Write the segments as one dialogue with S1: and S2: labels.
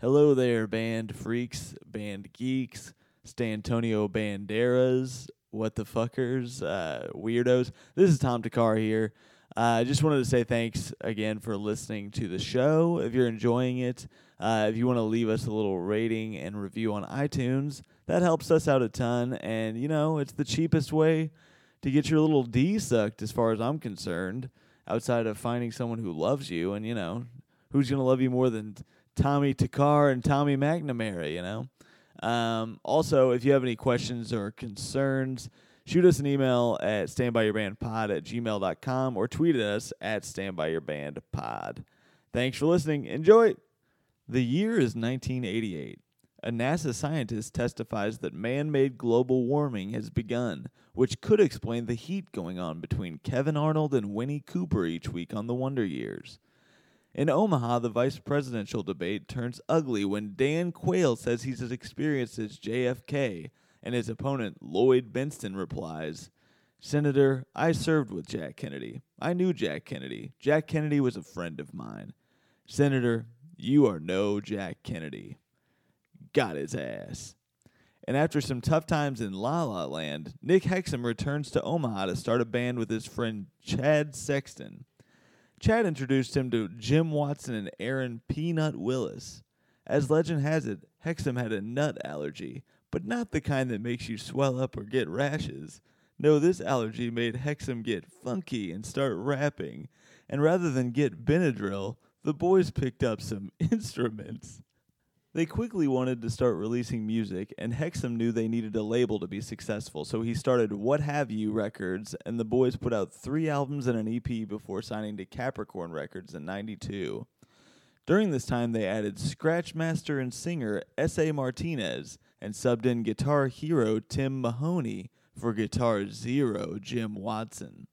S1: Hello there, band freaks, band geeks, Stantonio Banderas, what the fuckers, uh, weirdos. This is Tom Takar here. I uh, just wanted to say thanks again for listening to the show. If you're enjoying it, uh, if you want to leave us a little rating and review on iTunes, that helps us out a ton. And, you know, it's the cheapest way to get your little D sucked, as far as I'm concerned, outside of finding someone who loves you. And, you know, who's going to love you more than Tommy Takar and Tommy McNamara, you know? Um, also, if you have any questions or concerns, shoot us an email at standbyyourbandpod at gmail.com or tweet at us at standbyyourbandpod. Thanks for listening. Enjoy! The year is 1988. A NASA scientist testifies that man made global warming has begun, which could explain the heat going on between Kevin Arnold and Winnie Cooper each week on The Wonder Years. In Omaha, the vice presidential debate turns ugly when Dan Quayle says he's as experienced as JFK, and his opponent, Lloyd Benston, replies, Senator, I served with Jack Kennedy. I knew Jack Kennedy. Jack Kennedy was a friend of mine. Senator, you are no Jack Kennedy. Got his ass. And after some tough times in La La Land, Nick Hexum returns to Omaha to start a band with his friend Chad Sexton. Chad introduced him to Jim Watson and Aaron Peanut Willis. As legend has it, Hexam had a nut allergy, but not the kind that makes you swell up or get rashes. No, this allergy made Hexam get funky and start rapping. And rather than get Benadryl, the boys picked up some instruments. They quickly wanted to start releasing music, and Hexam knew they needed a label to be successful, so he started What Have You Records, and the boys put out three albums and an EP before signing to Capricorn Records in 92. During this time, they added scratch master and singer S.A. Martinez and subbed in guitar hero Tim Mahoney for guitar zero Jim Watson.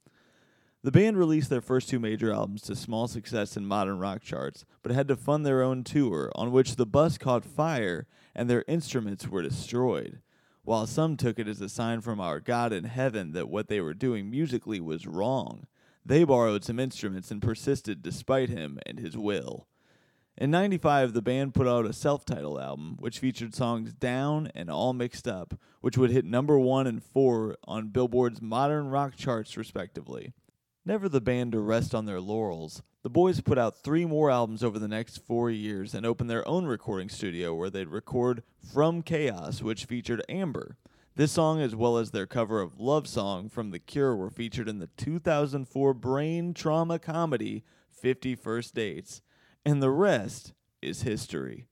S1: The band released their first two major albums to small success in modern rock charts, but had to fund their own tour, on which the bus caught fire and their instruments were destroyed. While some took it as a sign from our God in heaven that what they were doing musically was wrong, they borrowed some instruments and persisted despite him and his will. In 95, the band put out a self titled album, which featured songs Down and All Mixed Up, which would hit number one and four on Billboard's modern rock charts, respectively. Never the band to rest on their laurels, the boys put out three more albums over the next four years and opened their own recording studio where they'd record From Chaos, which featured Amber. This song, as well as their cover of Love Song from The Cure, were featured in the 2004 brain trauma comedy 50 First Dates. And the rest is history.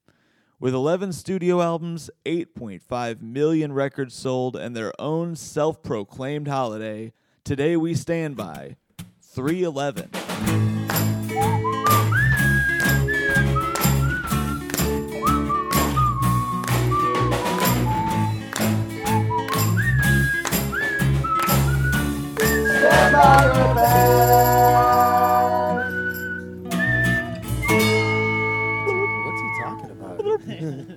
S1: With 11 studio albums, 8.5 million records sold, and their own self proclaimed holiday, today we stand by 311.
S2: What's he talking about?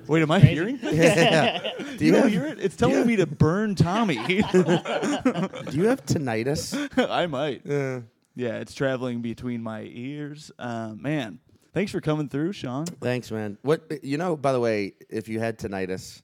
S1: Wait, am I hearing? this?
S2: yeah. Do you
S1: No,
S2: have
S1: you're it. It's telling me to burn Tommy.
S2: Do you have tinnitus?
S1: I might.
S2: Uh,
S1: Yeah, it's traveling between my ears. Uh, man, thanks for coming through, Sean.
S2: thanks, man. What you know? By the way, if you had tinnitus,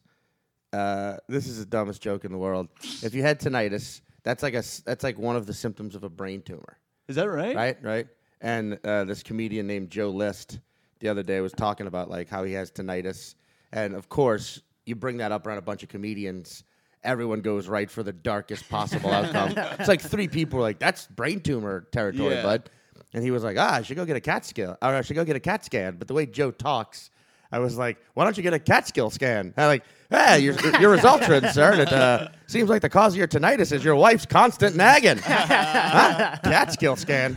S2: uh, this is the dumbest joke in the world. If you had tinnitus, that's like a s- that's like one of the symptoms of a brain tumor.
S1: Is that right?
S2: right? Right. And uh, this comedian named Joe List the other day was talking about like how he has tinnitus, and of course you bring that up around a bunch of comedians. Everyone goes right for the darkest possible outcome. it's like three people were like, "That's brain tumor territory,
S1: Yeah.
S2: bud." And he was like, "Ah, I should go get a CAT scan, or I should go get a CAT scan." But the way Joe talks, I was like, "Why don't you get a CATskill scan?" I'm like, "Hey, your, your results are concerned. It uh, seems like the cause of your tinnitus is your wife's constant nagging." huh? CATskill scan,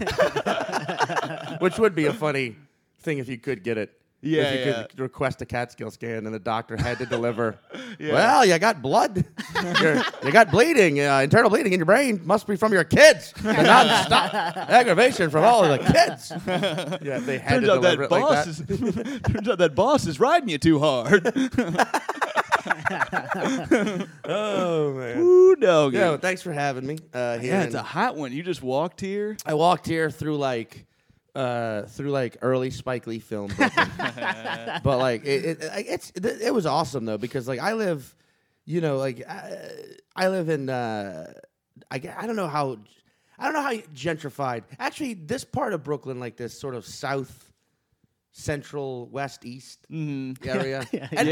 S2: which would be a funny thing if you could get it.
S1: Yeah,
S2: if you
S1: yeah.
S2: could request a CATskill scan and the doctor had to deliver. Well, you got blood. You're- you got bleeding, uh, internal bleeding in your brain. Must be from your kids. The nonstop aggravation from all of the kids. Yeah, they had
S1: Turns
S2: to
S1: out
S2: deliver
S1: that
S2: it like
S1: boss
S2: that.
S1: is turns out that boss is riding you too hard.
S2: Oh man.
S1: Ooh, doggy.
S2: Yeah,
S1: Yeah,
S2: well, thanks for having me. Uh, here
S1: it's a
S2: in-
S1: hot one. You just walked here.
S2: I walked here through like uh, through like early Spike Lee film, Brooklyn. but like it, it, like, it's th- it was awesome though because like I live, you know, like I, I live in uh, I gue- I don't know how I don't know how gentrified. Actually, this part of Brooklyn, like this sort of south, central, west, east area. And
S1: yeah,
S2: just- th-
S1: Mm-hmm.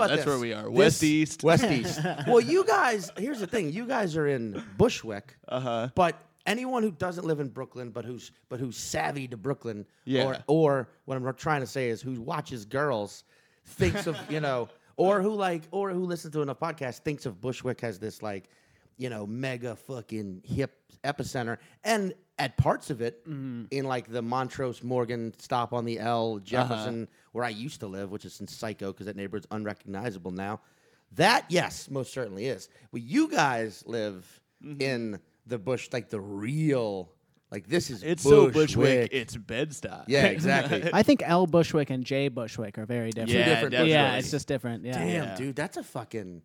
S1: yeah, that's where we are. West, east.
S2: West east. well, you guys. Here's the thing. You guys are in Bushwick. Uh huh. But anyone who doesn't live in Brooklyn, but who's but who's savvy to Brooklyn,
S1: Yeah.
S2: or or what I'm trying to say is who watches girls, thinks of you know, or who like or who listens to enough podcasts thinks of Bushwick as this like, you know, mega fucking hip epicenter and. At parts of it,
S1: Mm-hmm.
S2: in like the Montrose Morgan stop on the L,
S1: Uh-huh.
S2: Jefferson, where I used to live, which is in Psycho, because that neighborhood's unrecognizable now. That, yes, most certainly is. Well, you guys live
S1: Mm-hmm.
S2: in the bush, like the real, like this is
S1: It's so
S2: Bushwick.
S1: Bushwick. It's Bed-Stuy.
S2: yeah, exactly.
S3: I think L Bushwick and J Bushwick are very different.
S1: Yeah,
S2: different
S1: definitely.
S3: Yeah, it's just different. Yeah.
S2: Damn,
S1: Yeah.
S2: dude, that's a fucking.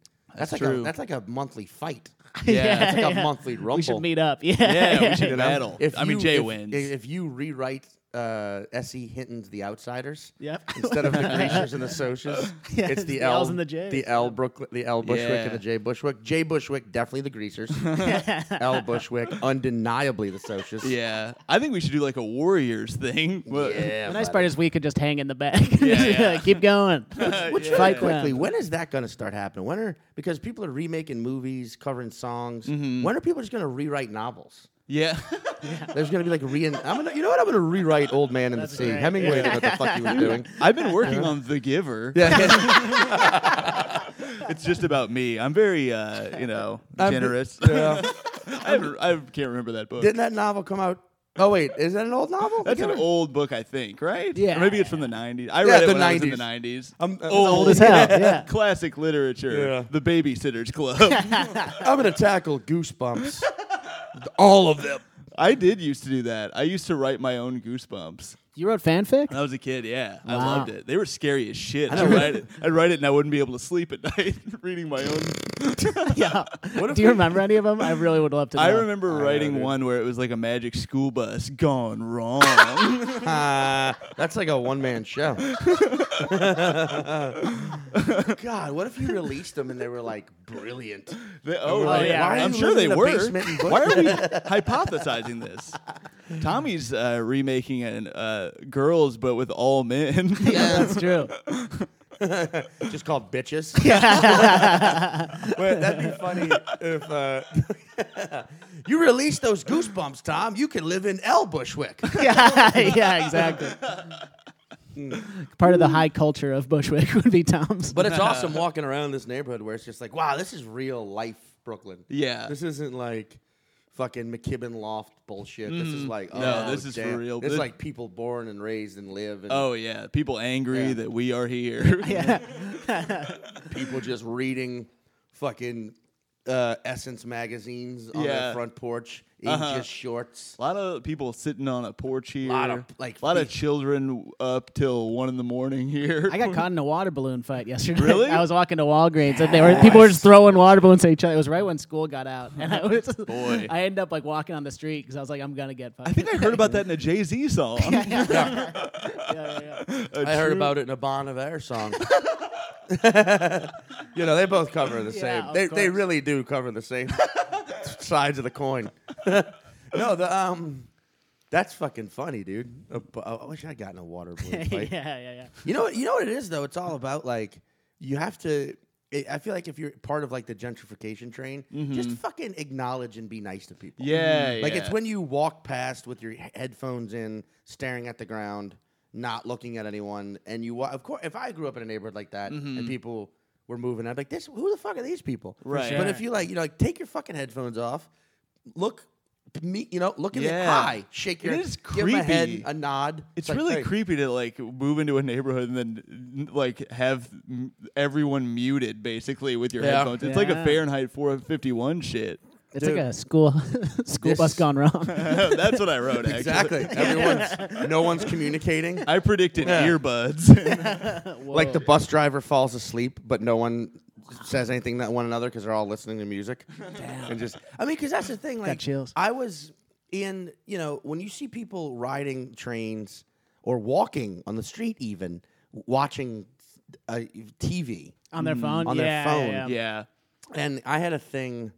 S1: That's
S2: That's, like a
S1: true.
S2: that's like a monthly fight.
S1: Yeah.
S2: That's like a monthly rumble.
S3: We should meet up. Yeah.
S1: Yeah, we should
S2: You know?
S1: battle.
S2: If
S1: I mean,
S2: you-
S1: Jay
S2: if-
S1: wins.
S2: If, if you rewrite uh, S.E. Hinton's The Outsiders,
S3: Yep.
S2: instead of the Grecians and the Socias,
S3: Yeah,
S2: it's the,
S3: the
S2: L
S3: L's and the J's.
S2: the L Brooklyn, the L Bushwick
S1: Yeah.
S2: and the J Bushwick. J Bushwick definitely the Greasers. L Bushwick undeniably the Socias.
S1: Yeah, I think we should do like a Warriors thing.
S2: yeah
S3: The nice
S2: buddy.
S3: part is we could just hang in the back.
S1: yeah.
S3: Keep going.
S1: Which
S2: Really
S3: Yeah.
S2: quickly, when is that going to start happening? When are because people are remaking movies, covering songs. When are people just going to rewrite novels?
S1: Yeah.
S2: There's going to be like re. I'm gonna, you know what? I'm going to rewrite Old Man in the Sea.
S3: great.
S2: Hemingway knew what the fuck he was doing.
S1: I've been working on The Giver.
S2: Yeah,
S1: It's just about me. I'm very, uh, you know,
S2: I'm-
S1: generous. I, haven't- I can't remember that book.
S2: didn't that novel come out? Oh wait, is that an old novel?
S1: That's
S2: Give
S1: an
S2: it-
S1: old book, I think, right?
S3: Yeah.
S1: Or maybe it's from the 90s. I
S2: Yeah,
S1: read it
S2: the
S1: when I was in the
S2: 90s.
S1: 90s.
S2: I'm- I'm
S3: old as hell, yeah.
S1: Classic literature.
S2: Yeah.
S1: The Babysitter's Club.
S2: I'm going to tackle Goosebumps. All of them.
S1: I did used to do that. I used to write my own Goosebumps.
S3: You wrote fanfic?
S1: When I was a kid, yeah. I
S3: Wow.
S1: loved it. They were scary as shit. I'd
S2: know.
S1: write, it, I'd write it and I wouldn't be able to sleep at night reading my own.
S3: yeah. Do you remember any of them? I really would love to. Know.
S1: I remember writing
S2: dude.
S1: one where it was like a magic school bus gone wrong.
S2: Uh, that's like a one man show. God, what if you released them and they were like brilliant?
S1: They- oh,
S2: Oh,
S1: they-
S3: yeah. Why
S1: I'm
S2: do you
S1: sure
S2: live
S1: they
S2: in a
S1: were.
S2: basement in
S1: Why are we hypothesizing this? Tommy's uh, remaking an uh, girls, but with all men.
S3: Yeah, that's true.
S2: Just called bitches. Yeah. that'd be funny if uh, you release those goosebumps, Tom. You can live in El Bushwick.
S3: yeah, yeah, exactly. Part of the high culture of Bushwick would be Tom's.
S2: But it's awesome walking around this neighborhood where it's just like, wow, this is real life Brooklyn.
S1: Yeah.
S2: This isn't like fucking McKibben Loft bullshit. This is like, oh,
S1: Mm-hmm. No, this is for
S2: damn.
S1: real.
S2: This is
S1: This-
S2: like people born and raised and live, and
S1: oh yeah, people angry
S2: Yeah.
S1: that we are here.
S3: yeah,
S2: people just reading fucking uh, Essence magazines on
S1: Yeah.
S2: their front porch in
S1: Uh-huh.
S2: just shorts.
S1: A lot of people sitting on a porch here.
S2: Lot of, like,
S1: lot of
S2: pe-
S1: children up till one in the morning here.
S3: I got caught in a water balloon fight yesterday.
S1: Really?
S3: I was walking to Walgreens and they were people were just throwing water balloons at each other. It was right when school got out, and I was
S1: Boy.
S3: I ended up like walking on the street because I was like, I'm gonna get fucked.
S1: I think I heard about that in a Jay Z song.
S3: yeah, yeah, yeah.
S2: I heard about it in a Bon Iver song. you know, they both cover the
S3: Yeah,
S2: same.
S3: of
S2: They, they
S3: course.
S2: really do cover the same sides of the coin. no, the um, that's fucking funny, dude. A bu- I wish I would gotten a water balloon
S3: yeah,
S2: fight.
S3: yeah, yeah.
S2: You know, what- you know what it is though. It's all about like you have to. I I feel like if you're part of like the gentrification train, just fucking acknowledge and be nice to people.
S1: Mm-hmm. Yeah,
S2: Like
S1: yeah.
S2: it's when you walk past with your he- headphones in, staring at the ground, not looking at anyone, and you. Wa- of course, if I grew up in a neighborhood like that
S1: Mm-hmm.
S2: and people were moving, I'd be like, "This, who the fuck are these people?"
S1: Right.
S2: But
S3: sure.
S2: if you like, you know, like take your fucking headphones off, look, me, you know, look in the
S1: Yeah.
S2: eye, shake your,
S1: is
S2: give 'em a head,
S1: creepy.
S2: a nod.
S1: It's
S2: like,
S1: really
S2: hey.
S1: creepy to like move into a neighborhood and then like have m- everyone muted basically with your
S2: Yeah.
S1: headphones. It's like a
S3: Yeah.
S1: Fahrenheit 451 shit.
S3: It's
S2: Dude.
S3: like a school school
S2: This-
S3: bus gone wrong.
S1: That's what I wrote. Actually.
S2: Exactly. Everyone's no one's communicating.
S1: I predicted
S2: Yeah.
S1: earbuds.
S2: Like the bus driver falls asleep, but no one says anything to one another because they're all listening to music. And just, I mean, because that's the thing. Like,
S3: chills.
S2: I was. in you know when you see people riding trains or walking on the street, even watching uh, TV,
S3: on their phone.
S2: on their
S3: yeah,
S2: phone.
S3: Yeah. yeah.
S1: Yeah.
S2: and I had a thing,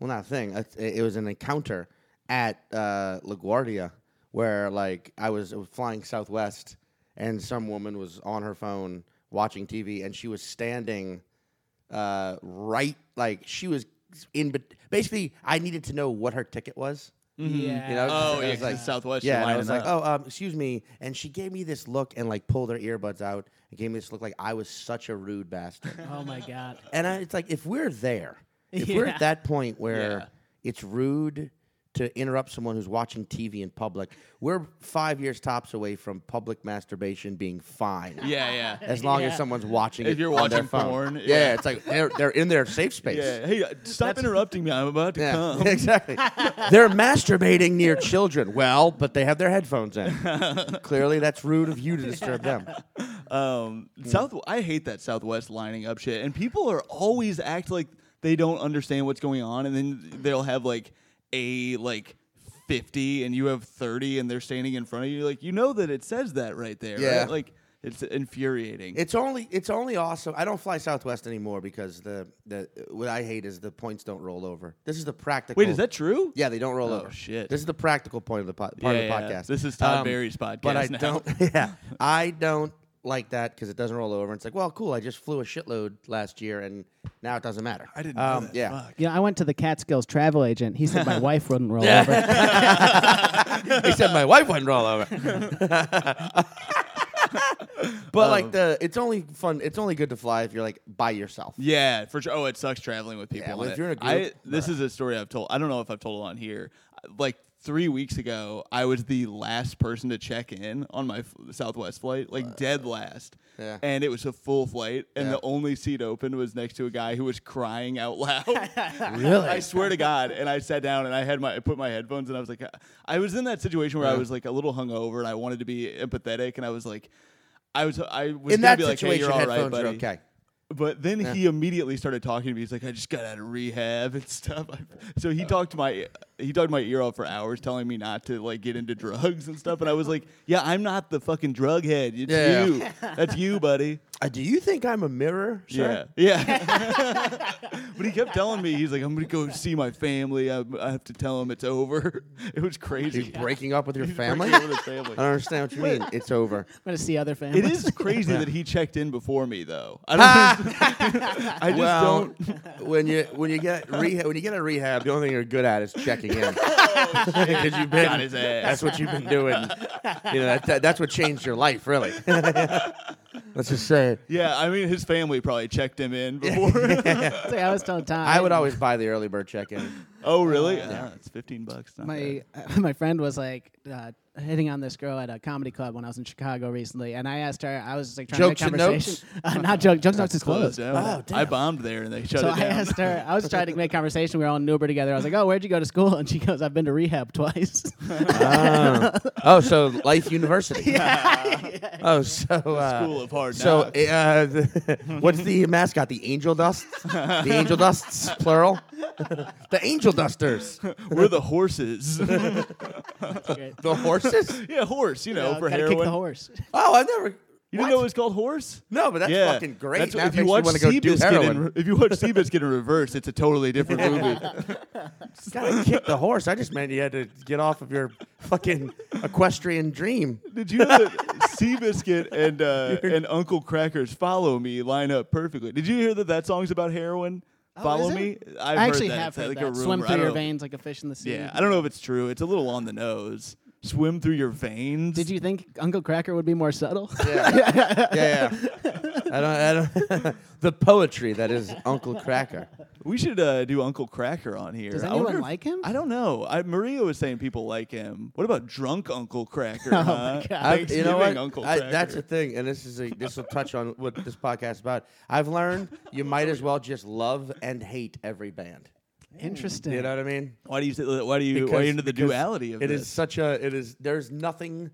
S2: well, not a thing. a- It was an encounter at uh, LaGuardia where, like, I was flying Southwest, and some woman was on her phone watching TV, and she was standing uh, right, like, she was in. bet- Basically, I needed to know what her ticket was.
S3: Yeah.
S2: Mm, You know,
S1: Oh,
S2: I
S1: yeah,
S2: was
S1: 'cause it's Southwest, you're
S2: Yeah, and I
S1: lining
S2: was like,
S1: up.
S2: oh, um, excuse me, and she gave me this look and like pulled her earbuds out and gave me this look like I was such a rude bastard.
S3: Oh my god.
S2: And I, it's like if we're there, if we're
S3: Yeah.
S2: at that point where
S1: Yeah.
S2: it's rude to interrupt someone who's watching TV in public, we're five years tops away from public masturbation being fine.
S1: Yeah, yeah.
S2: As long
S3: Yeah.
S2: as someone's watching,
S1: If
S2: it
S1: you're
S2: on their
S1: watching
S2: phone.
S1: porn,
S2: yeah.
S1: yeah.
S2: it's like they're, they're in their safe space.
S1: Yeah. Hey, uh, stop interrupting me. I'm about to
S2: Yeah,
S1: come.
S2: exactly. They're masturbating near children. Well, but they have their headphones in. Clearly, that's rude of you to disturb them.
S1: Um, South. I hate that Southwest lining up shit, and people are always act like they don't understand what's going on, and then they'll have like a like. 50 and you have 30 and they're standing in front of you like you know that it says that right there
S2: Yeah.
S1: right like it's infuriating
S2: It's only it's only awesome. I don't fly Southwest anymore because the the what I hate is the points don't roll over. This is the practical.
S1: wait is that true
S2: Yeah, they don't roll
S1: Oh,
S2: over.
S1: shit.
S2: This is the practical point of the po- part
S1: Yeah,
S2: of the
S1: yeah.
S2: podcast. Um,
S1: This is Todd Barry's
S2: But I
S1: podcast now.
S2: don't. Yeah, I don't like that because it doesn't roll over. It's like, well, cool. I just flew a shitload last year, and now it doesn't matter. Um,
S1: I didn't know that.
S2: Yeah.
S1: Fuck.
S3: You know, I went to the Catskills travel agent. He said my wife wouldn't roll over.
S2: he said my wife wouldn't roll over. but
S1: Um,
S2: like the, it's only fun. It's only good to fly if you're like by yourself.
S1: Yeah, for sure. Oh, it sucks traveling with people.
S2: Yeah, well,
S1: on
S2: if
S1: it.
S2: you're in a
S1: I-
S2: group-
S1: this is a story I've told. I don't know if I've told it on here. Like three weeks ago, I was the last person to check in on my f- Southwest flight, like dead last.
S2: Yeah.
S1: And it was a full flight, and
S2: Yeah.
S1: the only seat open was next to a guy who was crying out loud.
S2: Really?
S1: I swear to God. And I sat down and I had my I put my headphones and I was like, I was in that situation where I
S2: Yeah.
S1: was like a little hungover and I wanted to be empathetic and I was like, I was I was gonna
S2: In that
S1: be like, hey,
S2: situation,
S1: you're all right,
S2: headphones
S1: buddy.
S2: are okay.
S1: But then he immediately started talking to me. He's like, "I just got out of rehab and stuff." So
S2: Oh.
S1: he talked my he talked my ear off for hours, telling me not to like get into drugs and stuff. And I was like, "Yeah, I'm not the fucking drug head. It's
S2: Yeah.
S1: you. That's you, buddy."
S2: Uh, do you think I'm a mirror? Sir?
S1: Yeah, yeah. but he kept telling me, he's like, "I'm gonna go see my family. I, I have to tell him it's over." It was
S2: You
S1: crazy.
S2: breaking up with your
S1: He's
S2: family?
S1: breaking up with his family.
S2: I don't understand what you mean. It's over.
S3: I'm gonna see other families.
S1: It is crazy that he checked in before me, though. I don't. I just
S2: well,
S1: don't.
S2: when you when you get rehab when you get a rehab, the only thing you're good at is checking in. 'Cause you've been-
S1: Oh, Got his ass.
S2: That's what you've been doing. You know, that, that- that's what changed your life, really. Let's just say it.
S1: Yeah, I mean, his family probably checked him in before.
S3: It's like I was telling Tom.
S2: I would always buy the early bird check-in.
S1: oh, really? Ah, it's fifteen bucks. Not
S3: my my friend was like uh, hitting on this girl at a comedy club when I was in Chicago recently, and I asked her. I was just like trying
S2: Jokes
S3: to
S2: and
S3: make conversation. Uh, not joke. Jokes and notes is
S1: bad. closed
S3: closed.
S1: down. I bombed there and they shut
S3: So
S1: it
S3: I
S1: down.
S3: asked her. I was trying to make conversation. We were all in Uber together. I was like, "Oh, where'd you go to school?" And she goes, "I've been to rehab twice."
S2: Oh. oh, so Life University. Oh, so uh,
S1: School of hard
S2: So,
S1: knocks.
S2: uh, the- what's the mascot? The angel dusts. The angel dusts, plural. the angel dusters.
S1: We're the horses.
S3: Great.
S2: The horses.
S1: yeah, horse. You know,
S3: Uh,
S1: for
S3: gotta
S1: heroin.
S3: kick the horse.
S2: Oh, I never.
S1: you didn't know it was called horse?
S2: No, but that's
S1: yeah,
S2: fucking great.
S1: That's
S2: That
S1: what- if you
S2: makes me
S1: watch
S2: wanna go do
S1: Seabiscuit in,
S2: heroin.
S1: re- if you watch Seabiscuit in reverse, it's a totally different movie.
S2: gotta kick the horse. I just meant you had to get off of your fucking equestrian dream.
S1: Did you know that Seabiscuit and uh, and Uncle Crackers "Follow Me" line up perfectly? Did you hear that that song's about heroin? Follow
S3: Oh, is
S1: me.
S3: it?
S1: I've
S3: I actually
S1: heard that.
S3: have
S1: It's
S3: heard
S1: like
S3: that.
S1: A rumor.
S3: Swim
S1: I
S3: through
S1: don't
S3: your
S1: know if-
S3: veins like a fish in the sea.
S1: Yeah, I don't know if it's true. It's a little on the nose. Swim through your veins.
S3: Did you think Uncle Cracker would be more subtle?
S2: Yeah, yeah. I don't. I don't the poetry that is Uncle Cracker.
S1: We should uh, do Uncle Cracker on here.
S3: Does
S1: I
S3: anyone
S1: wonder if-
S3: like him?
S1: I don't know. I, Maria was saying people like him. What about drunk Uncle Cracker?
S3: Oh
S1: huh?
S3: my God.
S2: I-
S1: Thanksgiving
S2: you know what?
S1: Uncle
S2: I-
S1: Cracker.
S2: that's the thing, and this is a, this will touch on what this podcast is about. I've learned you might as well just love and hate every band.
S3: Interesting.
S2: You know what I mean?
S1: why do you say, why do you why are you into the
S2: because
S1: duality of
S2: it
S1: this?
S2: is such a it is there's nothing.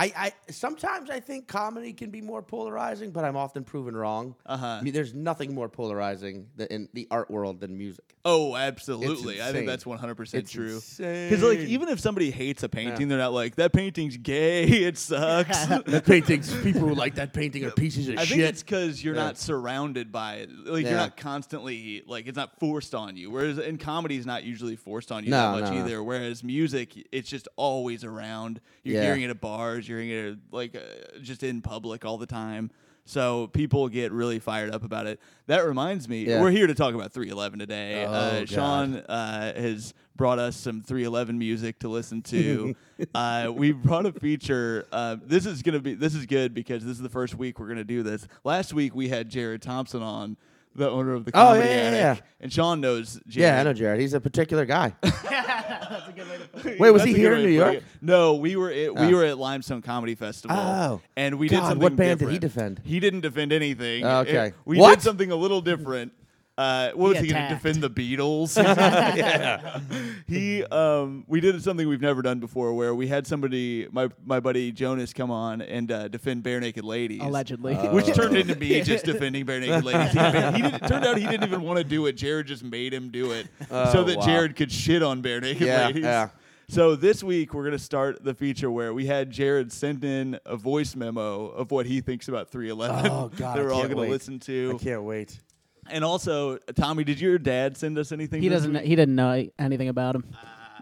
S2: I, I sometimes I think comedy can be more polarizing, but I'm often proven wrong.
S1: Uh-huh.
S2: I mean, there's nothing more polarizing tha- in the art world than music.
S1: Oh, absolutely. I
S2: insane.
S1: think that's 100%
S2: It's
S1: true.
S2: Because
S1: Because like even if somebody hates a painting, they're not like that painting's gay. It sucks.
S2: that paintings, people who like that painting are pieces of
S1: I think
S2: shit.
S1: it's because you're
S2: Yeah.
S1: not surrounded by it. Like
S2: Yeah.
S1: you're not constantly like it's not forced on you. Whereas in comedy, it's not usually forced on you
S2: No,
S1: that much
S2: no, no.
S1: either. Whereas music, it's just always around. You're
S2: Yeah.
S1: hearing it at bars. You're hearing it at, like uh, just in public all the time. So people get really fired up about it. That reminds me,
S2: Yeah.
S1: we're here to talk about 311 today.
S2: Oh,
S1: uh, Sean uh, has brought us some 311 music to listen to. uh, we brought a feature. Uh, this is gonna be this is good because this is the first week we're gonna do this. Last week we had Jared Thompson on, the owner of the
S2: Oh, yeah,
S1: Comedy
S2: yeah,
S1: Attic,
S2: yeah.
S1: and Sean knows. Jared.
S2: yeah, I know Jared. He's a particular guy.
S3: That's a good way to put it.
S2: Wait, was
S1: That's
S2: he
S1: a good
S2: here
S1: way
S2: in
S1: to
S2: New
S1: put
S2: York?
S1: it. No, we were at, we
S2: Oh.
S1: were at Limestone Comedy Festival.
S2: Oh.
S1: and we did
S2: God,
S1: something.
S2: what band did he
S1: different.
S2: defend?
S1: He didn't defend anything.
S2: Oh, okay.
S1: It- we
S2: What?
S1: did something a little different. Uh, what was
S3: He
S1: he going to
S3: attacked.
S1: defend the Beatles? he um, we did something we've never done before, where we had somebody, my my buddy Jonas, come on and uh, defend bare naked ladies,
S3: Allegedly.
S2: Uh,
S1: uh, which turned into me just defending bare naked ladies. He, didn't- he didn't, turned out he didn't even want to do it. Jared just made him do it so
S2: Oh,
S1: that
S2: wow.
S1: Jared could shit on bare naked
S2: Yeah,
S1: ladies.
S2: yeah.
S1: So this week we're gonna start the feature where we had Jared send in a voice memo of what he thinks about 311.
S2: Oh, God,
S1: they
S2: I
S1: were all
S2: can't
S1: gonna
S2: wait.
S1: listen
S2: I
S1: to.
S2: can't wait.
S1: And also, Tommy, did your dad send us anything?
S3: He
S1: this
S3: doesn't.
S1: week?
S3: He didn't know anything about him.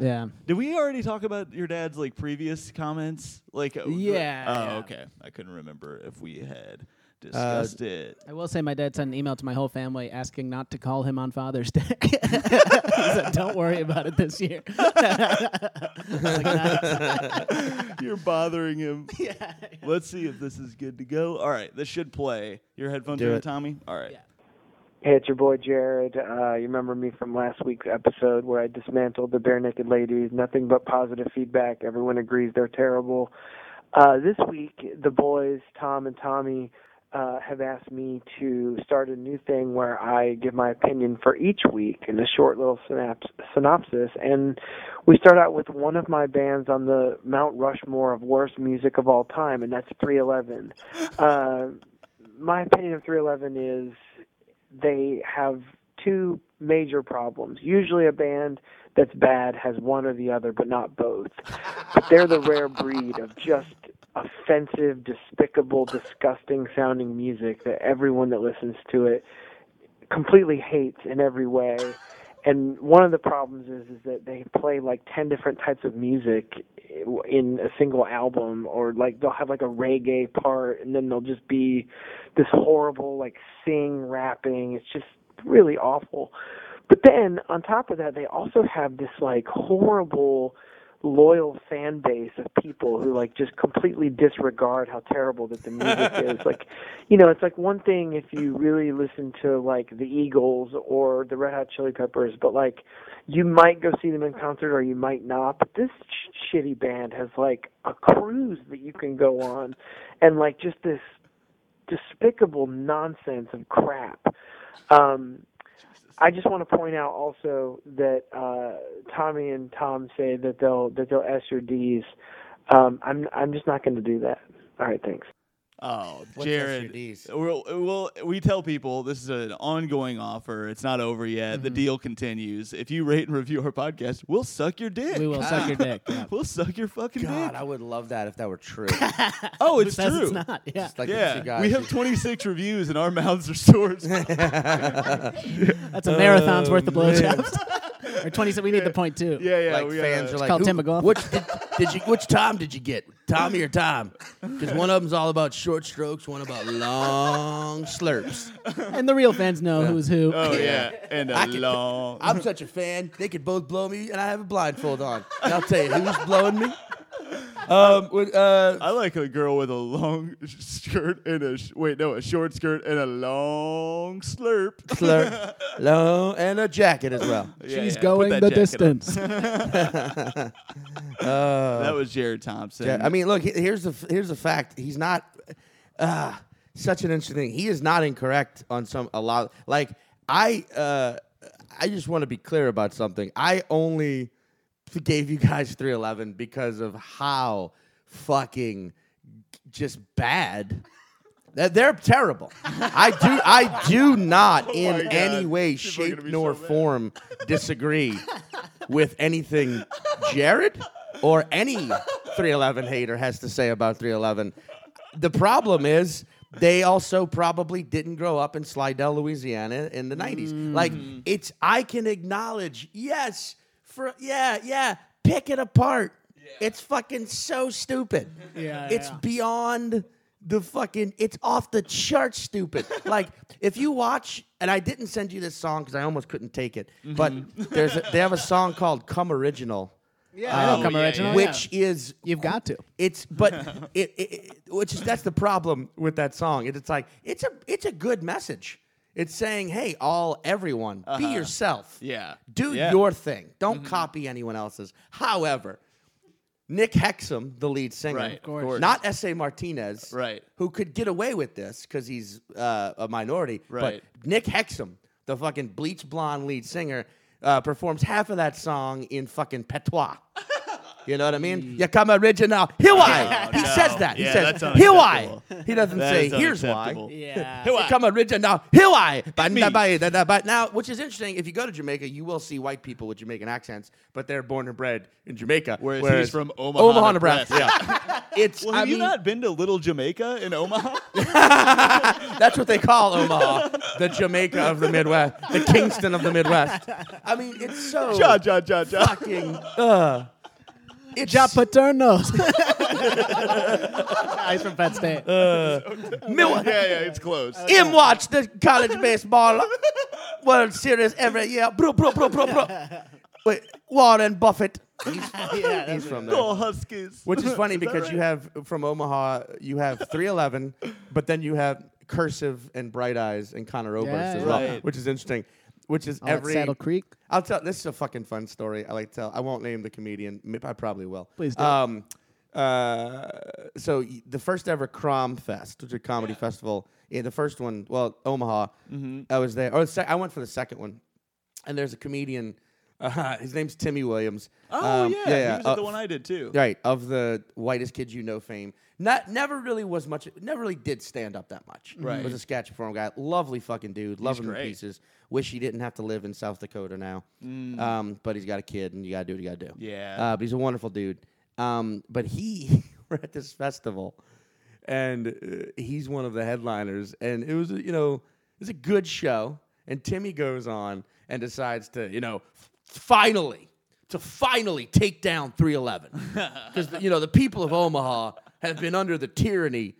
S3: yeah.
S1: Did we already talk about your dad's like previous comments? Like, uh,
S3: Yeah, yeah.
S1: Oh, okay. I couldn't remember if we had discussed
S2: Uh,
S1: it.
S3: I will say my dad sent an email to my whole family asking not to call him on Father's Day. he said, "Don't worry about it this year."
S1: You're bothering him. yeah, Let's see if this is good to go. All right, this should play. Your headphones
S2: Do
S1: are in,
S2: it.
S1: Tommy. All right.
S3: Yeah.
S4: Hey, it's your boy Jared. Uh, you remember me from last week's episode where I dismantled the bare naked ladies. Nothing but positive feedback. Everyone agrees they're terrible. Uh, this week, the boys, Tom and Tommy, uh, have asked me to start a new thing where I give my opinion for each week in a short little synaps- synopsis. And we start out with one of my bands on the Mount Rushmore of worst music of all time, and that's 311. Uh, my opinion of 311 is they have two major problems. Usually, a band that's bad has one or the other, but not both. But they're the rare breed of just offensive, despicable, disgusting sounding music that everyone that listens to it completely hates in every way. And one of the problems is is that they play like ten different types of music in a single album, or like they'll have like a reggae part, and then they'll just be this horrible like sing rapping. It's just really awful. But then on top of that, they also have this like horrible loyal fan base of people who like just completely disregard how terrible that the music is like you know it's like one thing if you really listen to like the eagles or the red hot chili peppers but like you might go see them in concert or you might not but this sh- shitty band has like a cruise that you can go on and like just this despicable nonsense of crap um I just want to point out also that uh, Tommy and Tom say that they'll that they'll S your D's. Um, I'm I'm just not going to do that. All right, thanks.
S1: Oh,
S2: What's
S1: Jared.
S2: SUDs?
S1: Well, well, we tell people this is an ongoing offer. It's not over yet. The
S2: Mm-hmm.
S1: deal continues. If you rate and review our podcast, we'll suck your dick.
S3: We will suck your dick. yeah.
S1: We'll suck your fucking
S2: God,
S1: dick.
S2: I would love that if that were true.
S1: oh,
S3: Who
S1: it's
S3: says
S1: true.
S3: it's not? Yeah.
S2: Just like the two
S1: yeah,
S2: guys
S1: we
S2: who-
S1: have 26 reviews and our mouths are sore. as fuck.
S3: That's a marathon's worth of blowjobs. or twenty. We need the point two.
S1: Oh, yeah, yeah.
S2: like
S1: we uh,
S2: fans
S1: gotta-
S2: are like,
S3: called
S2: "Who-
S3: Tim McGraw."
S2: Which did, did you? Which Tom did you get? Tommy or Tom? Because one of them's all about short strokes, one about long slurps.
S3: And the real fans know who's who.
S1: Oh yeah, and a
S2: I can-
S1: long.
S2: I'm such a fan; they could both blow me, and I have a blindfold on. And I'll tell you who's blowing me. Um, with, uh,
S1: I like a girl with a long sh- skirt and a sh- wait, no, a short skirt and a long slurp.
S2: slurp, long, and a jacket as well.
S1: Yeah, yeah,
S3: She's
S1: put
S3: going
S1: that
S3: the
S1: jacket on.
S3: distance.
S1: That was Jared Thompson.
S2: Yeah, I mean, look, he- here's the f- here's the fact. He's not uh, such an interesting thing. He is not incorrect on some a lot. Like I, uh, I just want to be clear about something. I only gave you guys 311 because of how fucking just bad. They're- They're terrible. I do I do not in
S5: Oh God.
S2: any way,
S5: People are
S2: shape,
S5: gonna be
S2: nor
S5: so mad.
S2: form disagree with anything Jared or any 311 hater has to say about 311. The problem is they also probably didn't grow up in Slidell, Louisiana in the 90s. Like it's I can acknowledge, yes, for yeah, yeah, pick it apart. It's fucking so stupid.
S3: Yeah,
S2: It's
S3: yeah.
S2: beyond the fucking it's off the charts stupid like if you watch and i didn't send you this song because i almost couldn't take it but there's a, they have a song called come original
S3: Yeah, I know,
S2: um,
S1: Oh,
S3: come original.
S2: which
S3: yeah.
S2: is
S3: you've got to.
S2: it's but it, it, it- which is that's the problem with that song It- it's like it's a it's a good message it's saying hey all everyone be yourself
S1: Uh-huh. Yeah.
S2: do
S1: Yeah. Mm-hmm.
S2: your thing don't copy anyone else's however Nick Hexum, the lead singer,
S1: Right, of course. course.
S2: not S.A. Martinez,
S1: Right.
S2: who could get away with this because he's uh, a minority,
S1: Right.
S2: but Nick Hexum, the fucking bleach blonde lead singer, uh, performs half of that song in fucking patois. You know what I mean? You come original. Here why? he
S5: no.
S2: says that.
S5: Yeah,
S2: he says,
S5: that's
S2: here why?
S5: unacceptable.
S2: He doesn't
S1: That
S2: say,
S1: is
S2: here's
S1: unacceptable.
S2: why.
S3: Yeah.
S2: You come original. Here why? But now, which is interesting, if you go to Jamaica, you will see white people with Jamaican accents, but they're born and bred in Jamaica.
S1: Whereas he's from Omaha,
S2: Nebraska. Yeah. it's,
S1: Well,
S2: I
S1: have you
S2: mean,
S1: not been to Little Jamaica in Omaha?
S2: That's what they call Omaha, the Jamaica of the Midwest, the Kingston of the Midwest. I mean, it's so
S1: ja, ja, ja, ja.
S2: fucking. Uh, it's
S3: Ja Paternos. He's from Penn State.
S1: Uh,
S2: Mil-
S5: Yeah, yeah, it's close.
S2: him watch the college baseball uh, World Series every year. Bro, bro, bro, bro, bro. Wait, Warren Buffett. He's, he's from there.
S1: Go Huskies.
S2: Which is funny
S1: that
S2: because you have from Omaha, you have 311, but then you have Cursive and Bright Eyes and Connor Oberst as well,
S1: Right.
S2: which is interesting. Which is
S3: Oh, at
S2: every
S3: Saddle Creek.
S2: I'll tell. This is a fucking fun story. I like to tell. I won't name the comedian. M- I probably will.
S3: Please do.
S2: Um, uh, so y- the first ever Crom Fest, which is a comedy festival. Yeah, the first one. Well, Omaha.
S1: Mm-hmm.
S2: I was there. Or the sec- I went for the second one. And there's a comedian. Uh, his name's Timmy Williams.
S1: Oh,
S2: Um,
S1: yeah. He was at
S2: uh,
S1: the one I did, too.
S2: Right, of the whitest kids you know fame. Not never really was much never really did stand up that much.
S1: Right.
S2: Was a sketch performer guy. Lovely fucking dude. Love him to
S1: great.
S2: pieces. Wish he didn't have to live in South Dakota now.
S1: Mm.
S2: Um, but he's got a kid and you gotta do what you gotta do.
S1: Yeah.
S2: Uh, but he's a wonderful dude. Um, but he we're at this festival and uh, he's one of the headliners and it was a- you know it's a good show and Timmy goes on and decides to you know f- finally to finally take down 311 because you know the people of Omaha have been under the tyranny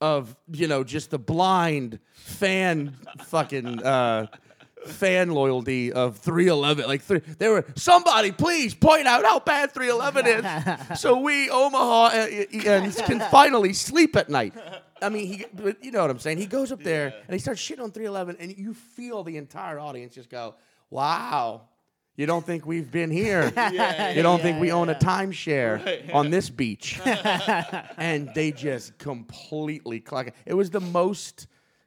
S2: of you know just the blind fan fucking uh, fan loyalty of 311. Like three, they were somebody please point out how bad 311 is, so we Omaha uh, and can finally sleep at night. I mean, he, but you know what I'm saying. He goes up there and he starts shitting on 311, and you feel the entire audience just go, "Wow." You don't think we've been here. you don't think we own a timeshare on this beach. and they just completely clock. It was the most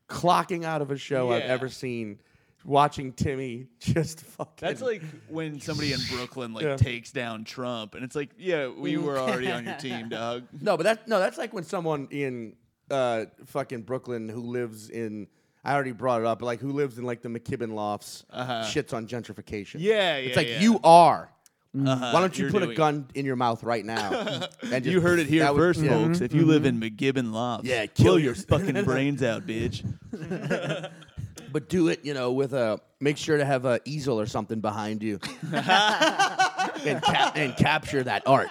S2: clocking out of a show I've
S1: Yeah.
S2: ever seen. Watching Timmy just fucking.
S1: That's like when somebody in Brooklyn like
S2: Yeah.
S1: takes down Trump, and it's like, yeah, we were already on your team, dog.
S2: no, but that no, that's like when someone in uh, fucking Brooklyn who lives in. I already brought it up, but like who lives in like the McKibben lofts shits on gentrification.
S1: Yeah,
S2: it's
S1: yeah,
S2: like
S1: yeah.
S2: you are. Why don't you
S1: you're
S2: put a
S1: doing it.
S2: gun in your mouth right now? and
S1: You heard it here
S2: that would-
S1: first,
S2: yeah.
S1: folks. If you live in McGibbon Lofts,
S2: Yeah,
S1: blow
S2: kill
S1: Mm-hmm. your
S2: your-
S1: fucking brains out, bitch.
S2: but do it, you know, with a make sure to have a easel or something behind you, and, cap- and capture that art.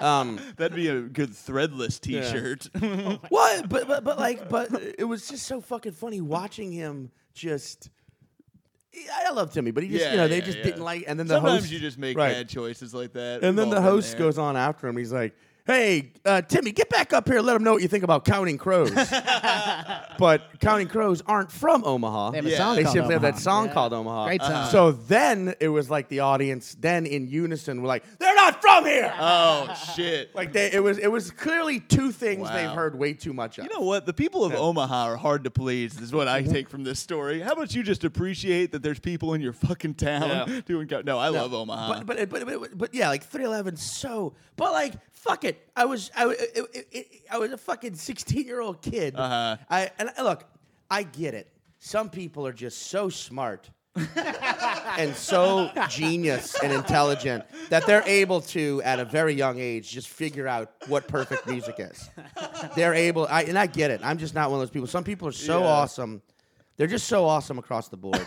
S2: Um,
S1: That'd be a good threadless T-shirt.
S2: what? But, but but like, but it was just so fucking funny watching him just. I love Timmy, but he just,
S1: Yeah,
S2: you know, they
S1: yeah,
S2: just
S1: yeah.
S2: didn't like. And then the
S1: Sometimes
S2: host,
S1: you just make
S2: Right.
S1: bad choices like that.
S2: And then
S1: We've
S2: the
S1: all been
S2: host
S1: there.
S2: goes on after him. He's like, "Hey, uh, Timmy, get back up here. Let him know what you think about Counting Crows." but Counting Crows aren't from Omaha.
S3: They have a
S1: Yeah.
S3: song
S2: They
S3: called
S2: simply have that
S3: Omaha.
S2: song
S3: Yeah.
S2: called Omaha.
S3: Great song.
S2: So then it was like the audience then in unison were like, "They're not from here."
S1: "Oh shit."
S2: like they, it was it was clearly two things
S1: Wow.
S2: they've heard way too much of.
S1: You know what? The people of Omaha are hard to please. Is what I
S2: Mm-hmm.
S1: take from this story. How about you just appreciate that there's people in your fucking town
S2: Yeah.
S1: doing? Co- no, I love Omaha.
S2: But, but but but but yeah, like 311 's so. But like fuck it, kid. I was I, wa- it- it- it- I was a fucking sixteen year old kid.
S1: Uh-huh.
S2: I and I- look, I get it. Some people are just so smart and so genius and intelligent that they're able to, at a very young age, just figure out what perfect music is. They're able, I, and I get it. I'm just not one of those people. Some people are so
S1: Yeah.
S2: awesome, they're just so awesome across the board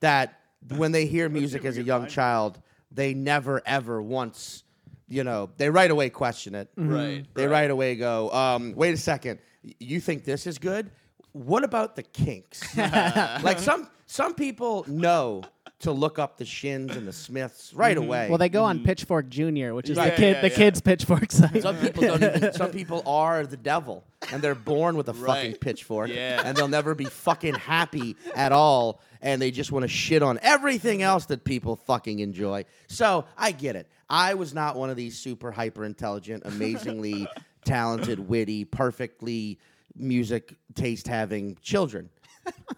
S2: that when they hear music as a young child, they never ever once, you know, they right away question it.
S1: Right,
S2: They right away go, um, wait a second, y- you think this is good? What about the kinks? like some some people know to look up the shins and the Smiths right away.
S3: Well, they go on Pitchfork Junior, which is
S1: Yeah,
S3: the kid,
S1: Mm-hmm. yeah,
S3: the
S1: yeah.
S3: kids' Pitchfork site.
S2: some people don't even, some people are the devil and they're born with a fucking
S1: Right.
S2: pitchfork
S1: Yeah.
S2: and they'll never be fucking happy at all and they just want to shit on everything else that people fucking enjoy. So, I get it. I was not one of these super hyper intelligent, amazingly talented, witty, perfectly music taste having children.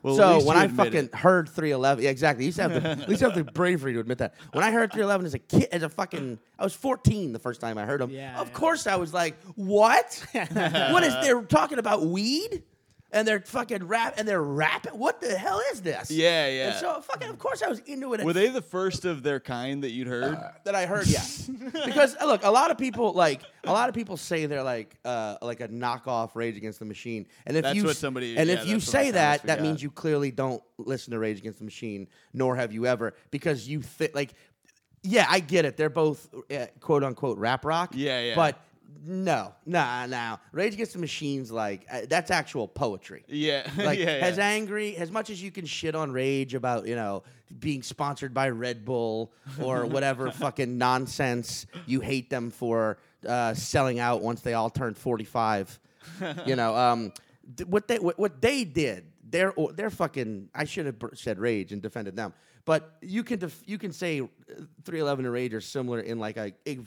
S1: Well, at
S2: so
S1: least
S2: when
S1: you
S2: I
S1: admit
S2: fucking
S1: it.
S2: heard 311, yeah, exactly. You used to have the, at least you have the bravery to admit that. When I heard 311 as a kid, as a fucking, I was 14 the first time I heard him.
S3: Yeah,
S2: of
S3: yeah.
S2: course, I was like, what? what is? They're talking about weed, and they're fucking rap, and they're rapping. What the hell is this?
S1: Yeah, yeah.
S2: And so fucking, of course, I was into it.
S1: Were they the first of their kind that you'd heard?
S2: that I heard, yeah. because uh, look, a lot of people like a lot of people say they're like uh, like a knockoff Rage Against the Machine, and if
S1: That's
S2: you
S1: what
S2: s-
S1: somebody-
S2: and
S1: yeah,
S2: if you
S1: that's what I
S2: say
S1: almost
S2: that, that
S1: forgot.
S2: means you clearly don't listen to Rage Against the Machine, nor have you ever, because you think like, yeah, I get it. They're both uh, quote unquote rap rock,
S1: Yeah, yeah.
S2: but. No, nah, nah. Rage Against the Machine's like uh, that's actual poetry
S1: yeah.
S2: like
S1: yeah,
S2: as
S1: yeah.
S2: angry as much as you can shit on rage about you know being sponsored by red bull or whatever fucking nonsense you hate them for uh, selling out once they all turned 45 you know um, d- what they what, what they did they're or- they're fucking i should have br- said rage and defended them but you can def- you can say uh, 311 and rage are similar in like a, a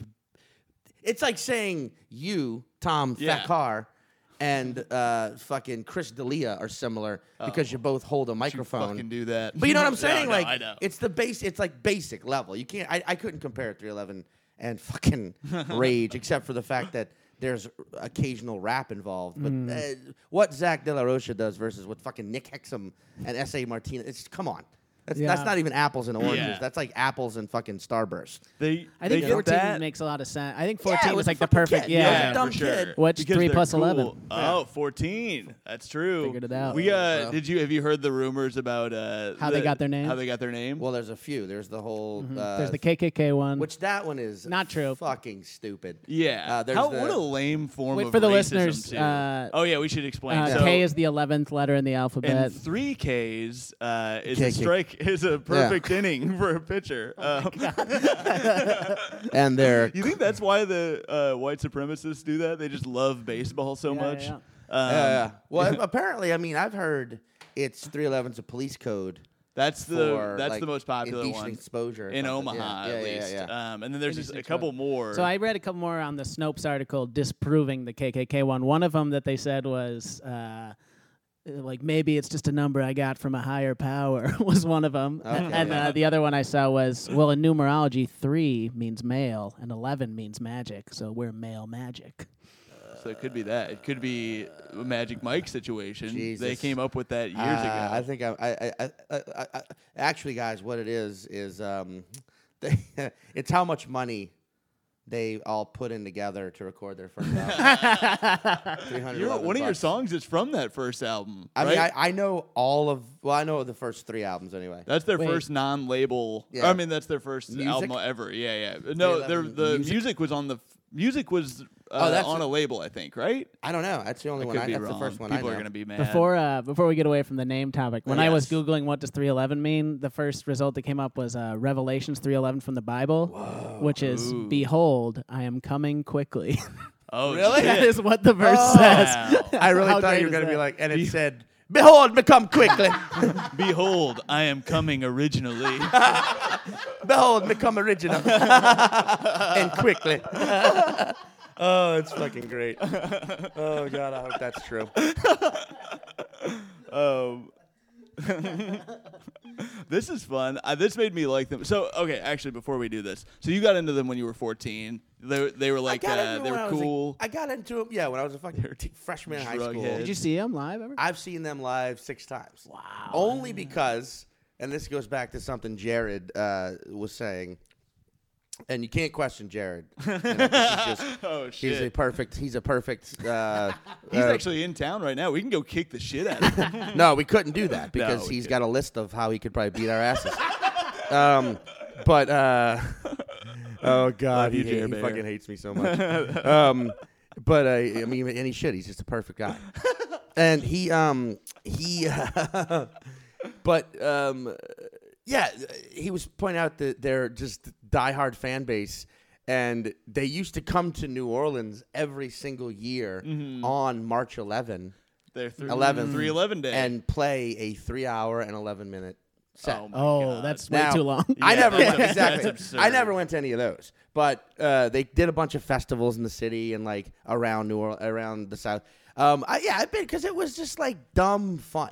S2: it's like saying you, Tom
S1: Yeah.
S2: Fakar, and uh, fucking Chris D'Elia are similar because you both hold a microphone.
S1: Oh. fucking do that.
S2: But you know what I'm
S1: No,
S2: saying?
S1: no,
S2: like
S1: I know.
S2: it's the base. It's like basic level. You can't. I, I couldn't compare 311 and fucking Rage, except for the fact that there's occasional rap involved. But
S3: Mm.
S2: uh, what Zach De La Rocha does versus what fucking Nick Hexum and S.A. Martinez. It's come on. That's, that's
S3: Yeah.
S2: not even apples and oranges.
S1: Yeah.
S2: That's like apples and fucking Starburst.
S1: they,
S3: I think
S1: they get
S3: 14
S1: that.
S3: makes a lot of sense. I think
S2: Yeah,
S3: 14
S2: it
S3: was
S2: was a
S3: like the
S2: fucking
S3: perfect.
S2: kid.
S3: Yeah.
S2: Yeah,
S1: for
S2: dumb
S1: sure.
S2: kid.
S3: What's
S1: Because
S3: three
S1: they're
S3: plus
S1: cool.
S3: 11?
S1: Oh, 14. That's true.
S3: Figured it out.
S1: We uh,
S2: Wow.
S1: did you have you heard the rumors about uh,
S3: How they got their name?
S1: How they got their name?
S2: Well, there's a few. There's the whole. Uh,
S3: Mm-hmm. There's the KKK one.
S2: Which that one is
S3: Not true.
S2: Fucking stupid.
S1: yeah.
S2: Uh, there's
S1: How,
S2: the-
S1: what a lame form
S3: Wait
S1: of
S3: for the
S1: racism,
S3: listeners,
S1: too.
S3: uh,
S1: oh yeah, we should explain. so,
S3: uh, K is the 11th letter in the alphabet.
S1: and three Ks uh, is
S2: K,
S1: a
S2: K.
S1: strike is a perfect inning for a pitcher.
S3: Oh
S1: Um,
S2: and they're
S1: you think that's why the uh, white supremacists do that? They just love baseball so
S3: Yeah,
S1: much.
S3: yeah,
S1: Um,
S2: yeah. uh, well, apparently, I mean, I've heard it's 311's a police code.
S1: That's the
S2: for,
S1: that's
S2: like,
S1: the most popular
S2: indecent
S1: one
S2: exposure or
S1: in
S2: something. Yeah,
S1: Omaha
S2: yeah,
S1: at
S2: yeah, yeah,
S1: least.
S2: yeah.
S1: Um, and then there's just a
S3: Indecent
S1: couple more.
S3: So I read a couple more on the Snopes article disproving the KKK one. One of them that they said was uh, like maybe it's just a number I got from a higher power was one of them,
S2: Okay,
S3: and
S2: yeah.
S3: uh, the other one I saw was well in numerology three means male and eleven means magic, so we're male magic.
S1: so it could be that. It could be a Magic Mike situation. They
S2: Jesus.
S1: came up with that years
S2: Uh, I
S1: ago.
S2: think I, I, I, I, I, I, actually, guys, what it is is um, they, it's how much money they all put in together to record their first album. Three hundred.
S1: Your- one of your songs is from that first album.
S2: I
S1: right?
S2: mean, I, I know all of. Well, I know the first three albums anyway.
S1: that's their
S3: Wait.
S1: first non-label.
S2: Yeah.
S1: I mean, that's their first
S2: Music?
S1: album ever. Yeah, yeah. No, their,
S2: 311
S1: the music?
S2: music? Oh,
S1: was on the music was uh,
S2: that's
S1: on a
S2: a-
S1: label, I think. Right?
S2: I don't know. That's the only
S1: I
S2: one.
S1: could
S2: I,
S1: be
S2: that's
S1: wrong.
S2: the first one.
S1: People
S2: I know.
S1: are gonna be mad.
S3: Before uh, before we get away from the name topic, when I was
S1: Yes.
S3: googling what does 311 mean, the first result that came up was uh, Revelations 311 from the Bible, which is
S1: Ooh.
S3: behold, I am coming quickly.
S1: oh,
S2: Really?
S1: shit.
S3: that is what the verse
S2: Oh.
S3: says.
S1: Wow.
S2: I really
S3: How
S2: thought
S3: great
S2: you were
S3: is
S2: going to be
S3: that?
S2: like, and it said, Behold, me come quickly.
S1: Behold, I am coming originally.
S2: Behold, me come original. and quickly. oh, it's fucking great. Oh, God, I hope that's true.
S1: um, this is fun. Uh, this made me like them. So okay, actually, before we do this, so you got into them when you were 14. They they were like
S2: I got
S1: uh,
S2: into
S1: they
S2: it when
S1: were
S2: I was a-
S1: cool.
S2: I got into them. Yeah, when I was a fucking t- freshman in high
S1: drug
S2: school.
S1: head.
S3: Did you see him live ever?
S2: I've seen them live six times. Wow. Only because, and this goes back to something Jared uh, was saying, and you can't question Jared. You know, this is just-
S1: oh
S2: he's a
S1: shit!
S2: perfect. He's a perfect. Uh,
S1: He's
S2: uh,
S1: actually in town right now. We can go kick the shit out of him.
S2: no, we couldn't do that because
S1: we
S2: he's got a list of how he could probably beat our asses. um, but uh, oh god,
S1: you,
S2: he, hate-
S1: Jer
S2: he
S1: Bear.
S2: fucking hates me so much. um, but uh, I mean, and he should. He's just a perfect guy. and he, um, he, but um, yeah, he was pointing out that they're just diehard fan base. And they used to come to New Orleans every single year
S1: Mm-hmm.
S2: on March 11
S1: They're three,
S2: 11
S1: three eleven day.
S2: and play a three hour and 11 minute set.
S1: oh, my
S3: oh,
S1: God.
S3: that's
S2: Now,
S3: way too long.
S2: I
S1: Yeah,
S2: never
S1: that's
S2: went,
S1: ab-
S2: exactly.
S1: that's absurd.
S2: I never went to any of those, but uh, they did a bunch of festivals in the city and like around New Orleans, around the South. Um, I, yeah, I've been because it was just like dumb fun.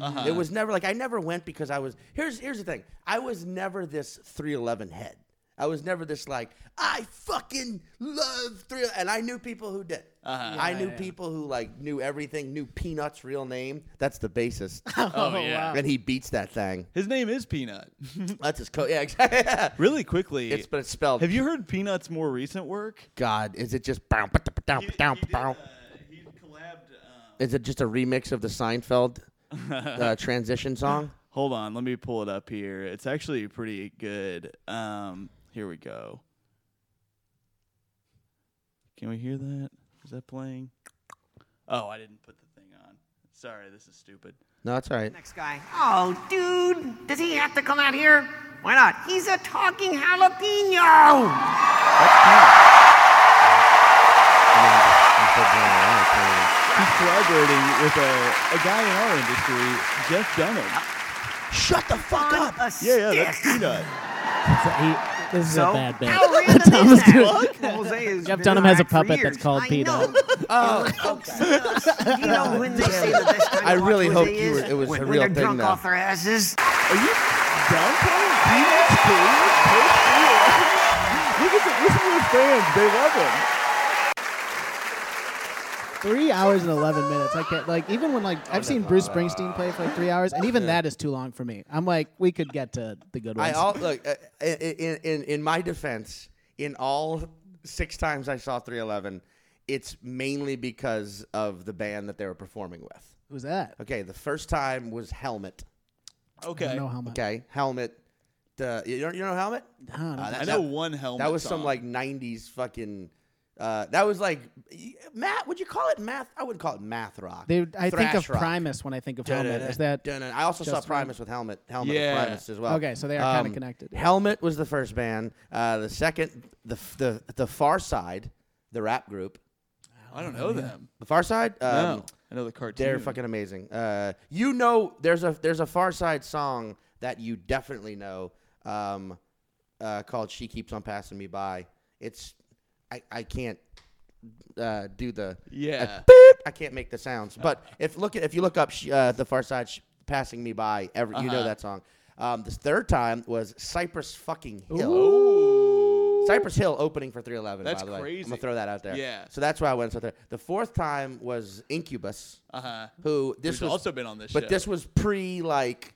S1: Uh-huh.
S2: It was never like I never went because I was here's here's the thing. I was never this 311 head. I was never this like I fucking love three, and I knew people who did.
S1: Uh-huh.
S2: I knew people who like knew everything, knew Peanuts' real name. That's the bassist,
S1: oh yeah.
S2: and he beats that thing.
S1: His name is Peanut.
S2: That's his co. Yeah, exactly.
S1: really quickly,
S2: It's but it's spelled.
S1: have you heard Peanut's more recent work?
S2: God, is it just bow, ba-da, ba-dow, ba-dow, ba-dow?
S1: uh, he collabed. uh,
S2: Is it just a remix of the Seinfeld uh, transition song?
S1: Hold on, let me pull it up here. It's actually pretty good. Um, here we go. Can we hear that? Is that playing? Oh, I didn't put the thing on. Sorry, this is stupid.
S2: No, that's all right.
S5: Next guy. Oh, dude, does he have to come out here? Why not? He's a talking jalapeno.
S1: He's collaborating with a, a guy in our industry, Jeff Dunham.
S2: Shut the fuck
S5: On
S2: up!
S5: a
S1: Yeah,
S5: stick.
S1: yeah, that's Peanut.
S3: He- this is a
S5: So,
S3: bad
S5: how
S3: bit.
S5: random
S3: Thomas
S5: is
S3: Dude.
S5: that? Jose has
S3: Jeff
S5: been
S3: Dunham has a
S5: alive for
S3: puppet that's
S5: years.
S3: called
S5: I
S3: Peter.
S5: know. And folks, uh, you know when they say the best time
S2: Oh. I
S5: to watch
S2: really
S5: Jose
S2: hoped you
S5: is?
S2: were- it was
S5: when,
S2: a
S5: when
S2: real
S5: they're
S2: thing,
S5: drunk
S2: though.
S5: off their asses.
S1: Are you downplaying Peanut's career? post-Peanut? Look at the, listen to his fans. They love him.
S3: Three hours and eleven minutes. I can't like even when like I've seen Bruce Springsteen play for like three hours, and even that is too long for me. I'm like, we could get to the good
S2: I
S3: ones.
S2: all look uh, in, in in my defense. In all six times I saw 311, it's mainly because of the band that they were performing with.
S3: Who's that?
S2: Okay, the first time was Helmet.
S1: Okay.
S3: I don't know how much.
S2: Okay, Helmet. The you don't you know Helmet?
S3: I don't know.
S1: I know one helmet.
S2: That was some
S1: song.
S2: like '90s fucking. Uh, that was like math. Would you call it math? I wouldn't call it math rock.
S3: They, I think
S2: Thrash
S3: of
S2: rock.
S3: Primus when I think of
S2: Dun-dun-dun,
S3: Helmet. Is that
S2: dun-dun. I also saw
S3: just
S2: Primus with Helmet. Helmet with
S1: Yeah.
S2: Primus as well. Um,
S3: Okay, so they are kinda connected.
S2: Helmet was the first band. Uh, the second, the f- the the Far Side, the rap group.
S1: I don't know them.
S2: The Far Side. Um,
S1: No, I know the cartoon.
S2: Oh, They're fucking amazing. Uh, you know, there's a there's a Far Side song that you definitely know um, uh, called "She Keeps on Passing Me By." It's I I can't uh, do the
S1: Yeah.
S2: I can't make the sounds, but if look at if you look up sh- uh, the Far Side sh- "Passing Me By," every you
S1: Uh-huh.
S2: know that song. Um, this third time was Cypress fucking Hill. Cypress Hill opening for 311.
S1: That's
S2: by the way. I'm
S1: crazy.
S2: gonna throw that out there.
S1: Yeah.
S2: So that's why I went with there. The fourth time was Incubus. Uh
S1: Uh-huh.
S2: Who this
S1: Who's
S2: was
S1: also been on this
S2: but
S1: show.
S2: this was pre like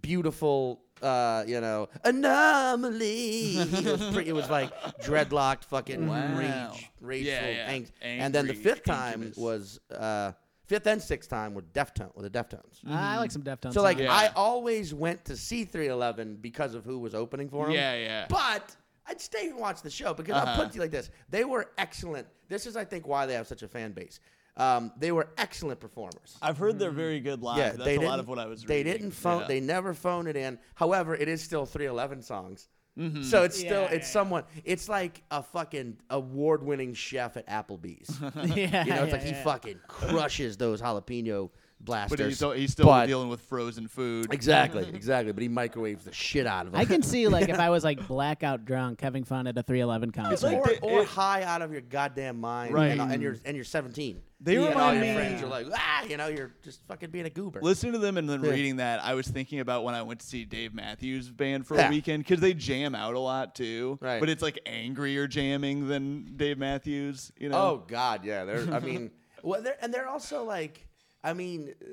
S2: beautiful. Uh, you know, anomaly. it, was pre- it was like dreadlocked, fucking
S1: Wow.
S2: rage, rageful,
S1: Yeah, yeah.
S2: ang- and then the
S1: Angry
S2: fifth time
S1: Incubus.
S2: was uh, fifth and sixth time were Deftone, were the Deftones.
S3: I like some Deftones.
S2: So like
S1: Mm, Yeah.
S2: I always went to see 311 because of who was opening for him.
S1: Yeah, yeah. Uh-huh.
S2: But I'd stay and watch the show because I'll put it to you like this: they were excellent. This is, I think, why they have such a fan base. Um, they were excellent performers.
S1: I've heard they're very good live.
S2: Mm. Yeah,
S1: That's
S2: they
S1: a lot
S2: didn't-
S1: of what I was
S2: They
S1: reading.
S2: didn't phone.
S1: Yeah.
S2: They never phone it in. However, it is still 311 songs.
S1: Mm-hmm.
S2: So it's still it's someone. It's like a fucking award-winning chef at Applebee's.
S3: yeah,
S2: you know, it's like
S3: yeah,
S2: he fucking crushes those jalapeno blasters.
S1: But he's, still- he's still
S2: but-
S1: dealing with frozen food.
S2: Exactly, exactly. But he microwaves the shit out of them.
S3: I can see like if I was like blackout drunk having fun at a 311 concert.
S1: like
S2: or,
S1: the-
S2: or
S1: it-
S2: high out of your goddamn mind,
S1: Right.
S2: And, and you're and you're 17.
S1: They
S2: and all
S1: remind
S2: your
S1: me-
S2: friends are like, ah, you know, you're just fucking being a goober.
S1: Listening to them and then
S2: Yeah.
S1: reading that, I was thinking about when I went to see Dave Matthews Band for
S2: Yeah.
S1: a weekend because they jam out a lot too.
S2: Right.
S1: But it's like angrier jamming than Dave Matthews. You know.
S2: Oh God, yeah. They're. I mean, well, they're and they're also like, I mean, uh,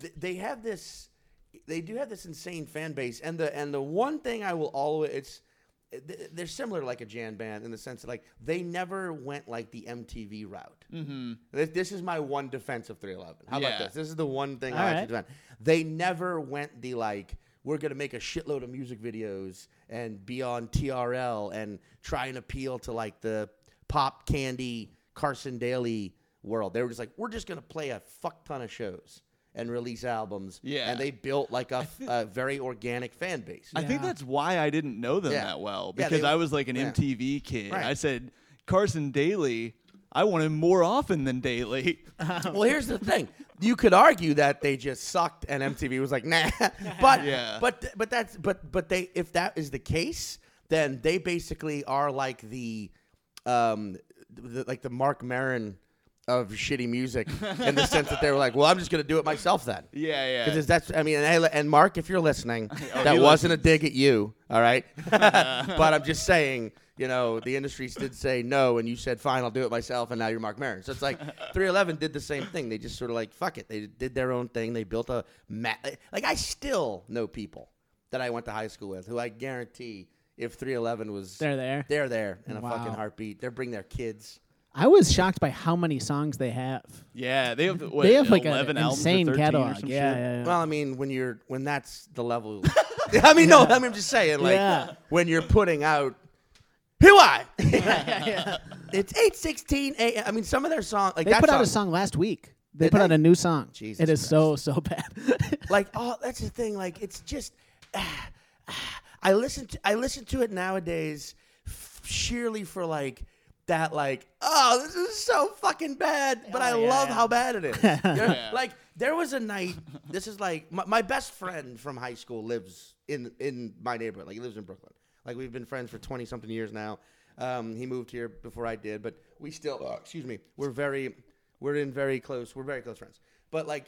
S2: th- they have this, they do have this insane fan base, and the and the one thing I will always it's. th- They're similar to like a Jan band in the sense that like they never went like the MTV route. Mm-hmm. This, this is my one defense of 311. How
S1: Yeah.
S2: about this? This is the one thing
S3: All
S2: I
S3: right.
S2: actually defend. They never went the like we're gonna make a shitload of music videos and be on TRL and try and appeal to like the pop candy Carson Daly world. They were just like we're just gonna play a fuck ton of shows and release albums.
S1: Yeah.
S2: and they built like a, a very organic fan base.
S1: I think
S3: Yeah.
S1: that's why I didn't know them
S2: Yeah.
S1: that well
S2: Yeah, they
S1: because
S2: were-
S1: I was like an
S2: yeah.
S1: MTV kid.
S2: Right.
S1: I said Carson Daly. I want him more often than Daly.
S2: well, here's the thing. You could argue that they just sucked and MTV was like, nah. But
S1: Yeah.
S2: but but that's but but they if that is the case, then they basically are like the um the, like the Mark Maron of shitty music in the sense that they were like, well, I'm just gonna do it myself then.
S1: Yeah, yeah. Oh,
S2: Because that's I mean, and, hey, and Mark, if you're listening, that
S1: he Uh-huh.
S2: wasn't a dig at you, all right. but I'm just saying, you know, the industries did say no, and you said fine, I'll do it myself, and now you're Mark Maron. So it's like 311 did the same thing. They just sort of like fuck it. They did their own thing. They built a ma- like I still know people that I went to high school with who I guarantee if 311 was
S3: They're there.
S2: they're there in a
S3: Wow.
S2: fucking heartbeat. They bring their kids.
S3: I was shocked by how many songs they have.
S1: yeah, they have what,
S3: they have like
S1: eleven
S3: an
S1: albums or
S3: insane
S1: 13 or
S3: catalog.
S1: some
S3: Yeah,
S1: shit?
S3: yeah, yeah.
S2: Well, I mean, when you're when that's the level. I mean, no, I mean, I'm just saying, like,
S3: Yeah.
S2: when you're putting out, who I. It's eight sixteen a.m. I mean, some of their songs, like
S3: they
S2: that
S3: put out a song last week. They
S2: Did
S3: put
S2: they?
S3: out a new song.
S2: Jesus
S3: it is so so bad.
S2: Like, oh, that's the thing. Like, it's just, ah, ah. I listen to I listen to it nowadays, f- sheerly for like that, like, oh, this is so fucking bad, but I love how bad it is. You know? Like, there was a night. This is like my, my best friend from high school lives in in my neighborhood. Like, he lives in Brooklyn. Like, we've been friends for twenty something years now. Um, he moved here before I did, but we still, oh, excuse me, we're very, we're in very close, we're very close friends. But like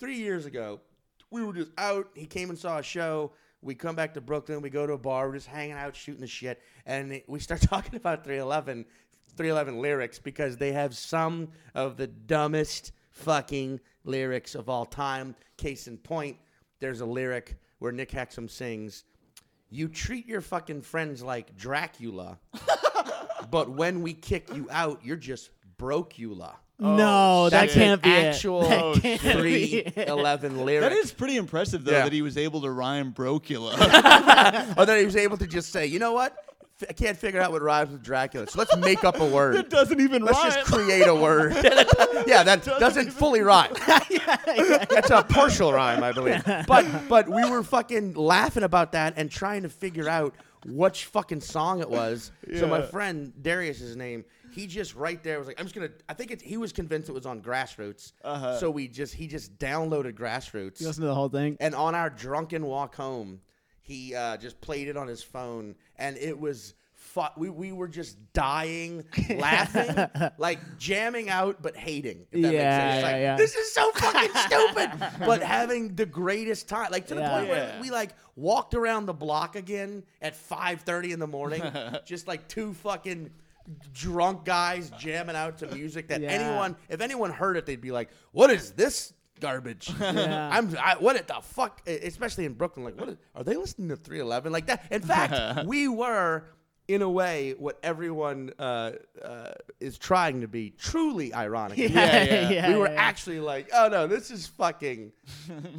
S2: three years ago, we were just out. He came and saw a show. We come back to Brooklyn. We go to a bar. We're just hanging out, shooting the shit, and it- we start talking about 311, 311 lyrics because they have some of the dumbest fucking lyrics of all time. Case in point, there's a lyric where Nick Hexum sings, "You treat your fucking friends like Dracula, but when we kick you out, you're just Brocula."
S3: no, Oh, that
S2: That's
S3: can't
S2: an
S3: be it.
S2: Oh, actual
S3: That can't be it.
S2: 311 lyric.
S1: That is pretty impressive though
S2: Yeah.
S1: that he was able to rhyme Brocula.
S2: Or Oh, that he was able to just say, you know what? F- I can't figure out what rhymes with Dracula. So let's make up a
S1: it
S2: word.
S1: doesn't even
S2: Let's
S1: rhyme.
S2: just create a word. yeah, that doesn't, fully rhyme. That's a partial rhyme, I believe. But but we were fucking laughing about that and trying to figure out which fucking song it was. So my
S1: Yeah.
S2: friend Darius, his name, he just right there was like, I'm just gonna. I think it's, he was convinced it was on Grassroots. Uh-huh. So we just he just downloaded Grassroots.
S3: You listen to the whole thing.
S2: And on our drunken walk home, he uh, just played it on his phone, and it was fu- we we were just dying laughing, like jamming out but hating. If that
S3: Yeah,
S2: makes sense. It's
S3: yeah,
S2: like,
S3: yeah.
S2: This is so fucking stupid, but having the greatest time, like to the
S3: Yeah.
S2: point where
S1: Yeah.
S2: we like walked around the block again at five thirty in the morning, just like two fucking. Drunk guys jamming out to music that
S3: Yeah.
S2: anyone, if anyone heard it, they'd be like, "What is this garbage?"
S3: Yeah.
S2: I'm I, what it- the fuck, e- especially in Brooklyn. Like, what is, are they listening to 311 like that? In fact, we were in a way what everyone uh, uh, is trying to be. Truly ironic.
S1: Yeah, yeah.
S2: we were
S3: yeah, yeah.
S2: actually like, oh no, this is fucking.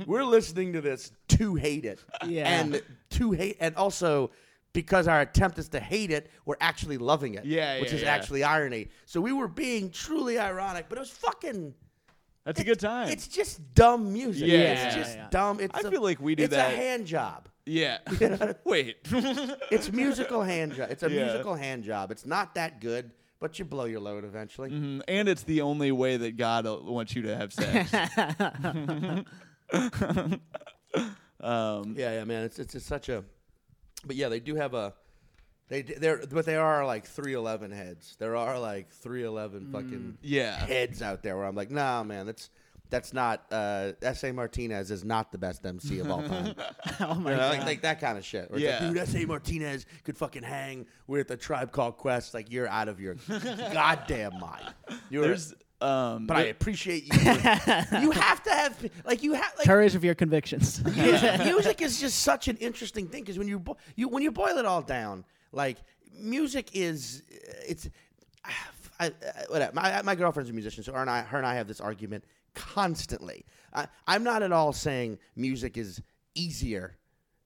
S2: we're listening to this to hate it,
S3: Yeah.
S2: and to hate, and also. Because our attempt is to hate it, we're actually loving it.
S1: Yeah,
S2: Which
S1: yeah,
S2: is
S1: yeah.
S2: actually irony. So we were being truly ironic, but it was fucking
S1: That's a good time.
S2: it's just dumb music.
S1: Yeah.
S2: it's just
S3: Yeah.
S2: dumb. It's
S1: I
S2: a-
S1: feel like we do
S2: it's
S1: that.
S2: a hand job.
S1: yeah. Wait.
S2: It's musical hand job. It's a
S1: Yeah.
S2: musical hand job. It's not that good, but you blow your load eventually.
S1: Mhm. And it's the only way that God uh, wants you to have sex. um,
S2: Yeah, yeah, man, it's it's, it's such a, but yeah, they do have a, they d- they're but they are like three eleven heads. There are like three eleven fucking
S1: yeah.
S2: heads out there where I'm like, nah, man, that's that's not uh, S. A. Martinez is not the best MC of all time.
S3: oh my
S2: You know, like,
S3: god.
S2: like that kind of shit. where it's
S1: Yeah.
S2: Like, Dude, S.A. Martinez could fucking hang with the Tribe Called Quest. Like, you're out of your goddamn mind. You're,
S1: There's um
S2: but I appreciate you. you have to have, like, you have, like,
S3: Courage of your convictions.
S2: music, music is just such an interesting thing because when you, bo- you when you boil it all down, like music is it's I, I, whatever. My, my girlfriend's a musician, so her and I her and I have this argument constantly. I, I'm not at all saying music is easier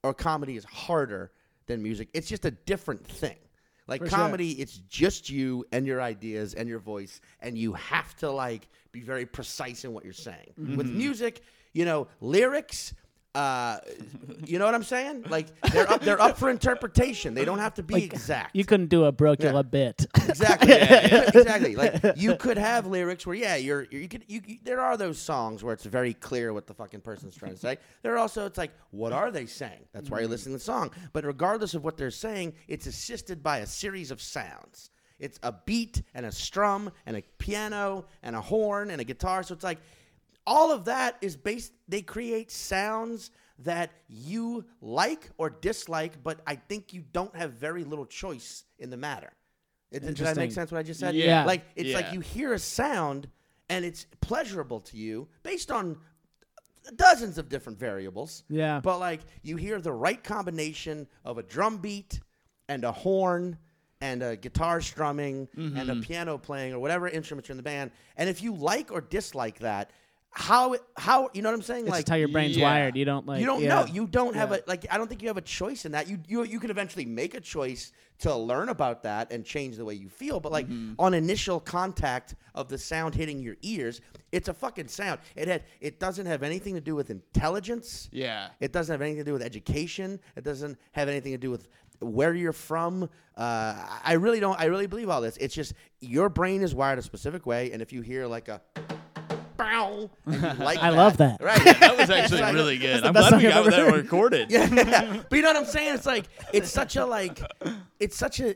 S2: or comedy is harder than music. It's just a different thing. Like comedy, it's just you and your ideas and your voice, and you have to like be very precise in what you're saying. With music, you know, lyrics, uh, you know what I'm saying? Like they're up, they're up for interpretation. They don't have to be exact.
S3: you couldn't do a Brocula
S2: Yeah.
S3: bit.
S2: Exactly. Exactly. Like you could have lyrics where yeah, you're you could you, you- there are those songs where it's very clear what the fucking person's trying to say. There are also it's like what are they saying? That's why you're listening to the song. But regardless of what they're saying, it's assisted by a series of sounds. It's a beat and a strum and a piano and a horn and a guitar. So it's like all of that is based they create sounds that you like or dislike, but I think you don't have very little choice in the matter. It- Did that make
S3: Interesting.
S2: sense what I just said?
S1: Yeah.
S2: Like it's
S1: Yeah.
S2: like you hear a sound and it's pleasurable to you based on dozens of different variables.
S3: Yeah.
S2: But like you hear the right combination of a drum beat and a horn and a guitar strumming and a piano playing or whatever instruments are in the band. And if you like or dislike that, how how you know what I'm saying?
S3: It's
S2: like
S3: just how your brain's
S1: yeah.
S3: wired. You don't like.
S2: you don't
S3: yeah.
S2: know. You don't have a like. I don't think you have a choice in that. You you you can eventually make a choice to learn about that and change the way you feel. But like
S3: Mm-hmm.
S2: on initial contact of the sound hitting your ears, it's a fucking sound. It had it doesn't have anything to do with intelligence.
S1: yeah.
S2: It doesn't have anything to do with education. It doesn't have anything to do with where you're from. Uh, I really don't. I really believe all this. It's just your brain is wired a specific way, and if you hear like a bow, and you like
S3: I love that.
S2: Right.
S1: That was actually really good. I'm glad we got that recorded.
S2: Yeah. but you know what I'm saying? It's like it's such a like it's such a uh,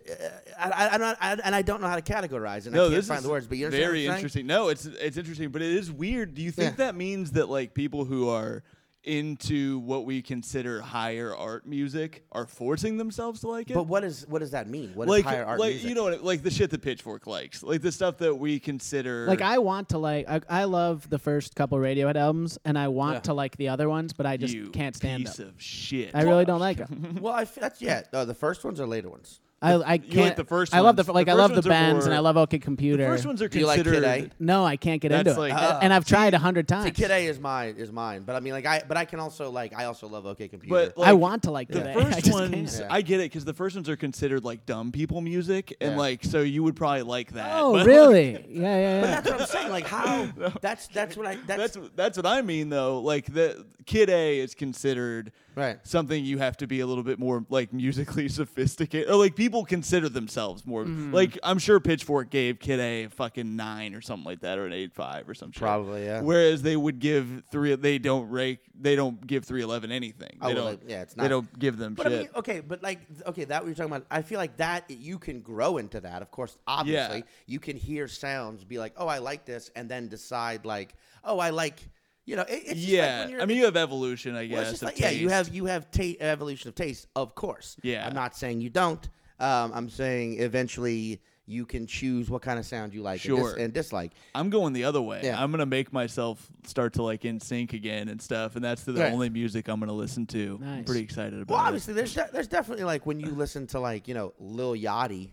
S2: I, I, I'm not, I and I don't know how to categorize it. I
S1: No,
S2: can't
S1: this
S2: find
S1: is
S2: the words, but you understand
S1: very
S2: what I'm saying?
S1: interesting. No, it's it's interesting, but it is weird. Do you think
S2: Yeah.
S1: that means that like people who are into what we consider higher art music are forcing themselves to like it?
S2: But what is what does that mean? What is
S1: like,
S2: higher art
S1: like
S2: music?
S1: you know what? it- Like the shit that Pitchfork likes, like the stuff that we consider.
S3: Like I want to like. I, I love the first couple Radiohead albums, and I want to like the other ones, but I just
S1: you
S3: can't stand
S1: piece
S3: them.
S1: of shit.
S3: I really don't like them.
S2: well, I f- that's yeah. No, the first ones or later ones.
S3: I I can't.
S1: the first
S3: I love the
S1: ones.
S3: fir- like.
S1: The
S3: I
S1: first
S3: love the
S1: ones are
S3: bands, and
S1: more-
S3: I love OK
S1: The
S3: Computer.
S1: first ones are
S2: Do you like Kid
S1: considered.
S2: A?
S3: No, I can't get
S1: That's
S3: into it,
S1: like-
S3: Uh, and I've tried a hundred
S2: See,
S3: times.
S2: Kid A is mine is mine, but I mean like I but I can also like I also love OK Computer.
S1: But
S3: I
S1: like,
S3: want to like
S1: The
S3: Kid A. I
S1: first
S3: just can't.
S1: ones,
S2: Yeah.
S1: I get it, because the first ones are considered like dumb people music, and
S2: Yeah.
S1: like so you would probably like that.
S3: Oh
S1: but-
S3: really? Yeah, yeah, yeah.
S2: that's what I'm saying. Like how that's that's what I that's,
S1: That's that's what I mean though. Like the Kid A is considered
S2: Right.
S1: something you have to be a little bit more like musically sophisticated. Or like people consider themselves more
S2: Mm-hmm.
S1: like I'm sure Pitchfork gave Kid A a fucking nine or something like that or an eight five or some shit.
S2: Probably, yeah.
S1: Whereas they would give three they don't rake they don't give three eleven anything.
S2: Oh,
S1: they
S2: well,
S1: don't
S2: like, yeah, it's
S1: they
S2: not-
S1: don't give them
S2: But
S1: shit.
S2: I mean, okay, but like, th- okay, that what you're talking about. I feel like that you can grow into that. Of course, obviously, you can hear sounds, be like, "Oh, I like this," and then decide like, "Oh, I like," you know. It, it's just like
S1: yeah.
S2: when you're,
S1: I mean you have evolution, I
S2: well, it's
S1: guess.
S2: just
S1: of
S2: like- yeah, you
S1: taste.
S2: have you have ta- evolution of taste, of course.
S1: Yeah.
S2: I'm not saying you don't. Um, I'm saying eventually you can choose what kind of sound you like and dis-
S1: Sure.
S2: and dislike.
S1: I'm going the other way.
S2: Yeah.
S1: I'm gonna make myself start to like in sync again and stuff, and that's the
S2: Right.
S1: only music I'm gonna listen to. I'm
S3: Nice.
S1: pretty excited about.
S2: Well,
S1: it.
S2: obviously, there's de- there's definitely like when you listen to like you know Lil Yachty,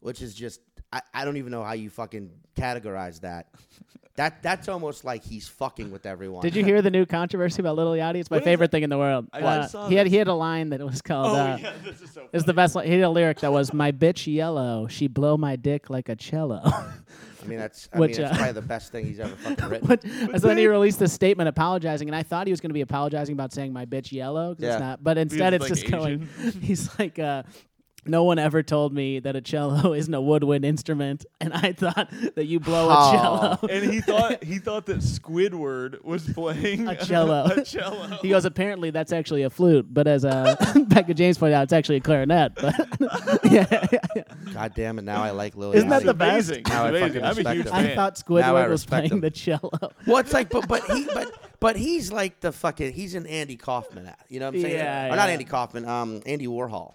S2: which is just I, I don't even know how you fucking categorize that. That that's almost like he's fucking with everyone.
S3: Did you hear the new controversy about Little Yachty? It's my
S1: What is
S3: favorite
S1: it?
S3: thing in the world.
S1: I
S3: Uh,
S1: saw
S3: he had
S1: this.
S3: he had a line that was called.
S1: Oh
S3: uh,
S1: yeah, this is so.
S3: It's the best line. He had a lyric that was "My bitch yellow, she blow my dick like a cello."
S2: I mean, that's I
S3: Which,
S2: mean, it's
S3: uh,
S2: probably the best thing he's ever fucking written.
S3: But- and so then he released this statement apologizing, and I thought he was going to be apologizing about saying "my bitch yellow" 'cause
S2: Yeah.
S3: it's not. But instead,
S1: it's,
S3: it's
S1: like,
S3: just going. He's like, uh, No one ever told me that a cello isn't a woodwind instrument, and I thought that you blow
S2: Oh.
S3: a cello.
S1: and he thought he thought that Squidward was playing
S3: A cello.
S1: a cello.
S3: He goes, apparently that's actually a flute, but as uh, Becca James pointed out, it's actually a clarinet. But yeah,
S2: God damn it! Now I like Lily.
S3: Isn't
S1: It's
S3: that
S2: Allen.
S3: the best?
S1: amazing. It's
S2: Now I
S1: amazing.
S2: fucking
S1: I'm a
S2: respect
S1: huge
S2: him.
S1: fan.
S3: I thought
S2: Now I
S3: Squidward was
S2: respect
S3: playing
S2: him.
S3: the cello.
S2: Well, it's like, but but he but but he's like the fucking he's an Andy Kaufman. You know what I'm saying?
S3: Yeah,
S2: or not
S3: yeah.
S2: Andy Kaufman. Um, Andy Warhol.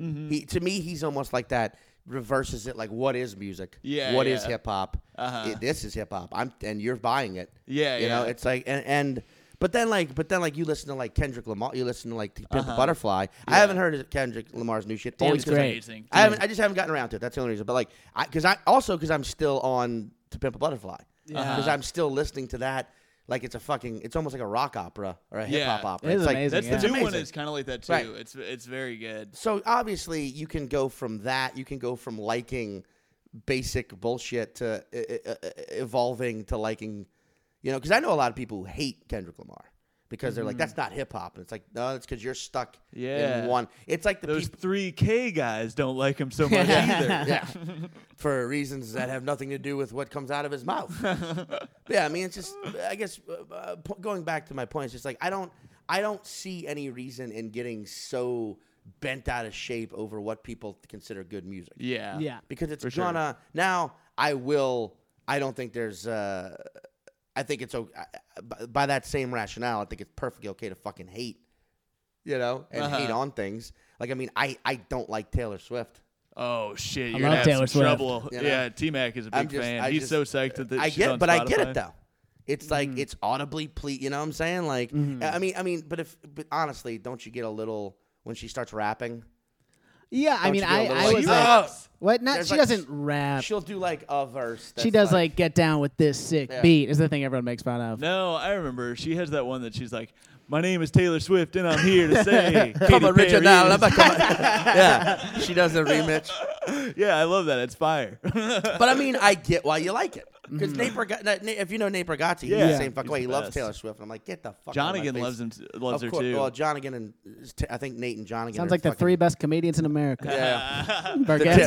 S1: Mm-hmm.
S2: He to me he's almost like that. Reverses it like what is music?
S1: Yeah,
S2: What
S1: yeah.
S2: is hip hop?
S1: Uh-huh.
S2: It- This is hip hop. I'm and you're buying it.
S1: Yeah,
S2: You know
S1: yeah.
S2: it's like and and. But then, like, but then, like, you listen to like Kendrick Lamar, you listen to like Pimp
S1: Uh-huh.
S2: the Butterfly. I haven't heard of Kendrick Lamar's new shit. only
S3: it's
S2: 'cause I-
S3: great.
S1: Amazing.
S2: I haven't. I just haven't gotten around to it. That's the only reason. But like, I because I also because I'm still on to Pimp a Butterfly. Because I'm still listening to that. Like it's a fucking. It's almost like a rock opera or a hip hop
S1: Yeah.
S2: opera.
S3: It is
S2: it's like,
S3: amazing,
S1: That's
S3: yeah.
S1: the new one
S2: amazing.
S1: is kind of like that too.
S2: Right.
S1: It's it's very good.
S2: So obviously, you can go from that. You can go from liking basic bullshit to uh, uh, uh, evolving to liking. You know, because I know a lot of people who hate Kendrick Lamar because they're like, "That's not hip hop," and it's like, "No, it's because you're stuck
S1: Mm-hmm. Yeah.
S2: in one." It's like the
S1: Those
S2: people.
S1: three K guys don't like him so much either.
S2: yeah. For reasons that have nothing to do with what comes out of his mouth. yeah, I mean, it's just, I guess, uh, uh, p- going back to my point, it's just like, I don't, I don't see any reason in getting so bent out of shape over what people consider good music.
S1: Yeah.
S3: yeah.
S2: Because it's
S1: sure.
S2: gonna, now I will, I don't think there's, uh, I think it's, o- I- by- by that same rationale, I think it's perfectly okay to fucking hate, you know, and
S1: Uh-huh.
S2: hate on things. Like, I mean, I, I don't like Taylor Swift.
S1: Oh shit! You're
S3: love
S1: gonna have
S3: Taylor
S1: some
S3: Swift.
S1: trouble.
S2: You know?
S1: Yeah, T Mac is a
S2: I'm
S1: big
S2: just-
S1: fan.
S2: I
S1: He's
S2: just-
S1: so psyched that that
S2: I
S1: she's
S2: get,
S1: on
S2: but I get
S1: Spotify. Mm.
S2: it though. It's like it's audibly ple You know what I'm saying? Like,
S1: Mm-hmm.
S2: I mean, I mean, but if, but honestly, don't you get a little when she starts rapping?
S3: Yeah, I
S2: Don't
S3: mean,
S2: you get a
S3: I,
S2: little
S3: I
S2: like
S3: was
S1: you-
S3: like,
S1: Oh.
S3: what? Not,
S2: There's
S3: she
S2: like-
S3: doesn't rap.
S2: She'll do like a verse.
S3: She
S2: that's
S3: does like get down with this sick
S2: Yeah.
S3: beat is the thing everyone makes fun of.
S1: No, I remember. She has that one that she's like, "My name is Taylor Swift, and I'm here to say, Katy Perry is-"
S2: yeah, she does a remix.
S1: Yeah, I love that. It's fire.
S2: But I mean, I get why you like it because Nate Berga- Na- Na- if you know Nate Bargatze, he's
S1: Mm-hmm. Yeah.
S2: the same fucking
S1: He's
S2: way.
S1: the
S2: He loves
S1: best.
S2: Taylor Swift, and I'm like, get the fuck. out of my
S1: Jonigan
S2: face.
S1: loves him. Loves
S2: of
S1: her
S2: course,
S1: too.
S2: Well, Jonigan and I think Nate and Jonigan
S3: Sounds
S2: are
S3: like the
S2: fucking-
S3: three best comedians in America.
S2: Yeah,
S3: Bargatze,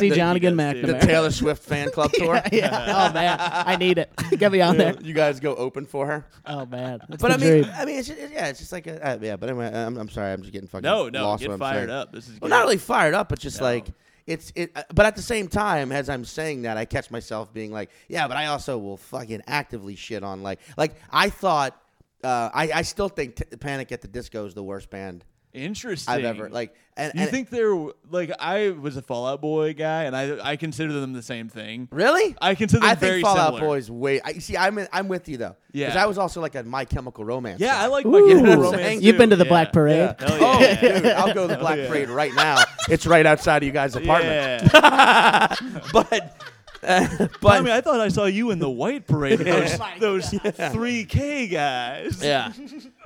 S2: the-
S3: Jonigan,
S1: Yes, dude.
S2: the
S3: McNamara.
S2: Taylor Swift fan club tour.
S3: yeah. Oh man, I need it. Get me on there.
S2: You guys go open for her.
S3: Oh man, that's
S2: But
S3: the
S2: I mean,
S3: dream.
S2: I mean, it's just, yeah, it's just like, a, uh, yeah. But anyway, I'm, I'm sorry, I'm just getting fucking
S1: no, no,
S2: lost
S1: get
S2: what I'm
S1: fired
S2: saying.
S1: up. This is
S2: Well,
S1: good.
S2: not really fired up, but just
S1: No.
S2: like it's it. uh, But at the same time, as I'm saying that, I catch myself being like, yeah, but I also will fucking actively shit on like, like I thought, uh, I I still think t- Panic at the Disco is the worst band
S1: interesting.
S2: I've ever like. And,
S1: You
S2: and
S1: think they're like I was a Fallout Boy guy, and I I consider them the same thing.
S2: really?
S1: I consider them
S2: I think
S1: very
S2: Fallout
S1: similar.
S2: Boys way. I, see, I'm in, I'm with you though. Because
S1: Yeah.
S2: I was also like a My Chemical Romance.
S1: Yeah,
S2: guy.
S1: I like
S3: Ooh.
S1: my Chemical
S2: what I'm
S1: Romance.
S2: saying?
S3: You've been to the
S1: too.
S3: Black
S1: Yeah.
S3: Parade.
S1: Hell
S2: Oh,
S1: yeah.
S2: dude, I'll go to the Black Parade right now. It's right outside of you guys' apartment.
S1: Yeah.
S2: but
S1: I mean, I thought I saw you in the White Parade. with Those those three K guys.
S2: Oh yeah,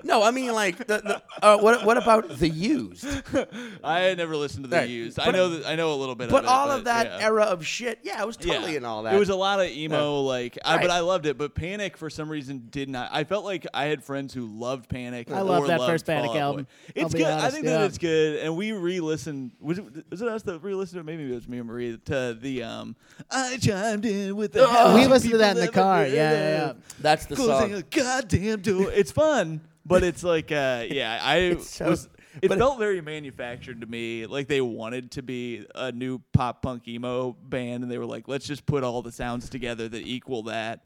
S2: no, I mean like the, the uh, what what about the used?
S1: I had never listened to the
S2: Right.
S1: used. I
S2: But-
S1: know that I know a little bit.
S2: But
S1: of it,
S2: all
S1: but,
S2: of that
S1: yeah.
S2: era of shit, yeah, I was
S1: Yeah.
S2: totally in all that.
S1: It was a lot of emo, like, I, but
S2: Right.
S1: I loved it. But Panic, for some reason, did not. I felt like I had friends who loved Panic.
S3: I love
S1: or
S3: that
S1: loved
S3: first Panic
S1: Fall Out Boy.
S3: album. I'll
S1: It's
S3: be
S1: good. I
S3: honest,
S1: think
S3: yeah.
S1: that it's good. And we re-listened. Was it, was it us that re-listened? to it? Maybe it was me and Marie to the um. I chimed in with the. house
S3: Oh, we
S1: of
S3: listened to that in
S1: people
S3: the car.
S1: live
S3: Yeah, yeah, yeah.
S2: That's the
S1: Closing
S2: song.
S1: a goddamn door. It's fun, but it's like, uh, yeah, I
S2: It's so-
S1: was. It
S2: but-
S1: felt very manufactured to me. Like they wanted to be a new pop punk emo band, and they were like, let's just put all the sounds together that equal that.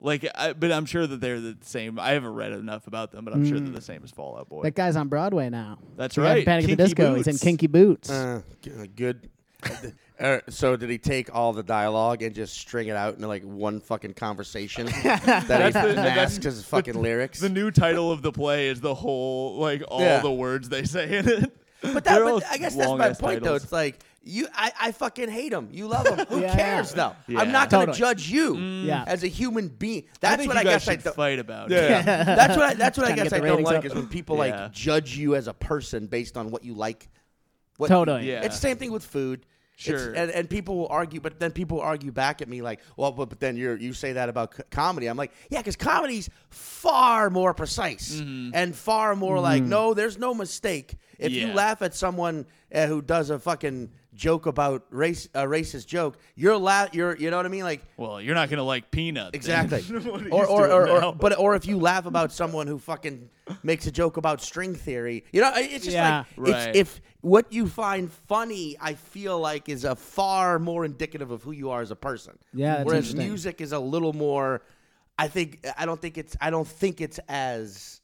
S1: Like, I, but I'm sure that they're the same. I haven't read enough about them, but I'm sure they're the
S2: Mm.
S1: same as Fallout Boy.
S3: That guy's on Broadway now.
S1: That's
S3: He got
S1: right.
S3: Panic at the
S1: Kinky
S3: Disco. He's in
S1: Boots.
S3: Kinky Boots.
S2: Uh, g- good. Uh, so did he take all the dialogue and just string it out into like one fucking conversation that
S1: That's
S2: he
S1: the- that's
S2: masked his fucking lyrics?
S1: the new title of the play is the whole, like, all
S2: Yeah.
S1: the words they say in it.
S2: But that,
S1: They're all
S2: but I guess that's my
S1: long-ass
S2: point, though.
S1: titles.
S2: It's like you, I, I fucking hate him. You love him. Who
S3: Yeah.
S2: cares, though?
S1: Yeah. Mm.
S2: I'm not gonna
S3: Totally.
S2: judge you
S3: Yeah.
S2: as a human being.
S1: I
S2: That's
S1: think
S2: what
S1: you
S2: I
S1: guys
S2: guess I
S1: should
S2: don't.
S1: fight about.
S2: Yeah. that's what I, that's what I
S3: Trying to
S2: guess
S3: get
S2: I
S3: the
S2: don't
S3: ratings
S2: like
S3: up.
S2: is when people
S1: Yeah.
S2: like judge you as a person based on what you like. What,
S3: Totally.
S1: Yeah.
S2: It's the same thing with food. It's-
S1: Sure.
S2: and, and people will argue, but then people will argue back at me like, well, but, but then you you say that about c- comedy. I'm like, yeah, because comedy's far more precise
S1: Mm-hmm.
S2: and
S3: Mm-hmm.
S2: far more like, no, there's no mistake. If you
S1: Yeah.
S2: laugh at someone uh, who eh, does a fucking joke about race, a racist joke, you're allowed. You're, you know what I mean? Like
S1: Well, you're not gonna like peanut. then.
S2: Exactly.
S1: What are you
S2: or, or,
S1: doing
S2: or, or-
S1: now?
S2: but or if you laugh about someone who fucking makes a joke about string theory, you know, I- it's just
S3: Yeah.
S2: like it's-
S1: Right.
S2: if what you find funny, I feel like is a far more indicative of who you are as a person.
S3: Yeah, that's
S2: Whereas
S3: interesting.
S2: music is a little more. I think I don't think it's I don't think it's as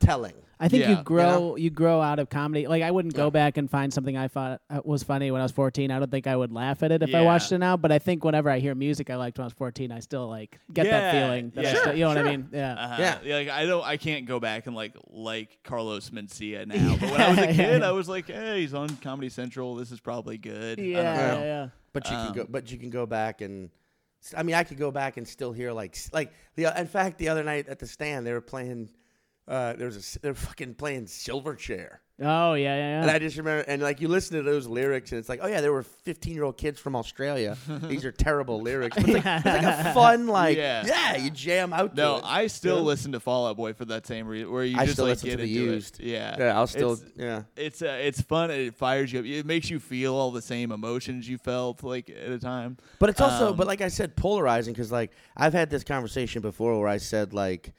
S2: telling.
S3: I think
S1: Yeah,
S3: you
S1: you
S3: grow you, grow out of comedy. Like I wouldn't go back and find something I thought uh, was funny when I was 14. I don't think I would laugh at it if I
S1: Yeah.
S3: watched it now, but I think whenever I hear music I liked when I was 14, I still like get that
S1: Yeah,
S3: feeling. That I
S1: yeah.
S3: still,
S1: Sure,
S3: you know what I mean? Yeah.
S1: Uh,
S2: Yeah.
S1: yeah. like I don't, I can't go back and like like Carlos Mencia now. But when I was a
S3: Yeah,
S1: kid,
S3: yeah.
S1: I was like, hey, he's on Comedy Central. This is probably good. I don't
S3: yeah, yeah,
S1: know.
S3: yeah.
S2: But you can
S1: Um,
S2: go. But you can go back and. I mean, I could go back and still hear like like the. uh, In fact, the other night at the stand, they were playing. Uh, there was a s- they're fucking playing Silverchair,
S3: Oh, yeah, yeah,
S2: and
S3: yeah.
S2: I just remember and like you listen to those lyrics, and it's like, oh yeah, there were fifteen year old kids from Australia. These are terrible lyrics. But it's, like, it's like a fun like yeah,
S1: Yeah.
S2: you jam out. to
S1: No,
S2: it.
S1: I still
S2: Yeah.
S1: listen to Fall Out Boy for that same reason. Where you
S2: I
S1: just
S2: still
S1: like
S2: listen
S1: get
S2: to the
S1: into
S2: used.
S1: It. Yeah,
S2: yeah, I'll still
S1: It's-
S2: yeah.
S1: It's uh, it's fun. and It fires you up. It makes you feel all the same emotions you felt like at a time.
S2: But it's also,
S1: Um,
S2: but like I said, polarizing because like I've had this conversation before where I said like,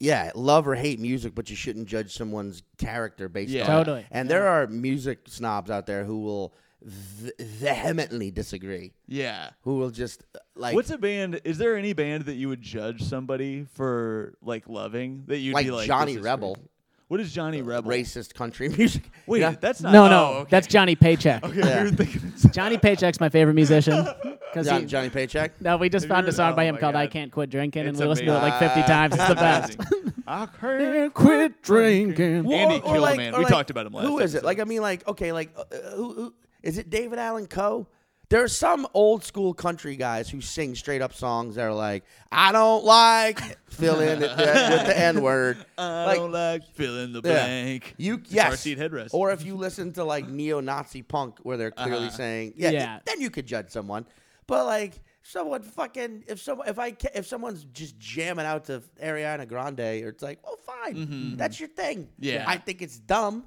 S2: yeah, love or hate music, but you shouldn't judge someone's character based
S1: Yeah.
S2: on
S3: Totally.
S2: It. And there are music snobs out there who will v- vehemently disagree,
S1: yeah.
S2: who will just uh, like
S1: What's a band? Is there any band that you would judge somebody for like loving that you'd
S2: Like
S1: be like
S2: Johnny
S1: "This is
S2: Rebel." Uh,
S1: great." What is Johnny Rebel?
S2: racist country music.
S1: Wait,
S2: You know?
S1: that's not.
S3: No,
S1: oh,
S3: no.
S1: okay.
S3: That's Johnny Paycheck.
S2: Yeah.
S1: You're thinking it's-
S3: Johnny Paycheck's my favorite musician cuz
S2: John, Johnny Paycheck.
S3: No, we just
S1: If
S3: found a
S1: you're-
S3: song by
S1: oh
S3: him
S1: my
S3: called "I
S1: God.
S3: Can't Quit Drinking," and
S1: It's
S3: we listened to it like
S1: amazing.
S3: 50 times. It's the best.
S1: Amazing. I
S3: quit drinking.
S1: Andy
S2: Or- or like-
S1: Killman.
S2: or
S1: we
S2: like,
S1: talked about him last.
S2: Who is it?
S1: episode.
S2: Like I mean, like okay, like uh, uh, who, who is it? David Allen Coe. There's some old school country guys who sing straight up songs that are like, I don't like fill in it with the N word.
S1: I
S2: like-
S1: don't like fill in the
S2: Yeah.
S1: blank.
S2: You
S1: It's our
S2: yes,
S1: seat headrest. Uh-huh.
S2: or if you listen to like neo-Nazi punk where they're clearly saying yeah,
S3: Yeah.
S2: th- then you could judge someone. But like someone fucking if someone if I ca- if someone's just jamming out to Ariana Grande or it's like well fine that's your thing.
S1: Mm-hmm. Yeah.
S2: I think it's dumb,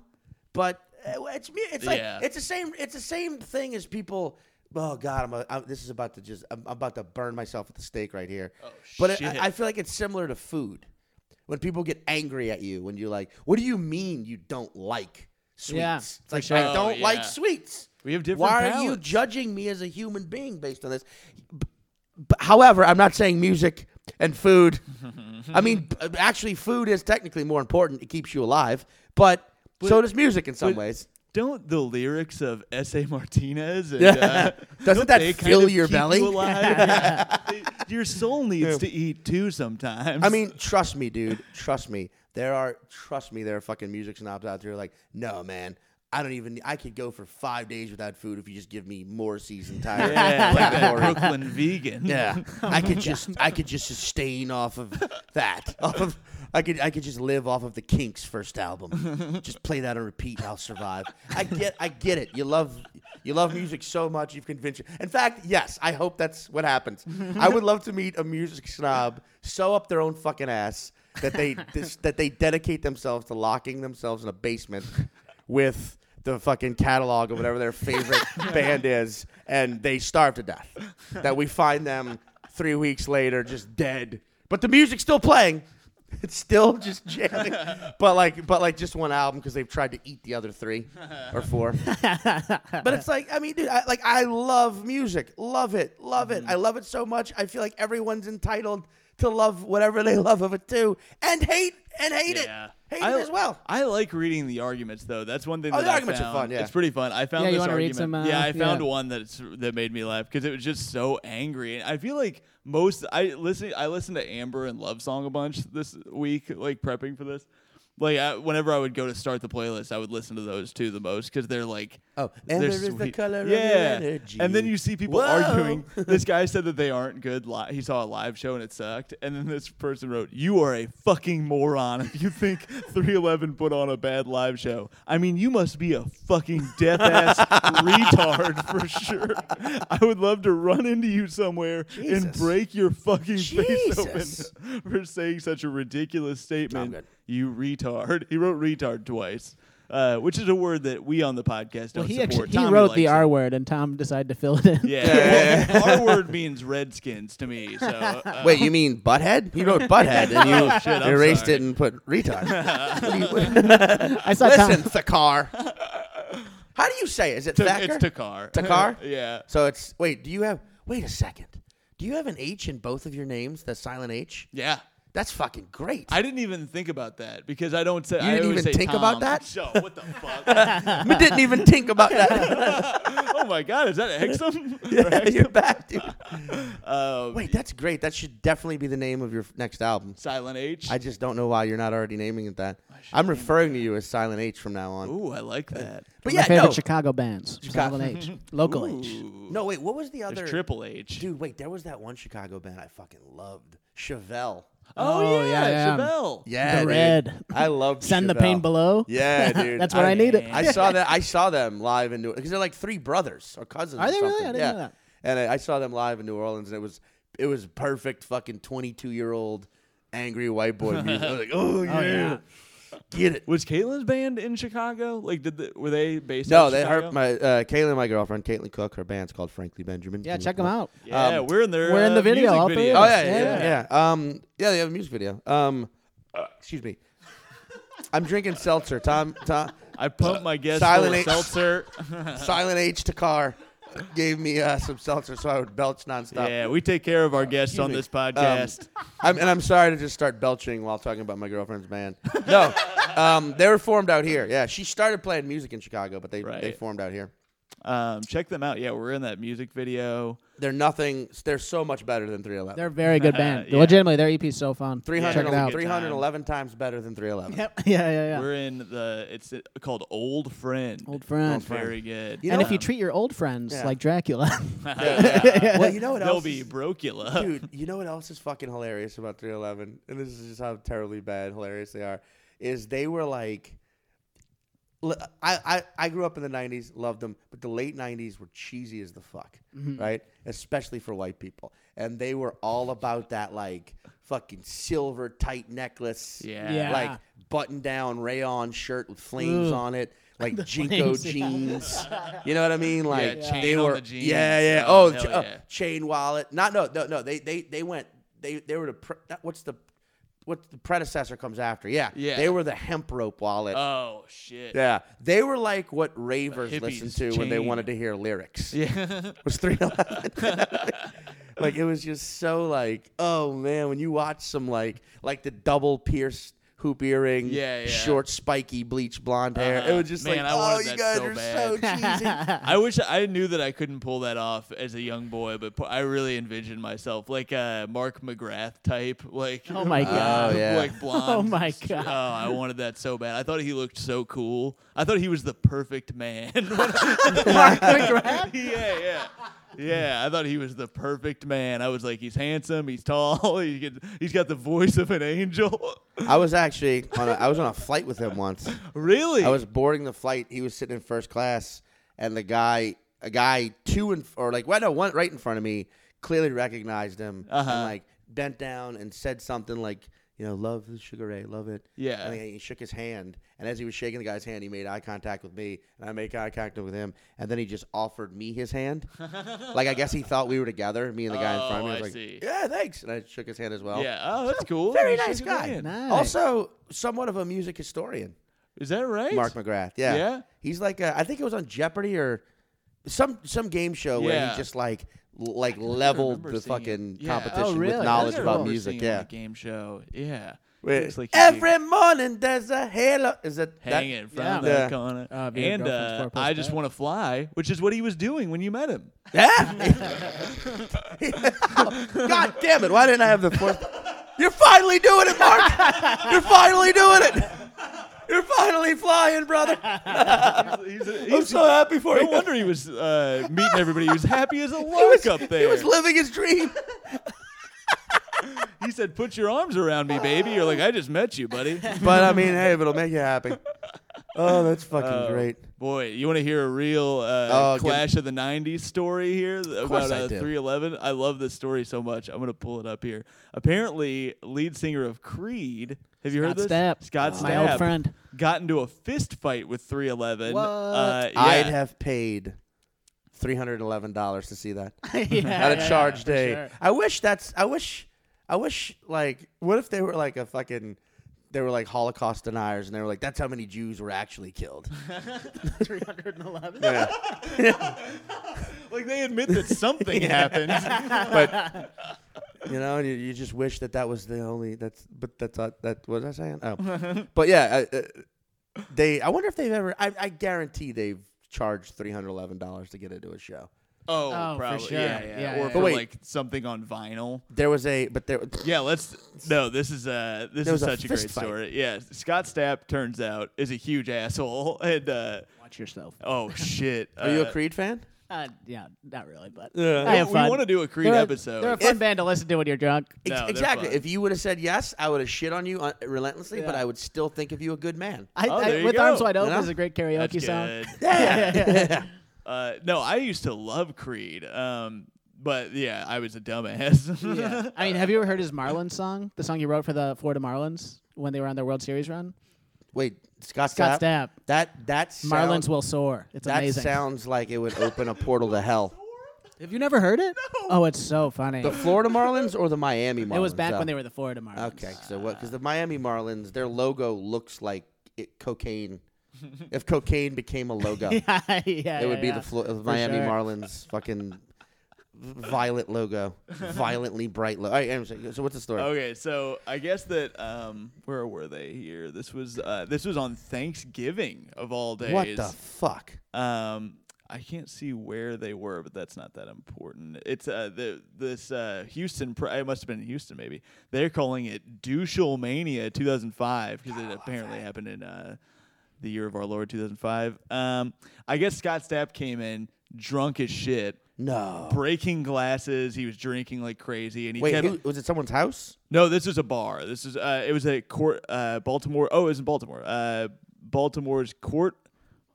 S2: but uh, it's mu- it's like
S1: Yeah.
S2: it's the same it's the same thing as people. Oh God, I'm, a, I'm this is about to just I'm, I'm about to burn myself at the stake right here. Oh, but it-
S1: shit.
S2: I, I feel like it's similar to food when people get angry at you when you're like, "What do you mean you don't like sweets?"
S3: Yeah,
S2: it's
S3: for
S2: like
S3: sure.
S2: I don't
S1: Oh,
S2: like
S1: yeah.
S2: sweets.
S1: We have different
S2: Why are you
S1: palates.
S2: judging me as a human being based on this? B- b- however, I'm not saying music and food. I mean, b- actually, food is technically more important. It keeps you alive, but, so does music in some
S1: but-
S2: ways.
S1: don't the lyrics of S.A. Martinez and,
S2: Yeah.
S1: uh,
S2: Doesn't
S1: don't
S2: that
S1: they kind
S2: fill
S1: of
S2: your
S1: keep
S2: belly?
S1: You alive? Yeah. They- Your soul needs to eat too sometimes.
S2: I mean, trust me, dude. Trust me. There are trust me, there are fucking music snobs out there like, no man, I don't even I could go for five days without food if you just give me more seasoned tire.
S1: yeah, like that
S2: Glory.
S1: Brooklyn vegan.
S2: Yeah. I could just I could just sustain off of that. Off of I could I could just live off of the Kinks first album. Just play that on repeat and I'll survive. I get I get it. You love you love music so much you've convinced you. In fact, yes, I hope that's what happens. I would love to meet a music snob so up their own fucking ass that they dis, that they dedicate themselves to locking themselves in a basement with the fucking catalog of whatever their favorite band is, and they starve to death. That we find them three weeks later just dead, but the music's still playing. It's still just jamming, but like, but like just one album because they've tried to eat the other three or four. but it's like, I mean, dude, I, like I love music, love it, love it.
S1: Mm-hmm.
S2: I love it so much. I feel like everyone's entitled to love whatever they love of it too, and hate and hate
S1: Yeah.
S2: it, hate
S1: I,
S2: it as well.
S1: I like reading the arguments though. That's one thing
S2: Oh,
S1: that
S2: the
S1: I
S2: arguments are
S1: found.
S2: fun, yeah.
S1: It's pretty fun. I found
S3: Yeah, you
S1: this
S3: wanna read
S1: argument.
S3: some, uh,
S1: yeah, I found
S3: yeah.
S1: one that's that made me laugh because it was just so angry. And I feel like most I listen I listened to Amber and Love Song a bunch this week, like prepping for this. Like I, whenever I would go to start the playlist, I would listen to those two the most because they're like
S2: Oh,
S1: they're
S2: amber is the
S1: sweet.
S2: color of your
S1: yeah.
S2: energy.
S1: And then you see people
S2: Whoa.
S1: arguing. This guy said that they aren't good. Li- he saw a live show and it sucked. And then this person wrote, "You are a fucking moron if you think 311 put on a bad live show. I mean, you must be a fucking death ass retard for sure. I would love to run into you somewhere and
S2: Jesus.
S1: break your fucking face
S2: Jesus.
S1: open for saying such a ridiculous statement.
S2: good.
S1: You retard. He wrote retard twice. uh, which is a word that we on the podcast don't
S3: Well, he
S1: support.
S3: actually he
S1: Tommy
S3: wrote the
S1: likes it.
S3: R word, and Tom decided to fill it in.
S1: Yeah,
S2: Yeah.
S1: well, R word means redskins to me. So uh,
S2: Wait, you mean butthead? He wrote butthead, and you
S1: Oh, shit, I'm
S2: erased
S1: sorry.
S2: it and put retard.
S3: I saw
S2: Listen,
S3: Tom.
S2: Thakar. How do you say? It? Is it
S1: t-
S2: Thacker?
S1: it's Takar.
S2: Takar?
S1: yeah.
S2: So it's wait. Do you have? Wait a second. Do you have an H in both of your names? The silent H.
S1: Yeah.
S2: That's fucking great.
S1: I didn't even think about that because I don't say. I
S2: didn't
S1: always
S2: even
S1: say
S2: think about
S1: Tom.
S2: that?
S1: So what the fuck?
S2: we didn't even think about that.
S1: oh my god, is that a hexam? Or
S2: Yeah,
S1: hex-
S2: You're back, dude.
S1: um,
S2: Wait, that's great. That should definitely be the name of your f- next album.
S1: Silent H.
S2: I just don't know why you're not already naming it that. I'm referring to you as Silent H from now on.
S1: Ooh, I like that.
S2: But
S3: my
S2: yeah,
S3: favorite
S2: no,
S3: Chicago bands.
S2: Chicago.
S3: Silent H. Local H.
S1: Ooh.
S2: no. Wait, what was the other?
S1: There's Triple H.
S2: Dude, wait, there was that one Chicago band I fucking loved, Chevelle.
S1: Oh,
S3: Oh,
S1: yeah,
S3: yeah, yeah.
S1: Chevelle.
S2: Yeah,
S3: The
S2: dude.
S3: red.
S2: I loved
S3: Send the pain
S2: Chevelle.
S3: below.
S2: Yeah, dude.
S3: That's what I needed.
S2: I saw that. I saw them live in New because they're like three brothers or cousins.
S3: Are
S2: or
S3: they really? I
S2: something.
S3: didn't
S2: yeah.
S3: know that.
S2: And I, I saw them live in New Orleans, and it was it was perfect. Fucking twenty two year old angry white boy music. I was like, oh yeah, get it.
S1: Was Caitlin's band in Chicago? Like, did the, were they based? out
S2: No,
S1: of
S2: they
S1: Chicago?
S2: hurt my uh, Kayla, my girlfriend, Caitlin Cook. Her band's called Frankly Benjamin.
S3: Yeah, check them out.
S1: Yeah,
S2: um,
S1: we're in their.
S3: we're in the
S1: uh,
S3: video,
S1: music
S3: all three
S1: video.
S3: of
S2: Oh
S3: us.
S2: yeah, yeah, yeah. Um, yeah, they have a music video. Um, uh, excuse me. I'm drinking seltzer. Tom, Tom,
S1: I pumped my guests
S2: Silent
S1: full of
S2: H.
S1: seltzer.
S2: Silent H to car gave me uh, some seltzer so I would belch nonstop.
S1: yeah, we take care of our guests on
S2: me.
S1: this
S2: Um,
S1: podcast.
S2: I'm, and I'm sorry to just start belching while talking about my girlfriend's band. No, um, they were formed out here. Yeah, she started playing music in Chicago, but they they
S1: Right.
S2: formed out here.
S1: Um, check them out. Yeah, we're in that music video.
S2: They're nothing. They're so much better than 311.
S3: They're a very good band.
S1: Yeah.
S3: Legitimately, their EP's so fun. Check it
S2: 300,
S1: out.
S2: 311 times better than 311.
S3: out. yeah, yeah, yeah.
S1: We're in the. It's called Old Friend.
S3: Old friend.
S2: Old Friend.
S1: Very good. Um,
S2: You
S3: and
S2: know-
S3: if you treat your old friends
S2: Yeah.
S3: like Dracula,
S2: Well, you know what
S1: They'll
S2: else?
S1: be
S2: is-
S1: Brocula.
S2: Dude, you know what else is fucking hilarious about 311? And this is just how terribly bad hilarious they are. Is they were like, l- I, I, I grew up in the 90s, loved them, but the late 90s were cheesy as the fuck,
S1: Mm-hmm.
S2: right? Especially for white people. And they were all about that, like, fucking silver tight necklace.
S1: Yeah.
S3: Yeah.
S2: Like, button down rayon shirt with flames
S3: Ugh.
S2: on it. Like Jinko
S3: flames, yeah.
S2: jeans, you know what I mean? Like
S1: chain
S2: they
S1: on
S2: were,
S1: the jeans.
S2: yeah, yeah.
S1: Oh,
S2: Oh,
S1: hell
S2: ch- oh,
S1: yeah.
S2: chain wallet. Not no no no. They they they went. They they were the pre- not- what's the what the predecessor comes after. Yeah,
S1: Yeah.
S2: They were the hemp rope wallet.
S1: Oh shit.
S2: yeah, they were like what ravers
S1: hippies
S2: listened to when they
S1: chain.
S2: wanted to hear lyrics. Yeah, was three eleven. like it was just so like oh man when you watch some like like the double pierced hoop earring
S1: Yeah, yeah.
S2: short spiky bleach blonde hair it
S1: Uh-huh.
S2: was just
S1: Man,
S2: like
S1: I
S2: oh
S1: wanted
S2: you
S1: that
S2: guys
S1: so
S2: are so cheesy
S1: I wish I knew that I couldn't pull that off as a young boy, but pu- I really envisioned myself like a Mark McGrath type, like
S3: Oh my God.
S2: Oh, yeah.
S1: like blonde.
S3: Oh my God.
S1: Oh, I wanted that so bad. I thought he looked so cool. I thought he was the perfect man. yeah, yeah. Yeah, I thought he was the perfect man. I was like, he's handsome, he's tall, he can, he's got the voice of an angel.
S2: I was actually on a, I was on a flight with him once.
S1: really?
S2: I was boarding the flight. He was sitting in first class, and the guy, a guy two and or like well, no, one right in front of me, clearly recognized him
S1: Uh-huh.
S2: and like bent down and said something like, you know, love the Sugar Ray, love it.
S1: Yeah.
S2: And he shook his hand, and as he was shaking the guy's hand, he made eye contact with me, and I made eye contact with him, and then he just offered me his hand. like I guess he thought we were together, me and the guy in front of
S1: Oh,
S2: me. I was
S1: I
S2: like,
S1: see.
S2: yeah, thanks, and I shook his hand as well.
S1: yeah. Oh, that's cool.
S2: Very
S1: You shook
S2: nice
S1: his
S2: guy.
S1: hand.
S3: Nice.
S2: Also, somewhat of a music historian.
S1: Is that right?
S2: Mark McGrath. Yeah.
S1: Yeah?
S2: He's like uh, I think it was on Jeopardy or some some game show where
S1: Yeah.
S2: he just like l- like leveled
S1: remember
S2: the
S1: seeing
S2: fucking
S1: it. Yeah.
S2: competition
S3: Oh, really?
S2: with
S3: That's
S2: knowledge
S1: I
S3: cool.
S2: about
S1: remember
S2: music.
S1: seeing it on
S2: Yeah.
S1: the game show. Yeah.
S2: Wait,
S1: Looks like you
S2: Every morning there's a halo. Is it that-
S1: hang it from
S3: Yeah.
S1: the
S2: Yeah.
S1: corner.
S3: Uh, be a
S1: and
S3: girlfriend's
S1: uh,
S3: four-post
S1: I just
S3: guy.
S1: want to fly, which is what he was doing when you met him.
S2: God damn it! Why didn't I have the fourth? You're finally doing it, Mark. You're finally doing it. You're finally flying, brother.
S1: He's a-
S2: I'm
S1: he's-
S2: so happy for
S1: no
S2: you.
S1: wonder he was uh, meeting everybody. He was happy as a lark up there.
S2: He was living his dream.
S1: He said, "Put your arms around me, baby." You're like, "I just met you, buddy."
S2: But I mean, hey, if it'll make you happy. Oh, that's fucking great.
S1: Boy, you want to hear a real uh,
S2: Oh, give-
S1: Clash of the '90s story here about
S2: I
S1: uh,
S2: do.
S1: 311? I love this story so much. I'm gonna pull it up here. Apparently, lead singer of Creed Have you heard
S3: Scott
S1: this?
S3: Stapp.
S1: Scott
S3: My old
S1: Stapp
S3: friend.
S1: got into a fist fight with 311.
S2: What?
S1: Uh, yeah.
S2: I'd have paid three hundred and eleven dollars to see that.
S3: yeah,
S2: At a charge
S3: yeah,
S2: day.
S3: for sure.
S2: I wish that's. I wish. I wish. Like, what if they were like a fucking. They were like Holocaust deniers, and they were like, "That's how many Jews were actually killed."
S3: 311.
S1: like they admit that something happened.
S2: Oh, you know, and you, you just wish that that was the only. That's but that's uh, that. What was I saying? Oh, but yeah, I, uh, they. I wonder if they've ever. I, I guarantee they've charged three hundred eleven dollars to get into a show.
S1: Oh,
S3: Oh, for
S1: probably.
S3: sure.
S1: Yeah, yeah.
S3: Yeah,
S1: or
S3: yeah,
S1: for
S2: yeah. Wait.
S1: like something on vinyl.
S2: There was a, but there.
S1: Yeah, let's. No, this is uh, this
S2: There
S1: is
S2: was a
S1: such a, great
S2: fist fight.
S1: story. Yeah, Scott Stapp turns out is a huge asshole, and uh,
S3: Watch yourself.
S1: oh shit.
S2: Are you
S1: uh,
S2: a Creed fan?
S3: Uh, yeah, not really, but
S2: Yeah.
S3: I have
S1: we
S3: fun.
S1: wanna do a Creed
S3: They're a-
S1: episode.
S3: They're a fun
S2: If-
S3: band to listen to when you're drunk.
S1: No,
S2: Ex-
S1: they're
S2: exactly.
S1: fun.
S2: If you would have said yes, I would have shit on you uh, relentlessly, but
S3: Yeah.
S2: I would still think of you a good man.
S3: I,
S1: Oh,
S3: I-
S1: there you
S3: with Arms
S1: go.
S3: Wide Open
S2: Yeah.
S3: is a great karaoke
S1: That's
S3: song.
S1: good.
S3: Yeah.
S1: Uh, no, I used to love Creed, um, but yeah, I was a dumbass.
S3: Yeah. I mean, have you ever heard his Marlins song? The song he wrote for the Florida Marlins when they were on their World Series run?
S2: Wait, Scott.
S3: Scott Stapp.
S2: That that sound,
S3: Marlins Will Soar. It's
S2: That
S3: amazing.
S2: sounds like it would open a portal to hell.
S3: have you never heard it? Oh, it's so funny.
S2: The Florida Marlins or the Miami Marlins?
S3: it was back
S2: Oh.
S3: when they were the Florida Marlins.
S2: Okay, so what? Because the Miami Marlins, their logo looks like it, cocaine. if cocaine became a logo,
S3: yeah, yeah,
S2: it would be
S3: yeah.
S2: the Flo- of Miami
S3: sure.
S2: Marlins fucking violet logo, violently bright logo. so what's the story?
S1: Okay, so I guess that um, where were they here? This was uh, this was on Thanksgiving of all days.
S2: what the fuck?
S1: Um, I can't see where they were, but that's not that important. It's uh the this uh Houston. Pri- it must have been in Houston, maybe. They're calling it Douchelmania 2005
S2: Oh,
S1: because it apparently happened in uh the year of our Lord 2005. Um, I guess Scott Stapp came in drunk as shit,
S2: No.
S1: breaking glasses. He was drinking like crazy, and he
S2: Wait,
S1: kept.
S2: who, was it someone's house?
S1: No, this is a bar. This is uh, it was a court uh, Baltimore. Oh, it was in Baltimore. Uh, Baltimore's Court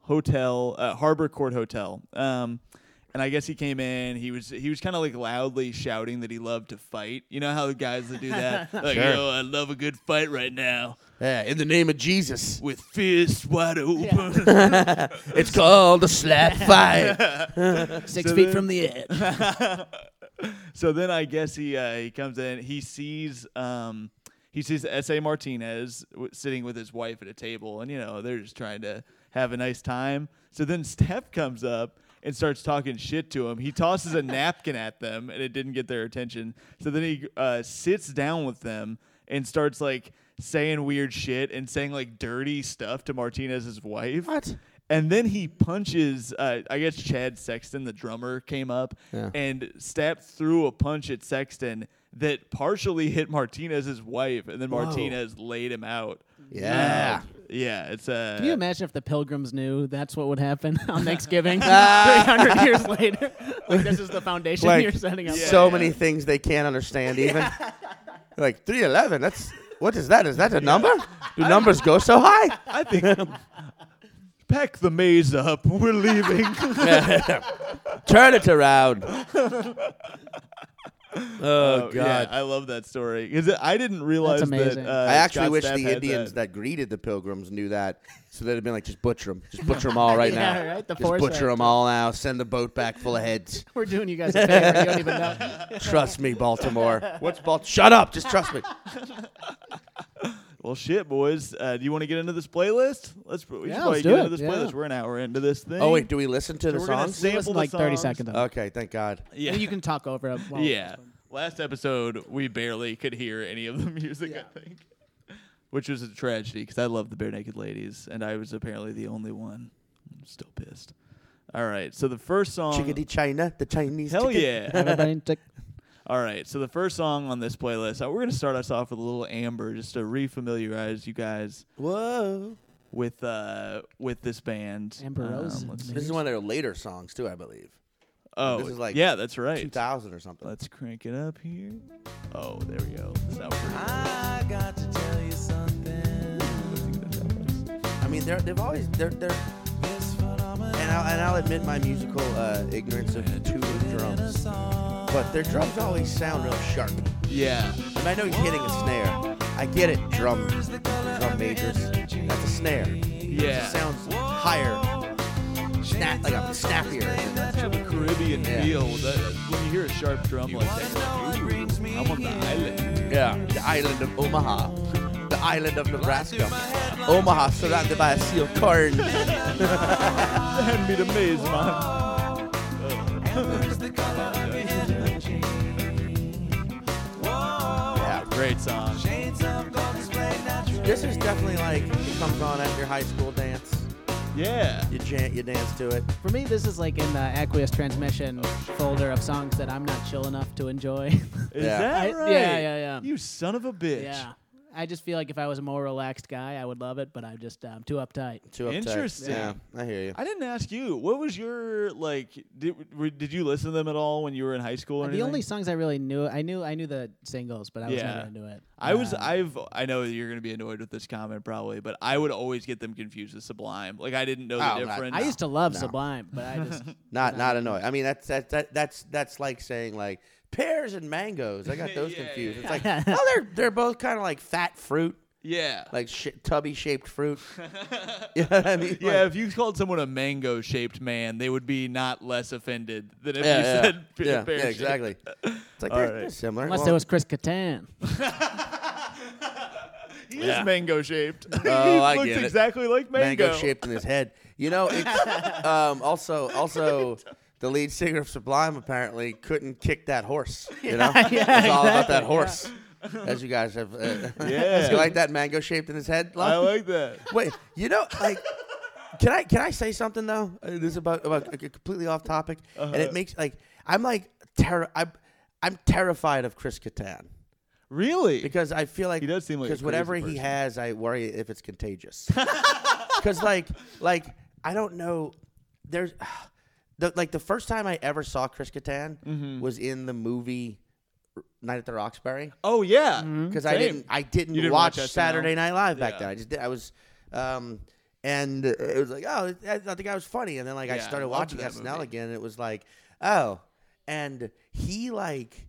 S1: Hotel, uh, Harbor Court Hotel. Um, and I guess he came in. He was he was kind of like loudly shouting that he loved to fight. You know how the guys that do that, like
S2: Sure.
S1: yo, I love a good fight right now
S2: Yeah, in the name of Jesus,
S1: with fists wide open.
S2: it's called the slap fight.
S3: Six feet from the edge.
S1: so then I guess he uh, he comes in. He sees um he sees S.A. Martinez w- sitting with his wife at a table, and you know they're just trying to have a nice time. So then Steph comes up and starts talking shit to him. He tosses a napkin at them, and it didn't get their attention. So then he uh, sits down with them and starts like saying weird shit and saying like dirty stuff to Martinez's wife.
S2: What?
S1: And then he punches. Uh, I guess Chad Sexton, the drummer, came up
S2: Yeah.
S1: and Stapp threw a punch at Sexton that partially hit Martinez's wife, and then Martinez laid him out.
S2: Yeah.
S1: Uh, yeah. It's uh,
S3: Can you imagine if the pilgrims knew that's what would happen on Thanksgiving 300 years later? Like, this is the foundation
S2: Like,
S3: you're setting up.
S2: so many things they can't understand even. Like 311, that's what is that? Is that a number? Do numbers go so high?
S1: I think pack the maze up. We're leaving.
S2: Turn it around.
S1: oh Yeah, I love that story because I didn't realize that.
S3: amazing.
S1: Uh,
S2: I actually
S1: Scott
S2: wish
S1: Stapp
S2: the
S1: had
S2: Indians
S1: that.
S2: that. greeted the pilgrims knew that, so they'd have been like, just butcher them, just butcher them all right
S3: Yeah,
S2: now,
S3: right, the
S2: just
S3: foresight.
S2: butcher them all now. Send the boat back full of heads.
S3: We're doing you guys a favor. You don't even know.
S2: Trust me, Baltimore. What's Baltimore? Shut up. Just trust me.
S1: Well, shit, boys. Uh, do you want to get into this playlist? Let's. We should
S3: Yeah,
S1: probably
S3: let's
S1: get
S3: do
S1: into
S3: it.
S1: this
S3: Yeah.
S1: playlist. We're an hour into this thing.
S2: Oh wait, do we listen to the
S1: we're gonna
S2: songs?
S1: sample
S3: Listen
S1: the
S3: like 30
S1: songs.
S3: seconds. of it.
S2: Okay, thank God.
S1: Yeah.
S3: You can talk over it. while-
S1: Yeah. Last episode, we barely could hear any of the music, I think. Which was a tragedy because I love the Bare Naked Ladies, and I was apparently the only one. I'm still pissed. All right. So the first song.
S2: Chickadee China, the Chinese.
S1: Hell
S2: chicken.
S1: yeah.
S3: Everybody take-
S1: All right, so the first song on this playlist, uh, we're going to start us off with a little Amber just to refamiliarize you guys
S2: Whoa.
S1: with uh with this band.
S3: Amber Rose.
S1: Um, let's-
S2: This is one of their later songs too, I believe.
S1: oh,
S2: This is like
S1: yeah, that's right.
S2: 2000 or something.
S1: Let's crank it up here. Oh, there we go. That's not pretty.
S6: I got to tell you something.
S2: I mean, they're, they've always they're they're
S6: This phenomenon
S2: and I'll, and I'll admit my musical uh, ignorance of two drums,
S6: song.
S2: but their drums always sound real sharp.
S1: Yeah.
S2: And I know he's hitting a snare, I get it. Drum, drum majors. That's a snare. It
S1: Yeah.
S2: sounds higher, snap like a snappier.
S1: Kind of a Caribbean
S2: Yeah.
S1: feel. That, when you hear a sharp drum like that, you're like, "Ooh, I'm on the island.
S2: Yeah, the island of Omaha, the island of Nebraska, Omaha surrounded by a sea of corn.
S1: Hand me the maze, man.
S2: Yeah,
S1: Great song.
S2: this is definitely like it comes on at your high school dance.
S1: Yeah.
S2: You chant, you dance to it.
S3: For me, this is like in the aqueous transmission folder of songs that I'm not chill enough to enjoy.
S1: Is
S2: Yeah.
S1: that
S3: I-
S1: right?
S3: yeah, yeah, yeah.
S1: You son of a bitch.
S3: yeah. I just feel like if I was a more relaxed guy, I would love it, but I'm just um, too uptight.
S2: Too uptight.
S1: Interesting.
S2: Yeah, I hear you.
S1: I didn't ask you. What was your like? Did were- did you listen to them at all when you were in high school? Or
S3: the
S1: anything?
S3: only songs I really knew, I knew, I knew the singles, but I was
S1: Yeah.
S3: never into it.
S1: I was.
S3: Um,
S1: I've. I know you're gonna be annoyed with this comment probably, but I would always get them confused with Sublime. Like I didn't know the
S2: Oh, right.
S1: difference.
S3: I used to love
S2: No.
S3: Sublime, but I just
S2: Not not annoying. I mean that's that, that that's that's like saying like pears and mangoes. I got those
S1: Yeah,
S2: confused.
S1: yeah,
S2: It's like oh they're they're both kind of like fat fruit,
S1: Yeah.
S2: like sh- tubby shaped fruit. you know what I mean?
S1: yeah,
S2: Like,
S1: if you called someone a mango-shaped man, they would be not less offended than if
S2: yeah,
S1: you
S2: yeah,
S1: said pe-
S2: yeah, yeah,
S1: pear-shaped.
S2: exactly. It's like they're, they're similar.
S3: unless
S2: Well,
S3: it was Chris Kattan.
S1: He
S2: Yeah.
S1: is mango-shaped. he
S2: Oh, I
S1: looks
S2: get it.
S1: exactly like mango.
S2: mango shaped in his head. You know, it's um, also also the lead singer of Sublime apparently couldn't kick that horse. You know, it's all about that horse. As you guys have, uh,
S1: Yeah.
S2: you like that mango shaped in his head.
S1: I
S2: Lon?
S1: like that.
S2: Wait, you know, like, can I can I say something though? Uh, This is about about like, completely off topic, and
S1: Uh-huh.
S2: it makes like I'm like terror. I'm I'm terrified of Chris Kattan
S1: Really?
S2: because I feel like
S1: He does seem like a
S2: because
S1: crazy
S2: whatever he
S1: person.
S2: has, I worry if it's contagious. Because like like I don't know, there's the like the first time I ever saw Chris Kattan
S1: Mm-hmm.
S2: was in the movie Night at the Roxbury
S1: oh yeah.
S2: because Mm-hmm. I
S1: Same.
S2: didn't I didn't,
S1: You didn't
S2: watch,
S1: watch SNL?
S2: Saturday Night Live back
S1: Yeah.
S2: then. I just did, I was um and it was like oh I I thought the guy was funny and then like I
S1: Yeah, I
S2: started
S1: loved
S2: watching
S1: that
S2: SNL
S1: movie.
S2: again and it was like oh and he like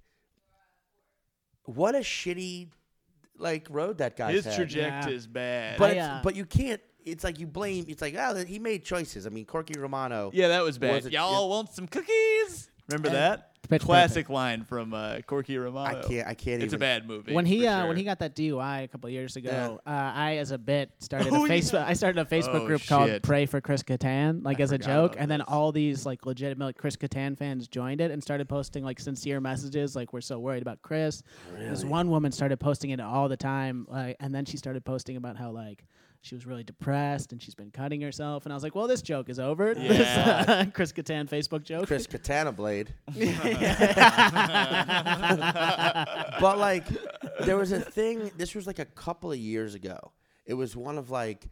S2: what a shitty like road that guy's
S1: His
S2: had.
S1: trajectory
S3: Yeah.
S1: is bad.
S2: but
S3: I,
S2: it's-
S3: uh,
S2: but you can't it's like you blame it's like oh he made choices I mean Corky Romano
S1: yeah, that was bad.
S2: Was it-
S1: Y'all want some cookies? Remember that
S3: Pitch
S1: classic line from uh, Corky Romano.
S2: I can't I can't
S1: It's
S2: even
S1: a bad movie.
S3: when he
S1: for
S3: uh,
S1: sure.
S3: when he got that DUI a couple years ago, uh, I as a bit started
S1: Oh,
S3: a
S1: yeah.
S3: Facebook. I started a Facebook
S1: Oh,
S3: group called
S1: shit.
S3: "Pray for Chris Kattan" like as a
S1: forgot
S3: joke,
S1: about
S3: and then
S1: this.
S3: all these like legitimate Chris Kattan fans joined it and started posting like sincere messages, like "We're so worried about Chris." This one woman started posting it all the time, like, and then she started posting about how like. She was really depressed, and she's been cutting herself. And I was like, "Well, this joke is over. This uh, Chris Kattan Facebook joke.
S2: Chris Katana Blade. but like, there was a thing. This was like a couple of years ago. It was one of like,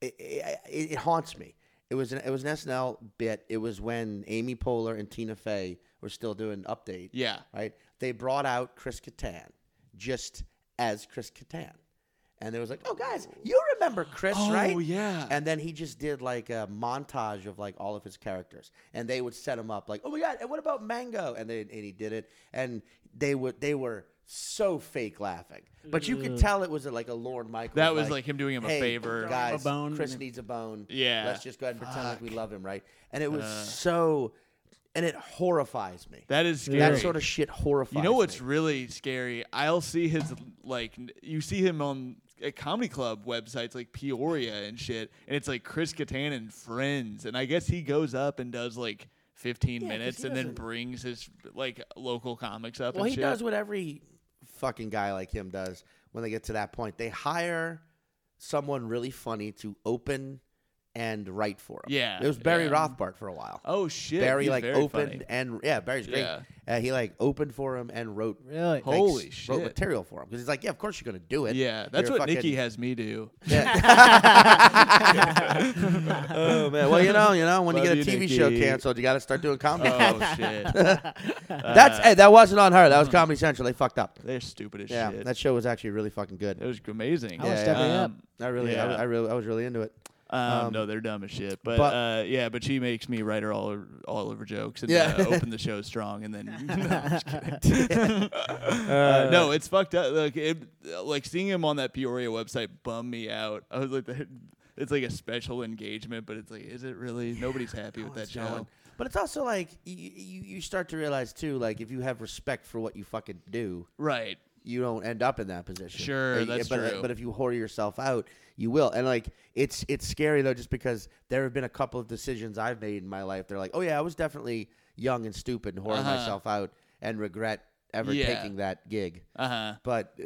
S2: it, it, it haunts me. It was an, it was an SNL bit. It was when Amy Poehler and Tina Fey were still doing update.
S1: Yeah.
S2: Right. They brought out Chris Kattan just as Chris Kattan. And they was like, "Oh, guys, you remember Chris,
S1: Oh,
S2: right?"
S1: yeah.
S2: And then he just did like a montage of like all of his characters, and they would set him up like, "Oh my god, and what about Mango?" And then and he did it, and they would they were so fake laughing, but you could tell it was like a Lorne Michaels.
S1: Mm. That was like him doing him a
S2: "Hey,
S1: favor."
S2: guys.
S3: A bone.
S2: Chris needs a bone.
S1: Yeah. Uh.
S2: let's just go ahead and pretend like we love him, right? And it was so, and it horrifies me.
S1: that is scary.
S2: That sort of shit horrifies.
S1: You know what's
S2: me.
S1: really scary? I'll see his like n- you see him on at comedy club websites like Peoria and shit, and it's like Chris Kattan and friends, and I guess he goes up and does like 15
S2: Yeah, 'cause
S1: minutes
S2: he
S1: and then
S2: doesn't-
S1: brings his like local comics up.
S2: Well,
S1: and
S2: he
S1: shit.
S2: does what every fucking guy like him does when they get to that point. They hire someone really funny to open and write for him.
S1: Yeah,
S2: it was Barry
S1: yeah.
S2: Rothbart for a while.
S1: Oh shit!
S2: Barry
S1: he's
S2: like
S1: very
S2: opened
S1: funny.
S2: and yeah, Barry's great.
S1: Yeah.
S2: Uh, he like opened for him and wrote
S3: Really?
S2: like,
S1: Holy
S2: s- wrote
S1: shit.
S2: material for him because he's like, yeah, of course you're gonna do it.
S1: Yeah, that's
S2: You're
S1: what
S2: fucking-
S1: Nikki has me do.
S2: Yeah. oh man, well you know, you know, when you
S1: Love
S2: get a TV
S1: you,
S2: show
S1: Nikki.
S2: canceled, you got to start doing comedy.
S1: Oh shit!
S2: That's hey, that wasn't on her. That was Comedy Central. They fucked up.
S1: They're stupid as
S2: Yeah,
S1: Uh-huh. shit.
S2: that show was actually really fucking
S1: it
S2: good.
S1: was amazing.
S3: I watched
S2: yeah,
S3: every
S1: Um,
S3: up.
S2: I really, I,
S1: Yeah.
S2: was- I really, I was really into it.
S1: Um, no, they're dumb as shit. But,
S2: but-
S1: uh, yeah, but she makes me write her all over, all over jokes and
S2: Yeah.
S1: uh, open the show strong, and then no, I'm just kidding. Uh, no, it's fucked up. Like it, like seeing him on that Peoria website bummed me out. I was like, that, it's like a special engagement, but it's like, is it really? Nobody's happy with that
S2: It's not.
S1: show.
S2: But it's also like you, you, you start to realize too, like if you have respect for what you fucking do,
S1: Right.
S2: you don't end up in that position.
S1: Sure,
S2: Uh,
S1: that's
S2: but,
S1: true.
S2: But if you whore yourself out, you will. And like it's it's scary though, just because there have been a couple of decisions I've made in my life. They're like, oh yeah, I was definitely young and stupid and whoring
S1: Uh-huh.
S2: myself out and regret ever
S1: Yeah.
S2: taking that gig.
S1: Uh huh.
S2: But uh,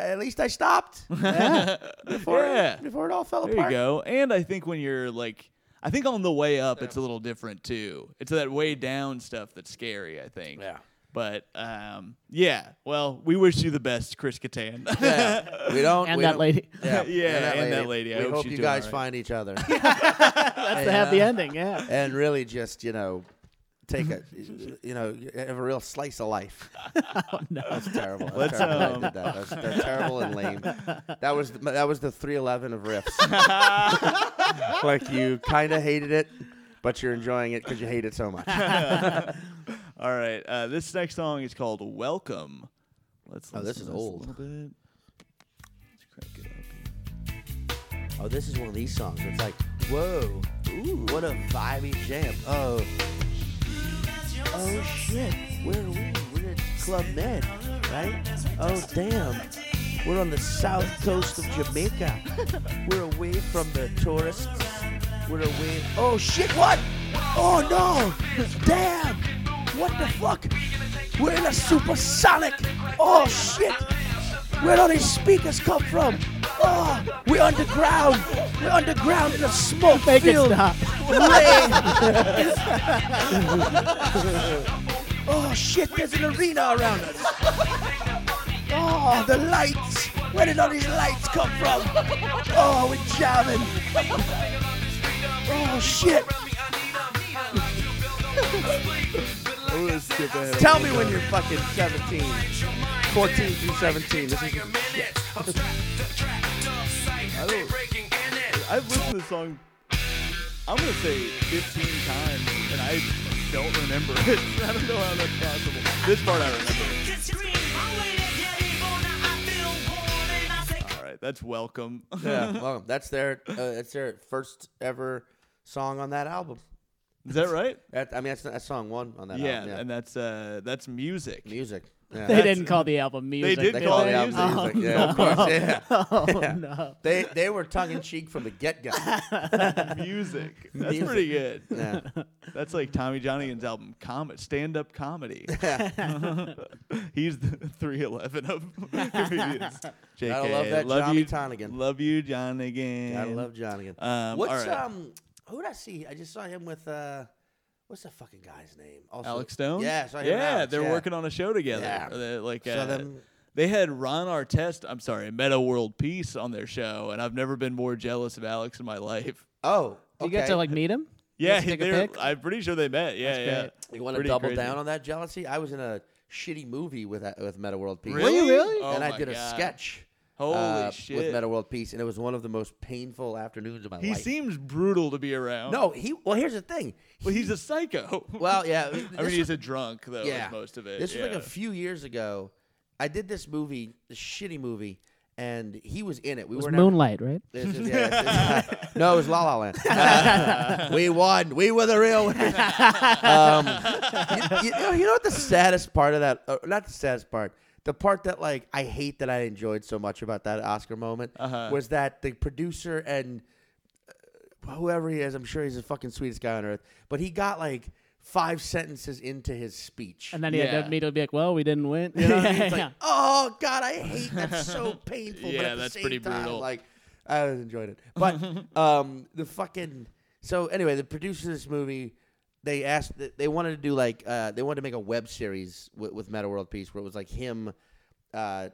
S2: at least I stopped before
S1: Yeah.
S2: before it all fell
S1: There you
S2: apart.
S1: go. And I think when you're like, I think on the way up, it's a little different too. It's that way down stuff that's scary. I think.
S2: Yeah.
S1: But um, yeah. Well, we wish you the best, Chris Kattan.
S2: Yeah. We don't
S3: And
S2: we
S3: that
S2: don't-
S3: lady.
S2: Yeah,
S1: Yeah, and that lady. I
S2: we
S1: hope
S2: hope
S1: she's
S2: you
S1: doing all
S2: guys
S1: right.
S2: find each other
S3: That's the happy ending. Yeah.
S2: and really just you know take a you know have a real slice of life.
S3: Oh,
S2: That's terrible.
S1: Let's,
S2: That's
S1: um,
S2: terrible. I did that. That's, that's terrible and lame. That was the, that was the 311 of riffs. like you kind of hated it, but you're enjoying it because you hate it so much.
S1: All right. Uh, this next song is called "Welcome." Let's.
S2: Oh, this
S1: listen
S2: is
S1: to
S2: old.
S1: A little bit. Let's crank it up.
S2: Oh, this is one of these songs. It's like, whoa, ooh, what a vibey jam. Oh, oh shit, where are we? We're at Club Med, right? Oh damn, we're on the south coast of Jamaica. We're away from the tourists. We're away. Oh shit, what? Oh no, damn, what the fuck? We're in a supersonic. Oh shit. Where do these speakers come from? Oh, we're underground. We're underground in a smoke
S3: Make it
S2: filled
S3: stop.
S2: lane. oh shit, there's an arena around us. Oh, the lights. Where did all these lights come from? Oh, we're jamming. Oh shit. Tell me when you're fucking 17. 14 through 17. This is
S1: I've listened to this song. I'm gonna say 15 times, and I don't remember it. I don't know how that's possible. This part I remember. All right, that's welcome.
S2: yeah, well, that's their uh, that's their first ever song on that album.
S1: Is that right?
S2: That, I mean, that's, that's song one on that
S1: yeah,
S2: album. Yeah,
S1: and that's uh, that's music.
S2: music. Yeah.
S3: They didn't call the album music.
S1: did
S2: they
S1: call
S2: call
S1: it
S2: the album
S1: music.
S2: music. Yeah, of course. Yeah.
S3: Oh no.
S2: They they were tongue in cheek from the get go.
S1: music. That's pretty good.
S2: Yeah.
S1: That's like Tommy Johnigan's album, Comet, Stand Up Comedy. He's the 311 of comedians. JK.
S2: Gotta love that Johnny
S1: you,
S2: Tonigan.
S1: Love you, Johnigan.
S2: I love Johnny. again.
S1: Um,
S2: What's
S1: all right.
S2: um? Who did I see? I just saw him with uh, what's the fucking guy's name? Also,
S1: Alex Stone?
S2: Yeah, so I
S1: yeah, they're working on a show together.
S2: Yeah.
S1: They're like
S2: So
S1: uh,
S2: them-
S1: they had Ron Artest, I'm sorry, Meta World Peace on their show, and I've never been more jealous of Alex in my life.
S2: Oh,
S3: You get
S2: okay.
S3: to like meet him. You
S1: Yeah,
S3: get to take a
S1: they're-
S3: pic?
S1: I'm pretty sure they met. Yeah, yeah.
S3: great.
S2: You want to
S1: Pretty
S2: double
S1: crazy.
S2: down on that jealousy? I was in a shitty movie with that, with Meta World Peace.
S1: Really? Were you really? Oh
S2: and I
S1: my
S2: did a
S1: God.
S2: sketch.
S1: Holy
S2: uh,
S1: shit.
S2: With Meta World Peace, and it was one of the most painful afternoons of my
S1: He
S2: life.
S1: seems brutal to be around.
S2: no, he. Well, here's the thing.
S1: Well, he's a psycho.
S2: Well, yeah.
S1: I mean,
S2: this
S1: he's a drunk though. is
S2: yeah.
S1: most of it.
S2: This was like
S1: yeah.
S2: a few years ago. I did this movie, this shitty movie, and he was in it. We
S3: It was
S2: were not
S3: Moonlight, right?
S2: This is- yeah, this is- no, it was La La Land. Uh, we won. We were the real winners. um, you, you know, you know what the saddest part of that? Uh, not the saddest part. The part that like I hate that I enjoyed so much about that Oscar moment was that the producer and uh, whoever he is, I'm sure he's the fucking sweetest guy on earth, but he got like five sentences into his speech.
S3: And then he had
S1: Yeah.
S3: to immediately be like, "Well, we didn't win."
S2: You know what I mean?
S3: yeah,
S2: It's like, oh God, I hate that's so painful. but
S1: Yeah,
S2: at the
S1: that's
S2: same
S1: pretty
S2: time,
S1: brutal.
S2: Like, I enjoyed it, but um, the fucking so anyway, the producers of this movie they asked they wanted to do like uh, they wanted to make a web series with, with Meta World Peace where it was like him uh,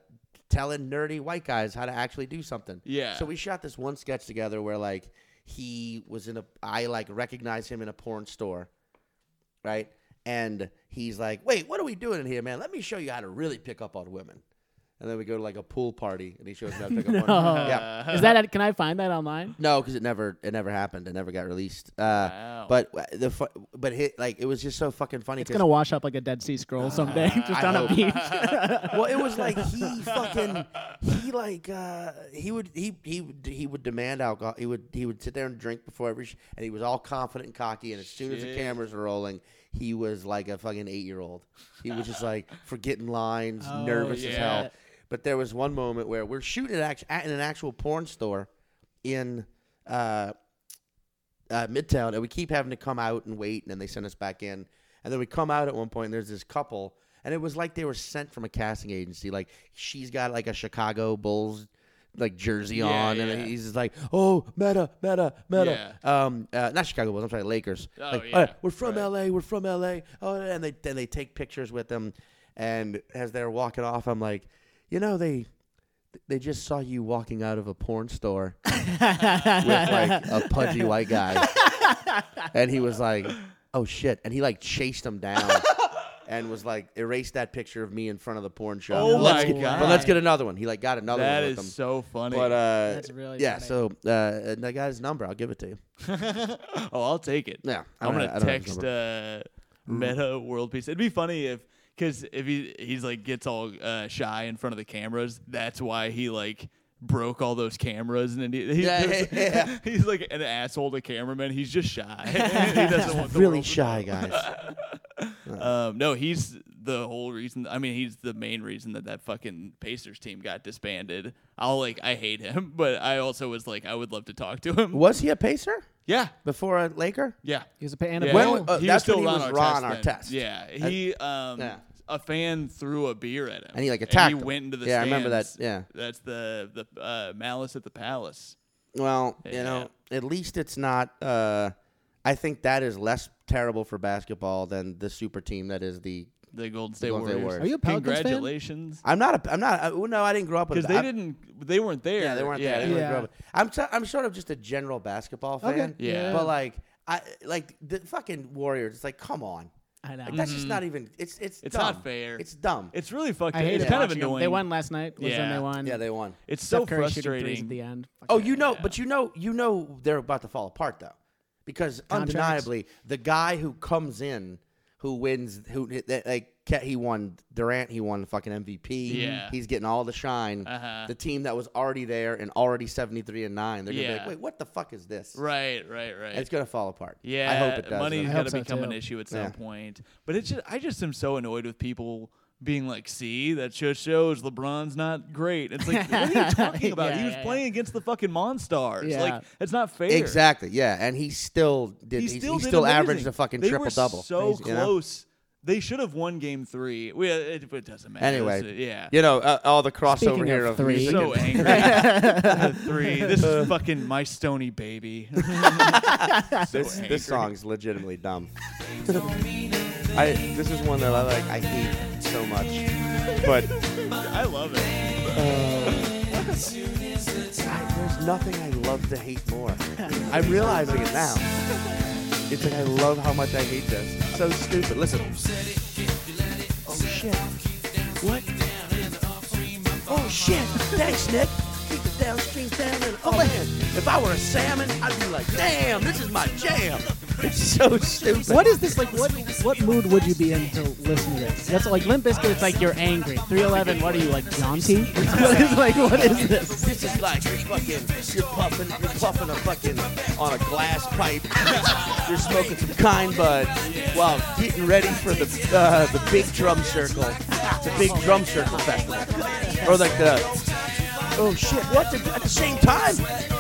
S2: telling nerdy white guys how to actually do something.
S1: Yeah.
S2: So we shot this one sketch together where like he was in a I like recognized him in a porn store right? And he's like, "Wait, what are we doing in here, man? Let me show you how to really pick up on women." and then we go to like a pool party, and he shows up. Like, no.
S3: Oh.
S2: Yeah.
S3: Is that? At, can I find that online?
S2: No, because it never it never happened. It never got released. Uh,
S1: Wow.
S2: But w- the fu- but hit like it was just so fucking funny.
S3: It's
S2: 'cause-
S3: gonna wash up like a Dead Sea Scroll someday, just
S2: I
S3: on a
S2: hope.
S3: beach.
S2: well, it was like he fucking he like uh, he would he he would- he would demand alcohol. He would he would sit there and drink before every sh- and he was all confident and cocky. And as soon as the
S1: Shit.
S2: cameras were rolling, he was like a fucking eight year old. He was just like forgetting lines,
S3: Oh,
S2: nervous as
S1: yeah.
S2: hell. But there was one moment where we're shooting at, act- at in an actual porn store in. Uh, uh, Midtown, and we keep having to come out and wait, and then they send us back in. And then we come out at one point, and there's this couple, and it was like they were sent from a casting agency. Like she's got like a Chicago Bulls like jersey
S1: Yeah,
S2: on, and
S1: yeah.
S2: he's just like, "Oh, Meta, Meta, Meta." Um, uh, not Chicago Bulls. I'm sorry, Lakers.
S1: Oh,
S2: like,
S1: yeah,
S2: we're from L.A. We're from L.A. Oh, and they then they take pictures with them, and as they're walking off, I'm like, you know they. They just saw you walking out of a porn store with like a pudgy white guy. And he was like, oh shit. And he like chased him down and was like, erase that picture of me in front of the porn shop.
S1: Oh
S2: Let's
S1: my
S2: get-
S1: God.
S2: But let's get another one. He like got another
S1: That
S2: one with him.
S1: is so funny.
S2: but uh,
S3: That's really
S2: yeah.
S3: funny.
S2: So uh, and I got his number. I'll give it to you.
S1: oh, I'll take it.
S2: Yeah, I
S1: I'm
S2: don't-
S1: gonna
S2: I don't have his
S1: text uh, Meta World Peace. It'd be funny if, cause if he he's like gets all uh, shy in front of the cameras. That's why he like broke all those cameras and then he, he's,
S2: Yeah,
S1: just-
S2: yeah.
S1: he's like an asshole to cameraman. He's just shy. he doesn't want the
S2: Really
S1: world to
S2: shy
S1: know.
S2: guys.
S1: Um, no, he's the whole reason. I mean, he's the main reason that that fucking Pacers team got disbanded. I'll like I hate him, but I also was like I would love to talk to him.
S2: was he a pacer
S1: Yeah,
S2: before a Laker?
S1: yeah.
S3: He's a pa- and a
S1: Yeah,
S2: When-
S3: bowl.
S2: uh,
S1: he was
S2: that's
S1: still
S2: when he
S1: Ron
S2: was
S1: Artest
S2: Ron
S1: then.
S2: Artest.
S1: Yeah, he um,
S2: yeah.
S1: a fan threw a beer at him,
S2: And he, like,
S1: And
S2: attacked
S1: he
S2: him.
S1: went into the
S2: Yeah, I remember that,
S1: stands.
S2: yeah.
S1: that's the the uh, malice at the palace.
S2: Well,
S1: Yeah.
S2: you know, at least it's not. Uh, I think that is less terrible for basketball than the super team that is the.
S1: The Golden State,
S2: Golden State
S1: Warriors.
S2: Warriors.
S3: Are you a Pelicans fan?
S1: Congratulations,
S2: I'm not. A, I'm not. I, well, no, I didn't grow up with.
S1: because they
S2: I-
S1: didn't, they weren't there.
S2: Uh, Yeah, they weren't there. They weren't
S3: Yeah.
S2: grow up. I'm. T- I'm sort of just a general basketball fan.
S3: Okay.
S1: Yeah.
S2: But like, I like the fucking Warriors. It's like, come on.
S3: I know.
S2: Like, that's just not even. It's it's.
S1: Mm-hmm. It's
S2: dumb.
S1: not fair.
S2: It's dumb.
S1: It's really fucked.
S3: I
S1: up.
S3: hate
S1: It's
S3: it.
S1: kind of
S3: watching 'em.
S1: annoying.
S3: They won last night. Was when
S1: Yeah.
S3: they won.
S2: yeah, they won.
S1: It's so
S3: Steph Curry shooting threes
S1: frustrating.
S3: at the end. Fuck
S2: Oh,
S3: yeah.
S2: you know, but you know, you know, they're about to fall apart though, because
S3: Contracts.
S2: undeniably, the guy who comes in, who wins, who that- like Ke- he won Durant, he won fucking MVP.
S1: Yeah.
S2: he's getting all the shine.
S1: Uh-huh.
S2: The team that was already there and already seventy three and nine, they're gonna be
S1: Yeah.
S2: like, wait, what the fuck is this?
S1: Right, right, right.
S2: And it's gonna fall apart.
S1: Yeah,
S2: I hope it does.
S1: Money's
S3: I
S2: though.
S1: got
S3: hope
S1: to
S3: so,
S1: become an
S3: too.
S1: issue at some
S2: Yeah.
S1: point. But it's just, I just am so annoyed with people being like, "See, that just shows LeBron's not great." It's like, what are you talking about? he
S3: Yeah,
S1: was
S3: yeah, yeah.
S1: playing against the fucking Monstars.
S3: Yeah.
S1: Like, it's not fair.
S2: Exactly. Yeah, and he still did.
S1: He
S2: He
S1: still,
S2: he
S1: did
S2: still
S1: amazing.
S2: averaged a fucking
S1: They were
S2: triple double.
S1: So
S2: You know?
S1: close. They should have won Game Three. We, it, it doesn't matter.
S2: Anyway,
S1: It's- yeah.
S2: you know uh, all the crossover
S3: Speaking
S2: here
S3: of
S2: of,
S3: three.
S2: music
S1: So
S2: and-
S1: angry. The three. This is fucking my stony baby. So
S2: This,
S1: angry.
S2: this song's legitimately dumb. I this is one that I like. I hate so much, but
S1: I love it.
S2: I, there's nothing I love to hate more. I'm realizing it now. It's like I love how much I hate this. So stupid. Listen. Oh shit. What? Oh shit. Thanks, Nick. Keep the downstream down and oh man, if I were a salmon, I'd be like, damn, this is my jam. It's so stupid.
S3: What is this like? What what mood would you be in to listen to this? That's like Limp Bizkit. It's like you're angry. 311. What are you like? Jaunty? what is like? What is this?
S2: This is like you're fucking, you're puffing, you're puffing a fucking on a glass pipe. you're smoking some kind bud while getting ready for the uh, the big drum circle, the big drum circle festival, or like the oh shit, what the, at the same time?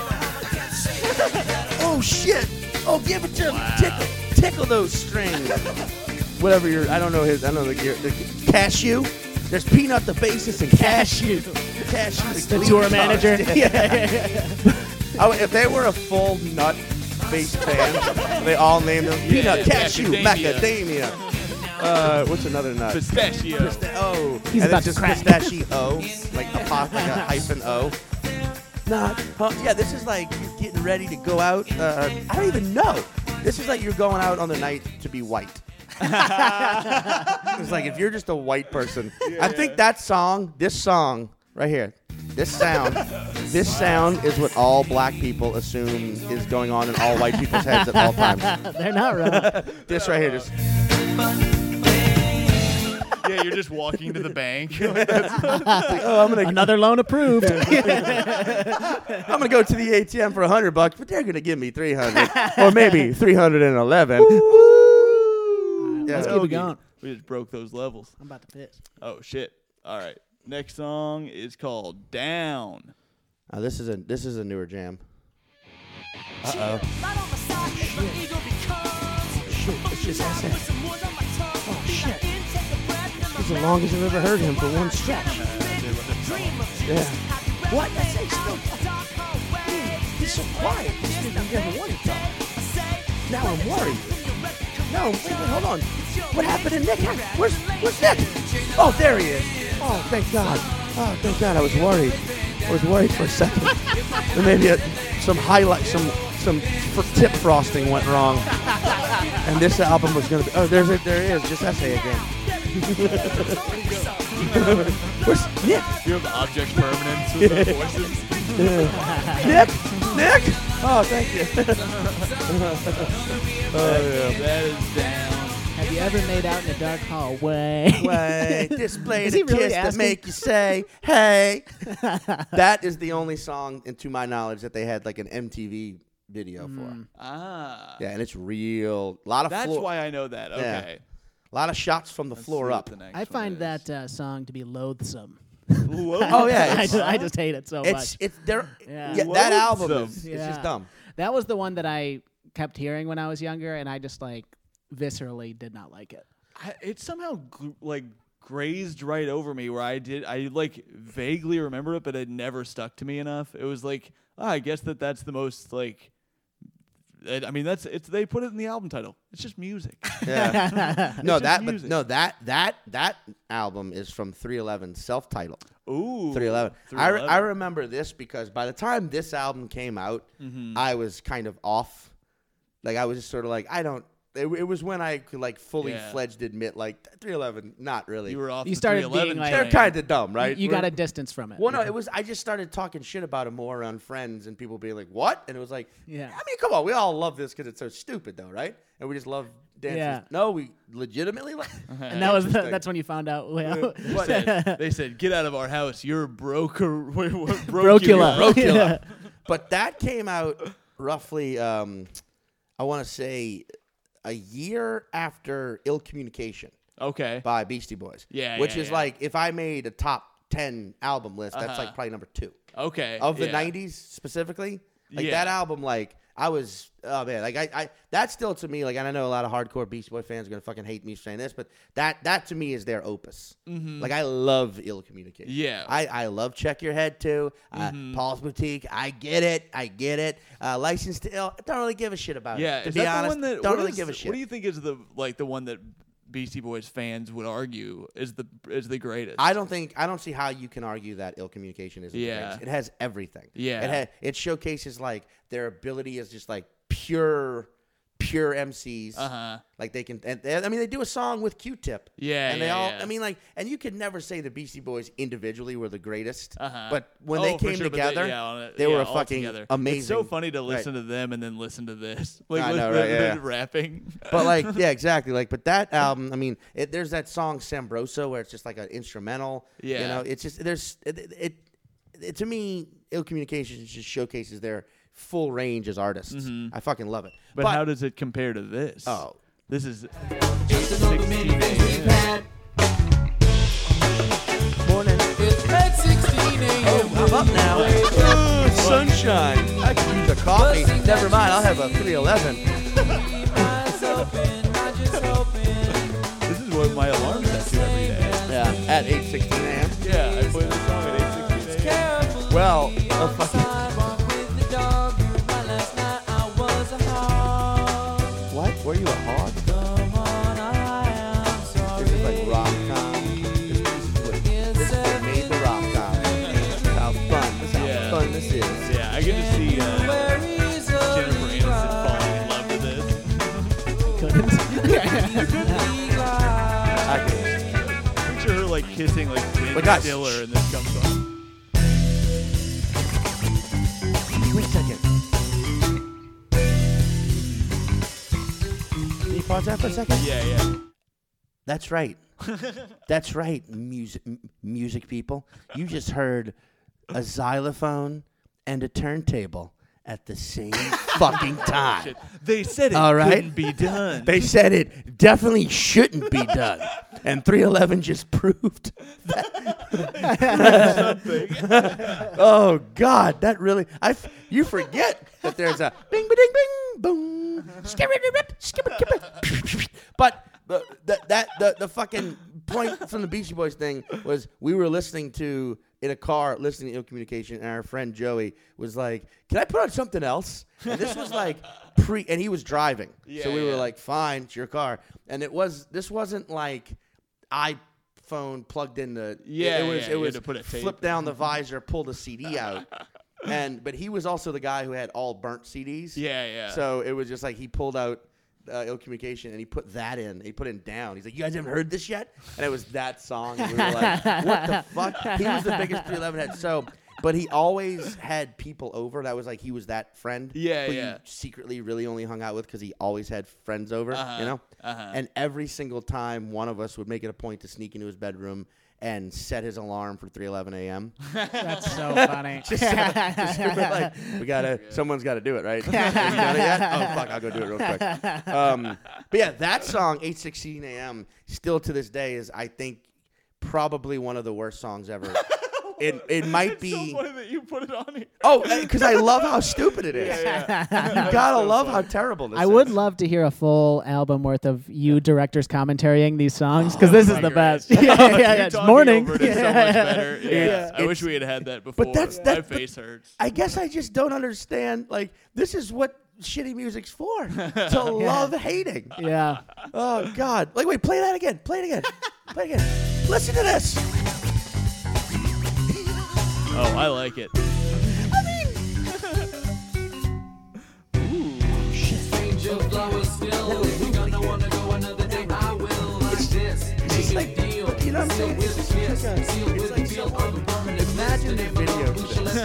S2: oh shit, oh give it to tickle, tickle those strings. Whatever your, I don't know his, I don't know your, the cashew. There's peanut the basis and cashew. Cashew.
S3: The tour manager.
S2: I would- Oh, if they were a full nut based band, they all named them
S1: Yeah,
S2: Peanut, Cashew,
S1: macadamia.
S2: Macadamia. Uh, what's another nut?
S1: Pistachio.
S2: oh,
S3: He's
S2: and
S3: about
S2: it's just
S3: to crack.
S2: pistachio, like a pop, like a hyphen O. Not, huh, yeah, this is like you're getting ready to go out. Uh, I don't even know. This is like you're going out on the night to be white. It's like if you're just a white person. I think that song, this song right here, this sound, this sound is what all black people assume is going on in all white people's heads at all times.
S3: They're not wrong.
S2: This right here, just
S7: yeah, you're just walking to the bank.
S2: oh, I'm gonna
S3: Another loan approved.
S2: I'm gonna go to the ATM for hundred bucks, but they're gonna give me three hundred or maybe three hundred and eleven.
S3: Let's
S2: Yeah.
S3: keep
S1: Okay.
S3: it going.
S1: We just broke those levels.
S3: I'm about to piss.
S1: Oh shit! All right. Next song is called "Down."
S2: Now, this is a this is a newer jam.
S8: Uh, It's
S3: the longest I've ever heard him for one stretch.
S8: Yeah. What? That thing's still. He's so quiet. This dude never wanted to talk. Now I'm worried.
S2: No, wait, wait, hold on.
S8: What happened to Nick?
S2: Where's where's Nick? Oh, there he is. Oh, thank God. Oh, thank God. I was worried. I was worried for a second. There may be a, some highlight, some some fr- tip frosting went wrong, and this album was gonna be. Oh, there's it. There he is. Just essay again. Where's Nick?
S7: you have object permanence with the voices.
S2: Nick? Nick? Oh, thank you.
S3: Oh,
S1: That is down.
S3: Have you ever made out in a dark hallway?
S2: way. Display
S3: Is
S2: the
S3: he really
S2: kiss that
S3: asking?
S2: make you say, "Hey." that is the only song, and to my knowledge, that they had like an MTV video
S3: Hmm.
S2: for.
S1: Ah,
S2: Yeah, and it's real. A lot of
S1: that's
S2: floor,
S1: why I know that.
S2: Yeah.
S1: Okay.
S2: a lot of shots from the floor up.
S3: I find that uh, song to be loathsome.
S2: Oh yeah,
S3: I,
S2: it's
S3: just, I just hate it so
S2: it's
S3: much.
S2: it's there.
S3: Yeah.
S2: Yeah. that album
S1: Loathsome.
S2: is it's
S3: Yeah.
S2: just dumb.
S3: That was the one that I kept hearing when I was younger, and I just like viscerally did not like it.
S1: I, it somehow gl- like grazed right over me where I did I like vaguely remember it, but it never stuck to me enough. It was like ah, I guess that that's the most like. I I mean that's it's they put it in the album title. It's just music.
S2: Yeah. no,
S1: just
S2: that but
S1: music.
S2: no that that that album is from 311 self-titled.
S1: Ooh,
S2: 311. I, re- I
S1: 311.
S2: remember this because by the time this album came out,
S1: Mm-hmm.
S2: I was kind of off. Like I was just sort of like I don't. It, it was when I could like fully
S1: Yeah.
S2: fledged admit like 311, not really.
S1: you were off.
S3: You
S1: the
S3: started
S1: 311
S3: being like-
S2: They're
S1: train.
S2: kind of dumb, right?
S3: You
S2: We're-
S3: got a distance from it.
S2: Well, no, it was. I just started talking shit about it more on friends and people being like, "What?" And it was like,
S3: Yeah.
S2: I mean, come on, we all love this because it's so stupid, though, right? And we just love dances.
S3: Yeah.
S2: No, we legitimately like.
S1: Uh-huh.
S3: and that was the,
S2: Interesting.
S3: that's when you found out. Well,
S1: They said, they said, "Get out of our house. You're broker,
S3: Brocula.
S1: brocula."
S3: Yeah.
S2: but that came out roughly um, i want to say a year after ill communication
S1: Okay.
S2: by beastie boys
S1: Yeah,
S2: which
S1: yeah, Uh-huh.
S2: is
S1: yeah.
S2: like if i made a top 10 album list that's like probably number two
S1: Okay.
S2: of the
S1: yeah.
S2: 90s specifically like
S1: Yeah.
S2: that album like i was oh man like I, I that still to me like and i know a lot of hardcore beastie boy fans are gonna fucking hate me for saying this but that that to me is their opus like i love ill communication
S1: Mm-hmm. Yeah. Mm-hmm.
S2: I, I love Check Your Head too. Uh, Paul's Boutique. I get it. I get it. Uh, License to Ill. I don't really give a shit about
S1: Yeah,
S2: it. To
S1: is
S2: be
S1: that the one
S2: honest,
S1: that
S2: don't
S1: what
S2: really
S1: is-
S2: give a shit.
S1: What do you think is the like the one that Beastie Boys fans would argue is the is the greatest?
S2: I don't think I don't see how you can argue that ill communication is.
S1: Yeah.
S2: Yeah. It has everything.
S1: Yeah.
S2: It ha- it showcases like their ability is just like pure, pure MCs. Uh
S1: Uh-huh.
S2: Like they can, and they- I mean, they do a song with Q-Tip.
S1: Yeah,
S2: And they
S1: yeah,
S2: all,
S1: yeah.
S2: I mean, like, and you could never say the Beastie Boys individually were the greatest.
S1: Uh-huh.
S2: But when
S1: Oh,
S2: they
S1: for
S2: came
S1: sure, but
S2: together,
S1: they,
S2: they,
S1: yeah, on it-
S2: were
S1: yeah,
S2: a
S1: all
S2: fucking
S1: together.
S2: amazing.
S1: It's so funny to
S2: Right.
S1: listen to them and then listen to this, like
S2: I
S1: with
S2: know,
S1: the,
S2: right, yeah.
S1: the rapping.
S2: but like yeah exactly like but that album i mean it, there's that song sambroso where it's just like an instrumental you
S1: Yeah.
S2: know it's just there's it, it, it- to me ill communications just showcases their full range as artists i fucking love it
S1: Mm-hmm. But, how does it compare to this?
S2: Oh.
S1: this is
S2: i'm up now sunshine i can use a coffee never mind i'll have a 311
S1: this is what my alarm sets to every day.
S2: yeah at 8.16 a.m
S1: Yeah, I play this song at eight sixteen.
S2: well a fucking What? Were you a hog? This is like rock com. This is what this is what made the rock com. This is how fun. This is how
S1: Yeah.
S2: fun this is.
S1: Yeah, I get to see uh, Jennifer Aniston falling in love with this.
S3: couldn't.
S2: I can-
S7: Picture her like kissing like Ben
S2: Like us.
S7: Stiller, and this comes on.
S2: Wait a second. Can you pause that for a second?
S7: Yeah, yeah.
S2: That's right. That's right, music, m- music people. You just heard a xylophone and a turntable at the same fucking time.
S1: They said it
S2: All right.
S1: couldn't be done.
S2: They said it definitely shouldn't be done. And 311 just proved that. oh, God. That really. I f- you forget that there's a bing, ba, ding, bing, boom. skibidi-bip, skibidi-kibidi. But the, the, that, the, the fucking point from the Beastie Boys thing was we were listening to. In a car, listening to ill communication, and our friend Joey was like, "Can I put on something else?" And this was like pre, and he was driving, so
S7: Yeah,
S2: we were
S7: yeah.
S2: like, "Fine, it's your car." And it was this wasn't like iPhone plugged in the
S7: Yeah,
S2: It, it was
S7: yeah,
S2: it
S7: you
S2: was
S7: had to put a tape
S2: flip down the visor, pull the CD out, and but he was also the guy who had all burnt CDs.
S7: Yeah, yeah.
S2: So it was just like he pulled out. Uh, ill communication, and he put that in. He put it down. He's like, "You guys haven't heard this yet," and it was that song. And we were like, "What the fuck?" He was the biggest 311 head. So, but he always had people over. That was like he was that friend.
S7: Yeah,
S2: who you
S7: yeah.
S2: secretly really only hung out with because he always had friends over, you know?
S7: uh-huh.
S2: And every single time, one of us would make it a point to sneak into his bedroom and set his alarm for 3:11 a.m.
S3: That's so funny.
S2: Just so- just so we're like, we gotta, someone's got to do it, right? Have you done it yet? Oh fuck, I'll go do it real quick. Um, but yeah, that song 8:16 a.m. still to this day is, I think, probably one of the worst songs ever. It, it might be
S7: So funny that you put it on here.
S2: oh because I love how stupid it is.
S7: Yeah,
S2: You gotta love how terrible this
S3: I
S2: is.
S3: would love to hear a full album worth of you directors commentarying these songs
S7: Oh
S3: because this is the best. yeah, yeah, yeah. It's
S7: Talking
S3: morning.
S7: Over it is so much better. Yeah, I
S2: it's-
S7: wish we had had that before.
S2: that's-
S7: my
S2: that's- but-
S7: face hurts.
S2: I guess I just don't understand. Like, this is what shitty music's for to love hating.
S3: yeah.
S2: Oh, God. Like, wait, play that again. Play it again. Play it again. Listen to this.
S7: Oh, I like it.
S2: It's just like, you know what I'm saying? It's just like a- it's like some- imagine the video to this.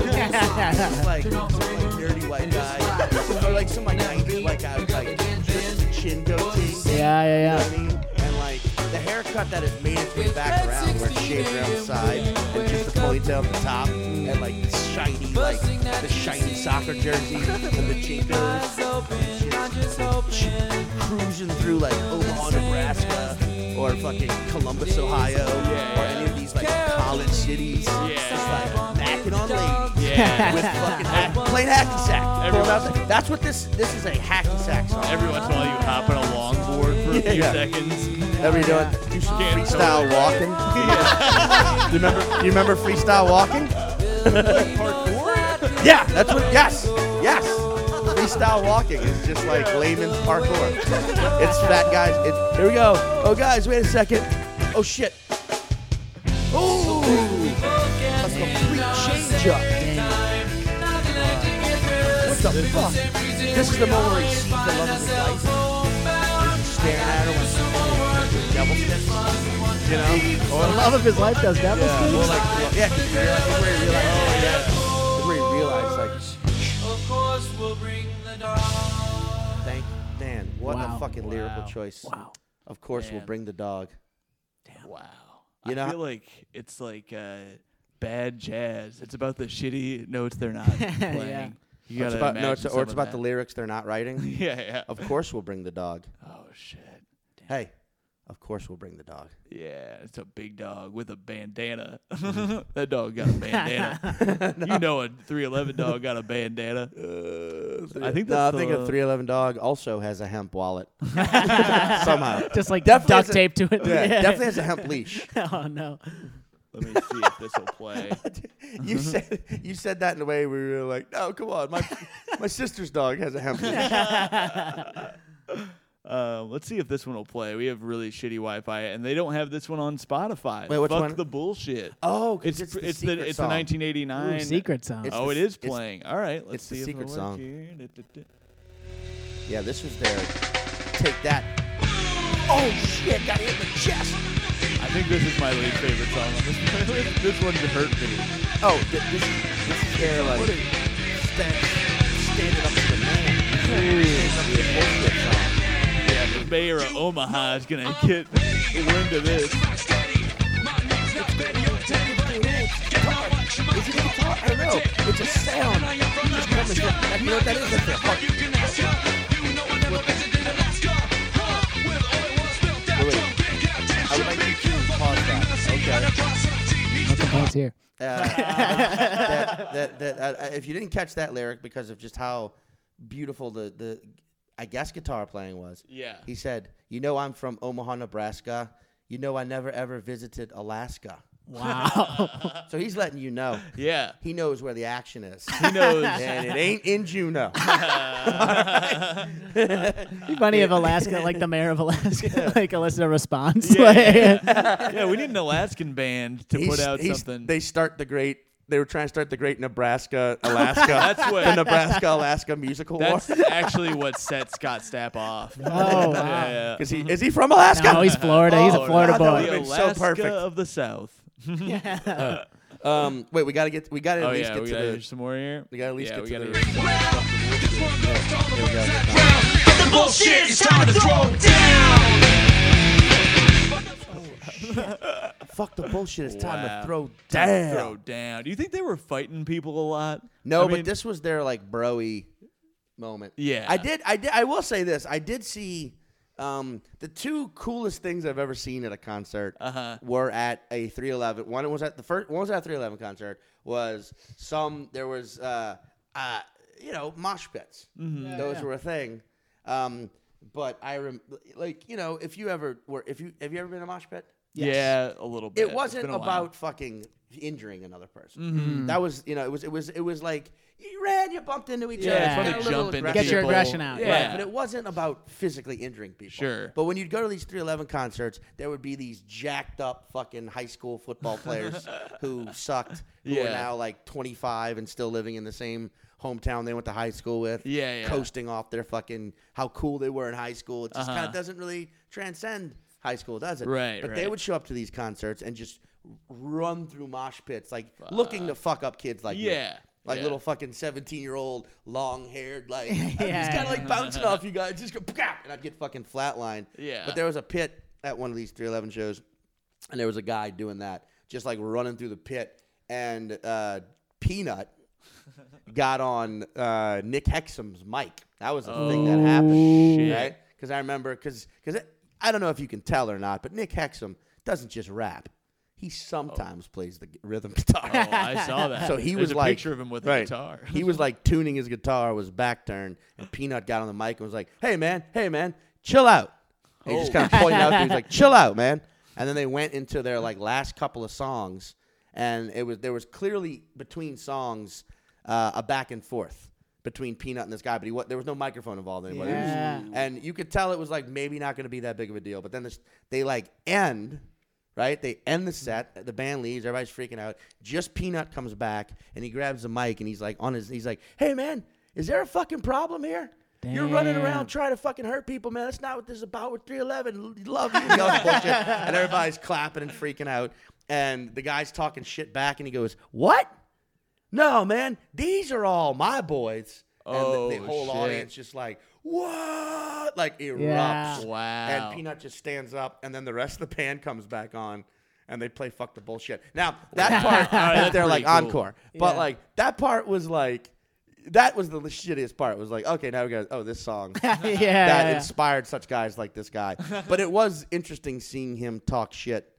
S2: It's like some like nerdy white guy, or like some like 90s white guy with like just a chin goatee.
S3: Yeah, yeah, yeah.
S2: I mean? And like the haircut that has made its way back around, where it's shaved around the side and just the ponytail at the top, and like the shiny, like the shiny soccer jersey and the jinkers, just cruising through like Omaha, Nebraska, or fucking Columbus, Ohio, or any of these like college cities. Yeah, just like macking on ladies.
S7: Yeah.
S2: With fucking hack, plain hack and sack.
S7: Everyone-
S2: That's- That's what this. This is a hack and sack song.
S7: Every once in a while, you hop on a longboard for a few
S2: Yeah.
S7: seconds.
S2: Every doing do some freestyle walking. you remember? You remember freestyle walking? yeah, that's what. Yes, yes. Freestyle walking is just like layman's parkour. It's fat guys. It's here we go. Oh guys, wait a second. Oh shit. Ooh, a complete change up. What the fuck? This is the moment where he sees the love of his life. He's just staring at her "Oh, with with devil steps. You know? Or
S3: Love of his life does devil
S2: yeah,
S3: stew?
S2: well, like, well, yeah, 'cause you realize- that's where he realized, that's where he realized, like, thank, man, what
S3: Wow.
S2: a fucking lyrical choice.
S3: Wow.
S2: Of course, we'll
S7: Man.
S2: bring the dog.
S7: Wow.
S2: You
S7: I
S2: know-
S7: feel like it's like uh, bad jazz. It's about the shitty notes they're not playing. You
S2: It's
S7: gotta
S2: about, no,
S7: imagine
S2: it's,
S7: some
S2: or it's
S7: of
S2: about the
S7: that.
S2: lyrics they're not writing.
S7: Yeah, yeah.
S2: Of course, we'll bring the dog.
S7: Oh shit.
S2: Hey, of course, we'll bring the dog.
S7: Yeah, it's a big dog with a bandana. that dog got a bandana. You know, a 311 dog got a bandana. I think
S2: no, I
S7: that's
S2: think
S7: the-
S2: a 311 dog also has a hemp wallet. Somehow.
S3: Just like
S2: Definitely is
S3: duct
S2: a-
S3: tape to it.
S2: Yeah, definitely has a hemp leash.
S3: oh no.
S7: Let me see if this will play.
S2: You said you said that in a way where you were like, no, come on, my my sister's dog has a hemp leash.
S7: Uh, let's see if this one will play. We have really shitty Wi-Fi, and they don't have this one on Spotify.
S2: Wait, which
S7: Fuck
S2: one?
S7: the bullshit.
S2: Oh, 'cause
S7: it's pr-
S2: it's the
S7: it's
S2: secret
S7: it's
S2: song.
S7: the 1989
S3: Ooh, secret song.
S2: It's-
S7: oh,
S2: the
S7: it
S2: s-
S7: is
S2: it's-
S7: playing. All right, let's
S2: the
S7: see if
S2: secret
S7: it'll
S2: song.
S7: work here. Da, da, da.
S2: Yeah, this was their take that.
S9: Oh shit, got hit in the chest.
S7: I think this is my least favorite song on this playlist. This one hurt me.
S2: Oh, th- this is this is their like
S9: Stand, standing up to the man. Standing up to the bullshit song.
S7: Yeah, the mayor of Omaha is gonna get the wind of this.
S9: Is it a guitar? I don't know. It's a sound. You just come and that, you know what that is? That's a heart.
S2: Wait, wait. I would like you to pause that. Okay.
S3: That's the points here.
S2: Uh, that, that, that, uh, uh, if you didn't catch that lyric because of just how beautiful the, the I guess guitar playing was.
S7: Yeah.
S2: He said, "You know I'm from Omaha, Nebraska. You know I never ever visited Alaska."
S3: Wow.
S2: So he's letting you know.
S7: Yeah.
S2: He knows where the action is.
S7: He knows.
S2: and it ain't in Juneau.
S3: Be funny if Alaska, like the mayor of Alaska, like elicit a response.
S7: Yeah.
S3: Like,
S7: Yeah, we need an Alaskan band to put
S2: He's-
S7: out
S2: he's-
S7: something.
S2: They start the great. They were trying to start the great Nebraska, Alaska.
S7: That's what-
S2: the Nebraska, Alaska musical war.
S7: That's actually what set Scott Stapp off.
S3: oh, wow.
S7: Yeah.
S2: Is he is he from Alaska?
S3: No, oh, he's Florida. he's a Florida
S2: God, that
S3: boy.
S2: would've
S7: The
S2: been so
S7: Alaska
S2: perfect.
S7: of the South.
S2: um, wait, we gotta get we gotta at
S7: Oh
S2: least
S7: yeah,
S2: get
S7: we
S2: to
S7: gotta
S2: the.
S7: hear some more here.
S2: we gotta at least
S7: yeah,
S2: get
S7: we
S2: to
S7: gotta
S2: the-
S7: hear some more.
S8: Bullshit, it's time to throw down.
S2: Fuck the bullshit. It's time
S7: Wow.
S2: to throw down.
S7: Throw down. Do you think they were fighting people a lot?
S2: No,
S7: I
S2: but
S7: mean,
S2: this was their like broy moment.
S7: Yeah.
S2: I did. I did. I will say this. I did see um, the two coolest things I've ever seen at a concert
S1: Uh,
S7: Uh-huh.
S2: were at a 311. One was at the first. One was at a 311 concert. Was some there was uh, uh, you know mosh pits. Those were a thing. Um, but I rem- like you know if you ever were if you have you ever been in a mosh pit?
S7: Yeah, a little bit.
S2: it
S7: It's
S2: wasn't
S7: been a while. Mm-hmm.
S2: about fucking injuring another person. That was, you know, it was, it was, it was like you ran, you bumped into each
S7: Yeah,
S2: other, got
S3: it's funny
S2: a little
S7: jump into
S2: aggressive.
S3: Get your
S7: people.
S3: aggression out.
S7: Yeah.
S2: Right, but it wasn't about physically injuring people.
S7: Sure.
S2: But when you'd go to these 311 concerts, there would be these jacked up fucking high school football players who sucked, who are
S7: Yeah.
S2: now like 25 and still living in the same hometown they went to high school with.
S7: Yeah, yeah.
S2: Coasting off their fucking how cool they were in high school. It just kind
S7: Uh-huh.
S2: of doesn't really transcend high school, does it?
S7: Right,
S2: But they
S7: right.
S2: would show up to these concerts and just run through mosh pits, like looking to fuck up kids like me.
S7: Yeah,
S2: Like
S7: yeah.
S2: little fucking 17 year old long haired, like, yeah.
S3: Yeah.
S2: just kind of like bouncing off you guys. Just go, "Pah!" and I'd get fucking flatlined.
S7: Yeah.
S2: But there was a pit at one of these 311 shows, and there was a guy doing that, just like running through the pit. And uh, Peanut got on uh, Nick Hexum's mic. That was a thing that happened.
S7: Oh, shit.
S2: Right? Because I remember, because I don't know if you can tell or not, but Nick Hexum doesn't just rap. He sometimes plays the g- rhythm guitar.
S7: Oh, I saw that.
S2: So he
S7: There's
S2: was
S7: a
S2: like
S7: picture of him with a
S2: right.
S7: guitar.
S2: he was like tuning his guitar with his back turned, and Peanut got on the mic and was like, "Hey man, hey man, chill out." And he just
S7: Oh.
S2: kind of pointed out. He was like, "Chill out, man." And then they went into their like last couple of songs, and it was there was clearly between songs uh, a back and forth between Peanut and this guy, but he wa- there was no microphone involved anymore. It was-
S3: Yeah.
S2: and you could tell it was like maybe not going to be that big of a deal. But then this, they like end, right? They end the set. The band leaves. Everybody's freaking out. Just Peanut comes back and he grabs the mic and he's like on his. He's like, "Hey man, is there a fucking problem here? You're running around
S3: Damn.
S2: trying to fucking hurt people, man. That's not what this is about. We're 311. Love you. and all this bullshit." And everybody's clapping and freaking out. And the guy's talking shit back and he goes, "What?" No, man, these are all my boys. and the,
S7: Oh,
S2: the whole
S7: shit.
S2: audience just like, what? Like erupts.
S3: Yeah.
S7: Wow.
S2: And Peanut just stands up, and then the rest of the band comes back on, and they play "Fuck the Bullshit." Now that part,
S7: All right, that's
S2: they're like
S7: pretty cool.
S2: encore, but
S3: Yeah.
S2: like that part was like, that was the shittiest part. It was like, okay, now we got oh this song
S3: yeah.
S2: that inspired such guys like this guy. but it was interesting seeing him talk shit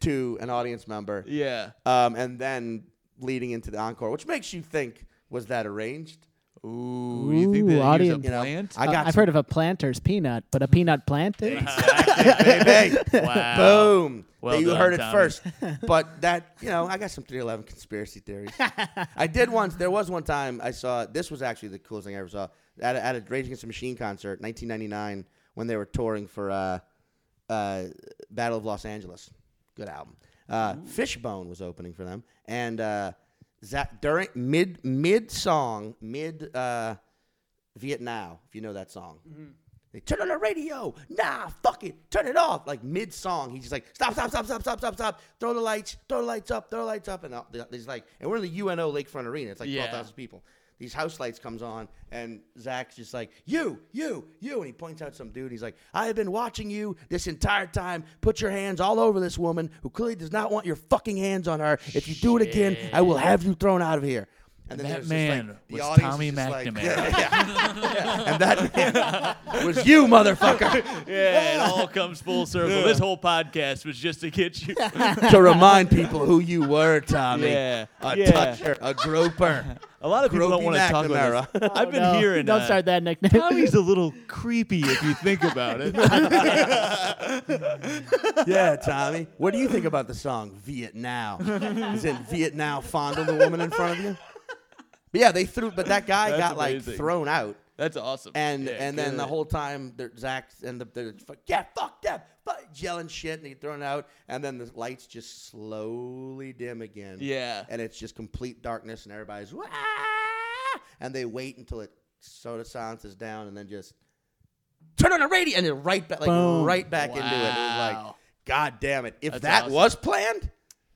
S2: to an audience member
S7: yeah.
S2: um, and then leading into the encore, which makes you think was that arranged?
S7: Ooh, you think
S3: Ooh,
S7: that he was
S3: audience.
S7: a
S3: You
S2: know,
S7: plant?
S2: I got
S3: have
S2: some-
S3: Uh, heard of a planter's peanut, but a peanut planter?
S2: Baby,
S7: Wow.
S2: boom!
S7: Well
S2: you
S7: done,
S2: heard it
S7: Tommy.
S2: first, but that you know, I got some 311 conspiracy theories. I did once. There was one time I saw. This was actually the coolest thing I ever saw at a, at a Rage Against the Machine concert, 1999, when they were touring for uh, uh, Battle of Los Angeles. Good album. Uh, Fishbone was opening for them, and uh, Zach, during
S1: Mm-hmm.
S2: mid mid song mid. Uh, Viet Now, if you know that song. They turn on the radio. Nah, fuck it. Turn it off. Like mid song, he's just like, stop, stop, stop, stop, stop, stop, stop. Throw the lights, throw the lights up, throw the lights up, and all- he's like, and we're in the UNO Lakefront Arena. It's like
S1: Yeah.
S2: twelve thousand people. These house lights comes on, and Zach's just like, you, you, you, and he points out some dude. He's like, I have been watching you this entire time. Put your hands all over this woman who clearly does not want your fucking hands on her. If you do it again, I will have you thrown out of here. And
S1: That
S2: there's just,
S1: man was
S2: audience is
S1: Tommy
S2: just like-
S1: McNamara.
S2: and that was you, motherfucker,
S1: Yeah, it all comes full circle. This whole podcast was just to get you.
S2: to remind people who you were, Tommy.
S1: yeah,
S2: A
S1: yeah.
S2: toucher, a groper.
S1: A lot of people don't
S2: Gropey Oh,
S1: want to talk about this. I've been
S3: No,
S1: hearing.
S3: Don't
S1: uh,
S3: start that nickname.
S1: Tommy's a little creepy if you think about it.
S2: yeah, Tommy. What do you think about the song Vietnam? Is it Vietnam fondle the woman in front of you? But yeah, they threw. But that guy
S1: That's
S2: got
S1: amazing.
S2: like thrown out,
S1: That's awesome.
S2: and
S1: Yeah,
S2: and then the
S1: good.
S2: whole time they're- Zach and the they're just like, yeah, fuck them, fuck, yelling shit, and he thrown out, and then the lights just slowly dim again.
S1: Yeah.
S2: and it's just complete darkness, and everybody's Wah! and they wait until it sort of silences down, and then just turn on the radio, and then right back, like
S3: Boom.
S2: right back into it. It was like,
S1: Wow.
S2: God damn it! If
S1: That's
S2: that
S1: awesome.
S2: was planned,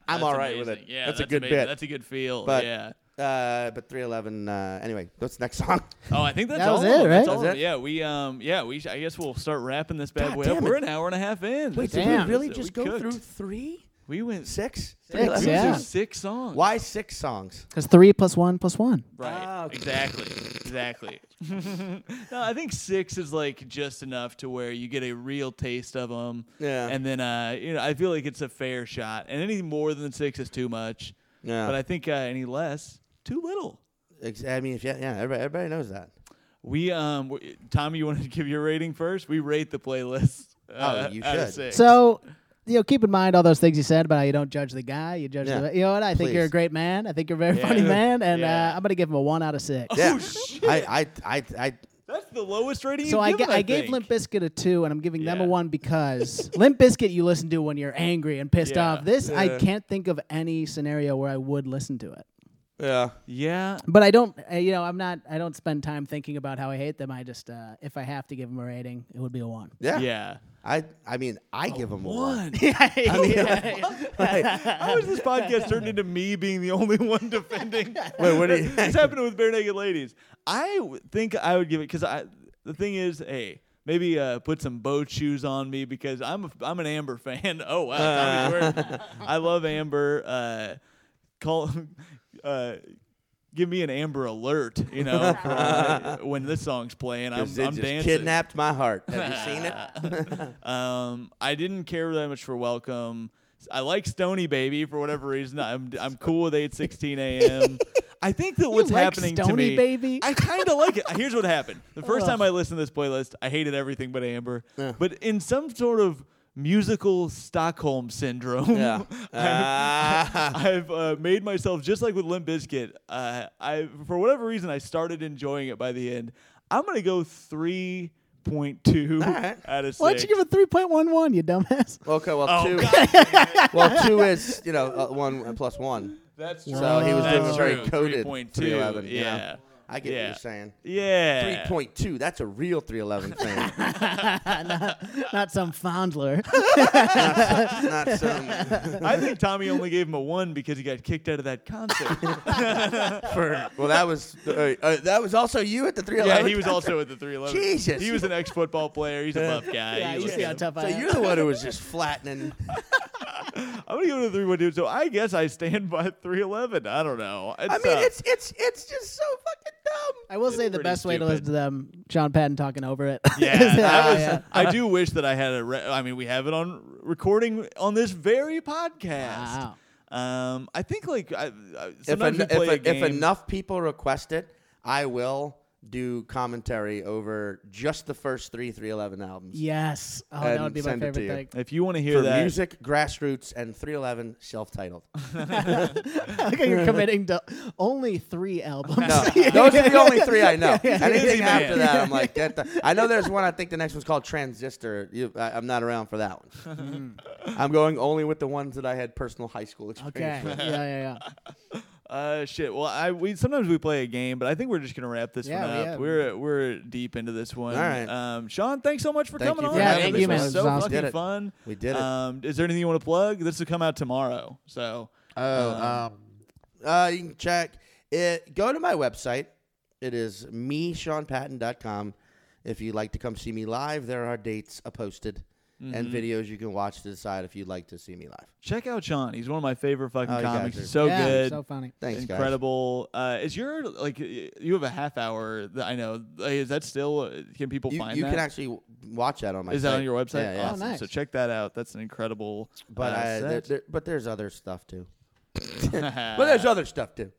S2: I'm
S1: That's
S2: all right with
S1: amazing.
S2: it.
S1: Yeah,
S2: that's, a good
S1: amazing.
S2: bit.
S1: That's a good feel.
S2: but
S1: yeah.
S2: uh, but 311. Uh, anyway, what's the next song?
S1: Oh, I think that's
S3: That
S1: all
S3: was
S1: of
S3: it,
S1: them. That's all
S2: That
S3: right?
S2: was
S1: of them.
S2: it?
S1: Yeah, we um, yeah, we. Sh- I guess we'll start wrapping this bad
S2: God
S1: boy up.
S2: damn
S1: We're
S2: it.
S1: an hour and a half in. That's
S2: Wait, did
S3: Damn.
S2: we really
S1: So
S2: just
S1: we
S2: go
S1: cooked.
S2: through three,
S1: We went
S2: six,
S1: We
S3: Six,
S1: went
S2: 311?
S3: yeah.
S1: through six songs.
S2: Why six songs?
S3: Because three plus one plus one.
S1: Right.
S2: Ah, okay.
S1: Exactly. Exactly. no, I think six is like just enough to where you get a real taste of them.
S2: Yeah.
S1: And then, uh, you know, I feel like it's a fair shot. And any more than six is too much.
S2: Yeah.
S1: But I think uh, any less, too little.
S2: Ex- I mean, if yeah, yeah, everybody, everybody knows that.
S1: We, um, w- Tommy, you want to give your rating first? We rate the playlist. uh,
S2: you
S1: out of
S2: should.
S1: six.
S3: Oh, So, you know, keep in mind all those things you said about how you don't judge the guy, you judge
S2: Yeah.
S3: the. You know what? I think you're a
S2: Please.
S3: great man. I think you're a very funny man, and
S1: Yeah.
S3: uh, I'm gonna give him a one out of six.
S2: Yeah, I, I, I, I,
S1: that's the lowest rating
S3: So I,
S1: you've
S3: ga-
S1: given,
S3: I, gave
S1: think.
S3: Limp Bizkit a two, and I'm giving them a
S1: Yeah.
S3: one because Limp Bizkit you listen to when you're angry and pissed
S1: Yeah.
S3: off. This I can't think of any scenario where I would listen to it.
S2: yeah.
S1: Yeah.
S3: But I don't, uh, you know, I'm not. I don't spend time thinking about how I hate them. I just, uh, if I have to give them a rating, it would be a one.
S2: Yeah.
S1: Yeah.
S2: I, I mean, I give him a one.
S1: How has this podcast turned into me being the only one defending?
S2: Wait, what do you-
S1: This happened with bare naked ladies. I w- think I would give it because I. The thing is, hey, maybe uh, put some boat shoes on me because I'm a, I'm an Amber fan. Oh wow,
S2: Uh.
S1: Tommy's wearing- I love Amber. Uh, call. Uh, Give me an Amber Alert, you know, for, uh, when this song's playing. I'm, I'm
S2: It just
S1: dancing.
S2: kidnapped my heart. Have you seen it?
S1: Um, I didn't care that much for Welcome. I like Stony Baby for whatever reason. I'm I'm cool with 8:16 a.m. I think that what's
S3: like
S1: happening to
S3: Stony
S1: me,
S3: Baby?
S1: I kind of like it. Here's what happened: the first
S3: Ugh.
S1: time I listened to this playlist, I hated everything but Amber. But in some sort of musical Stockholm syndrome,
S2: Yeah. Ah.
S1: I've uh, made myself just like with Limp Bizkit. Uh, I for whatever reason I started enjoying it by the end. I'm gonna go three point two
S2: right.
S1: out of six.
S3: Why'd you give a three point one one, you dumbass?
S2: Okay, well,
S1: Oh,
S2: two. well, two is you know uh, one plus one.
S1: That's true.
S2: So he was
S1: That's
S2: doing very
S1: true.
S2: coded.
S1: 3.2,
S2: 311, you know?
S1: Yeah.
S2: I get what
S1: Yeah.
S2: you're saying.
S1: Yeah.
S2: Three point two. That's a real three eleven fan,
S3: Not some fondler.
S2: not some
S1: I think Tommy only gave him a one because he got kicked out of that concert.
S2: for. Well, that was uh, uh, that was also you at the three eleven.
S1: yeah, he was also at the 311.
S2: Jesus.
S1: He was an ex football player. He's a buff guy.
S3: yeah,
S1: He
S3: you
S1: was
S3: see how
S1: good.
S3: tough
S2: So
S3: I am.
S2: you're the one who was just flattening.
S1: I'm going to give it a 3 1 dude. So I guess I stand by 311. I don't know.
S2: I mean,
S1: uh,
S2: it's it's it's just so fucking dumb.
S3: I will say the
S1: pretty
S3: best way to
S1: stupid.
S3: listen to them, John Patton talking over it.
S1: Yeah, that
S3: Yeah,
S1: was,
S3: yeah.
S1: I do wish that I had a. Re- I mean, we have it on recording on this very podcast.
S3: Wow.
S1: Um, I think like I, I,
S2: If,
S1: sometimes
S2: en-
S1: we play a
S2: if, if
S1: game-
S2: enough people request it, I will do commentary over just the first three three eleven albums.
S3: Yes. Oh, that
S2: And
S3: would be my
S2: send it to
S3: favorite
S2: you.
S3: thing.
S1: If you want to hear
S2: For
S1: that
S2: music, grassroots, and 311 self-titled.
S3: okay, you're committing to only three albums.
S2: No, those are the only three I know.
S1: Busy
S2: Anything
S1: man.
S2: after that, I'm like, get the. I know there's one. I think the next one's called Transistor. You, I, I'm not around for that one.
S1: Mm.
S2: I'm going only with the ones that I had personal high school
S3: Okay.
S2: experience.
S3: yeah, yeah, yeah.
S1: Uh, shit. Well, I we sometimes we play a game, but I think we're just gonna wrap this
S3: Yeah,
S1: one
S3: we
S1: up.
S3: have-
S1: We're we're deep into this one.
S2: All right.
S1: Um, Sean, thanks so much for
S2: Thank
S1: coming
S2: you
S1: on.
S2: for
S3: Yeah,
S1: man.
S3: thank
S1: this
S3: you,
S1: was
S3: man. This
S1: So
S3: was awesome.
S2: Did
S1: fucking
S2: it.
S1: fun.
S2: We did it.
S1: Um, is there anything you want to plug? This will come out tomorrow. So
S2: Oh, um, uh, you can check it. Go to my website. It is meseanpatton.com. If you'd like to come see me live, there are dates uh, posted and
S1: Mm-hmm.
S2: videos you can watch to decide if you'd like to see me live.
S1: check out Sean. He's one of my favorite fucking
S2: Oh, you
S1: comics.
S2: guys are-
S1: He's so
S3: yeah,
S1: good.
S3: so funny.
S2: Thanks, guys.
S1: Incredible. Uh, is your like y- you have a half hour? That I know. Like, Is that still? Can people
S2: You,
S1: find
S2: you
S1: that?
S2: can actually w- watch that on my.
S1: is that on your website? Oh,
S2: Yeah, yeah.
S1: Awesome.
S3: Oh, nice.
S1: So check that out. That's an incredible.
S2: But
S1: uh,
S2: uh, there,
S1: set.
S2: there- but there's other stuff too.
S1: Uh,
S2: But there's other stuff too.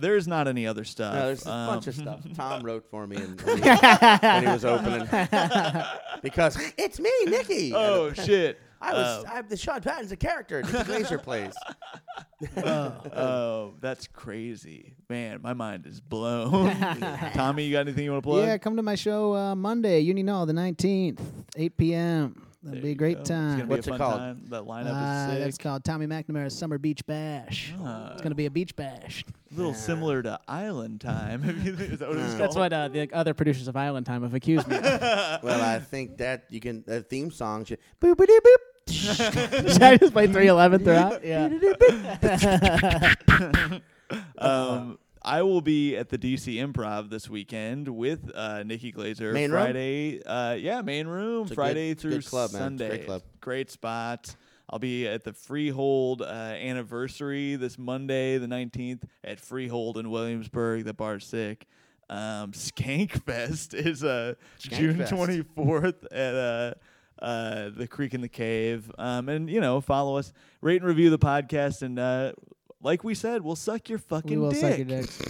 S1: there's not any other stuff.
S2: No, there's a
S1: Um,
S2: bunch of stuff. Tom wrote for me and, when, he, when he was opening because it's me, Nikki.
S1: Oh shit! Uh,
S2: I was I'm the Sean Patton's a character. Nikki Glaser plays.
S1: Oh, that's crazy, man. My mind is blown. Tommy, you got anything you want to plug?
S3: Yeah, come to my show uh, Monday, Union Hall, the 19th, 8 p.m. That'll
S1: There
S3: be a
S1: you go. Oh,
S3: great
S1: It's gonna
S3: time.
S1: be
S2: What's
S1: a
S2: it
S1: fun
S2: called?
S1: Time. That lineup
S3: Uh,
S1: is
S3: that's
S1: sick.
S3: called Tommy McNamara's Summer Beach Bash. It's going to be a beach bash.
S1: a little similar to Island Time. If you think- is that what it's
S3: That's
S1: called?
S3: what uh, the other producers of Island Time have accused me of.
S2: Well, I think that you can the theme song should boop boop boop.
S3: Should I just play 311 throughout? Yeah.
S1: Um, I will be at the DC Improv this weekend with uh, Nikki Glazer
S2: Main room?
S1: Friday. Uh, yeah, main room
S2: a
S1: Friday
S2: good-
S1: through
S2: good club, man. It's a
S1: Sunday.
S2: great club.
S1: Great spot. I'll be at the Freehold uh, anniversary this Monday, the nineteenth, at Freehold in Williamsburg. The bar's sick. Um, Skankfest is uh, June
S2: Skankfest.
S1: twenty fourth at uh, uh, the Creek in the Cave. Um, and you know, follow us, rate and review the podcast, and uh, like we said, we'll suck your fucking
S3: We will
S1: dick.
S3: suck your dicks.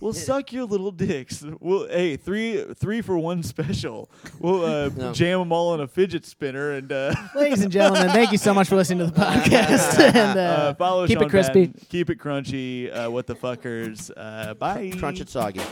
S1: We'll suck your little dicks. We'll hey three three for one special. We'll uh, jam 'em jam them all in a fidget spinner and uh,
S3: Ladies and gentlemen, thank you so much for listening to the podcast. and, uh,
S1: uh, follow.
S3: Keep
S1: Sean
S3: it crispy.
S1: Patton. Keep it crunchy. Uh, what the fuckers? Uh, bye.
S2: Crunch it soggy.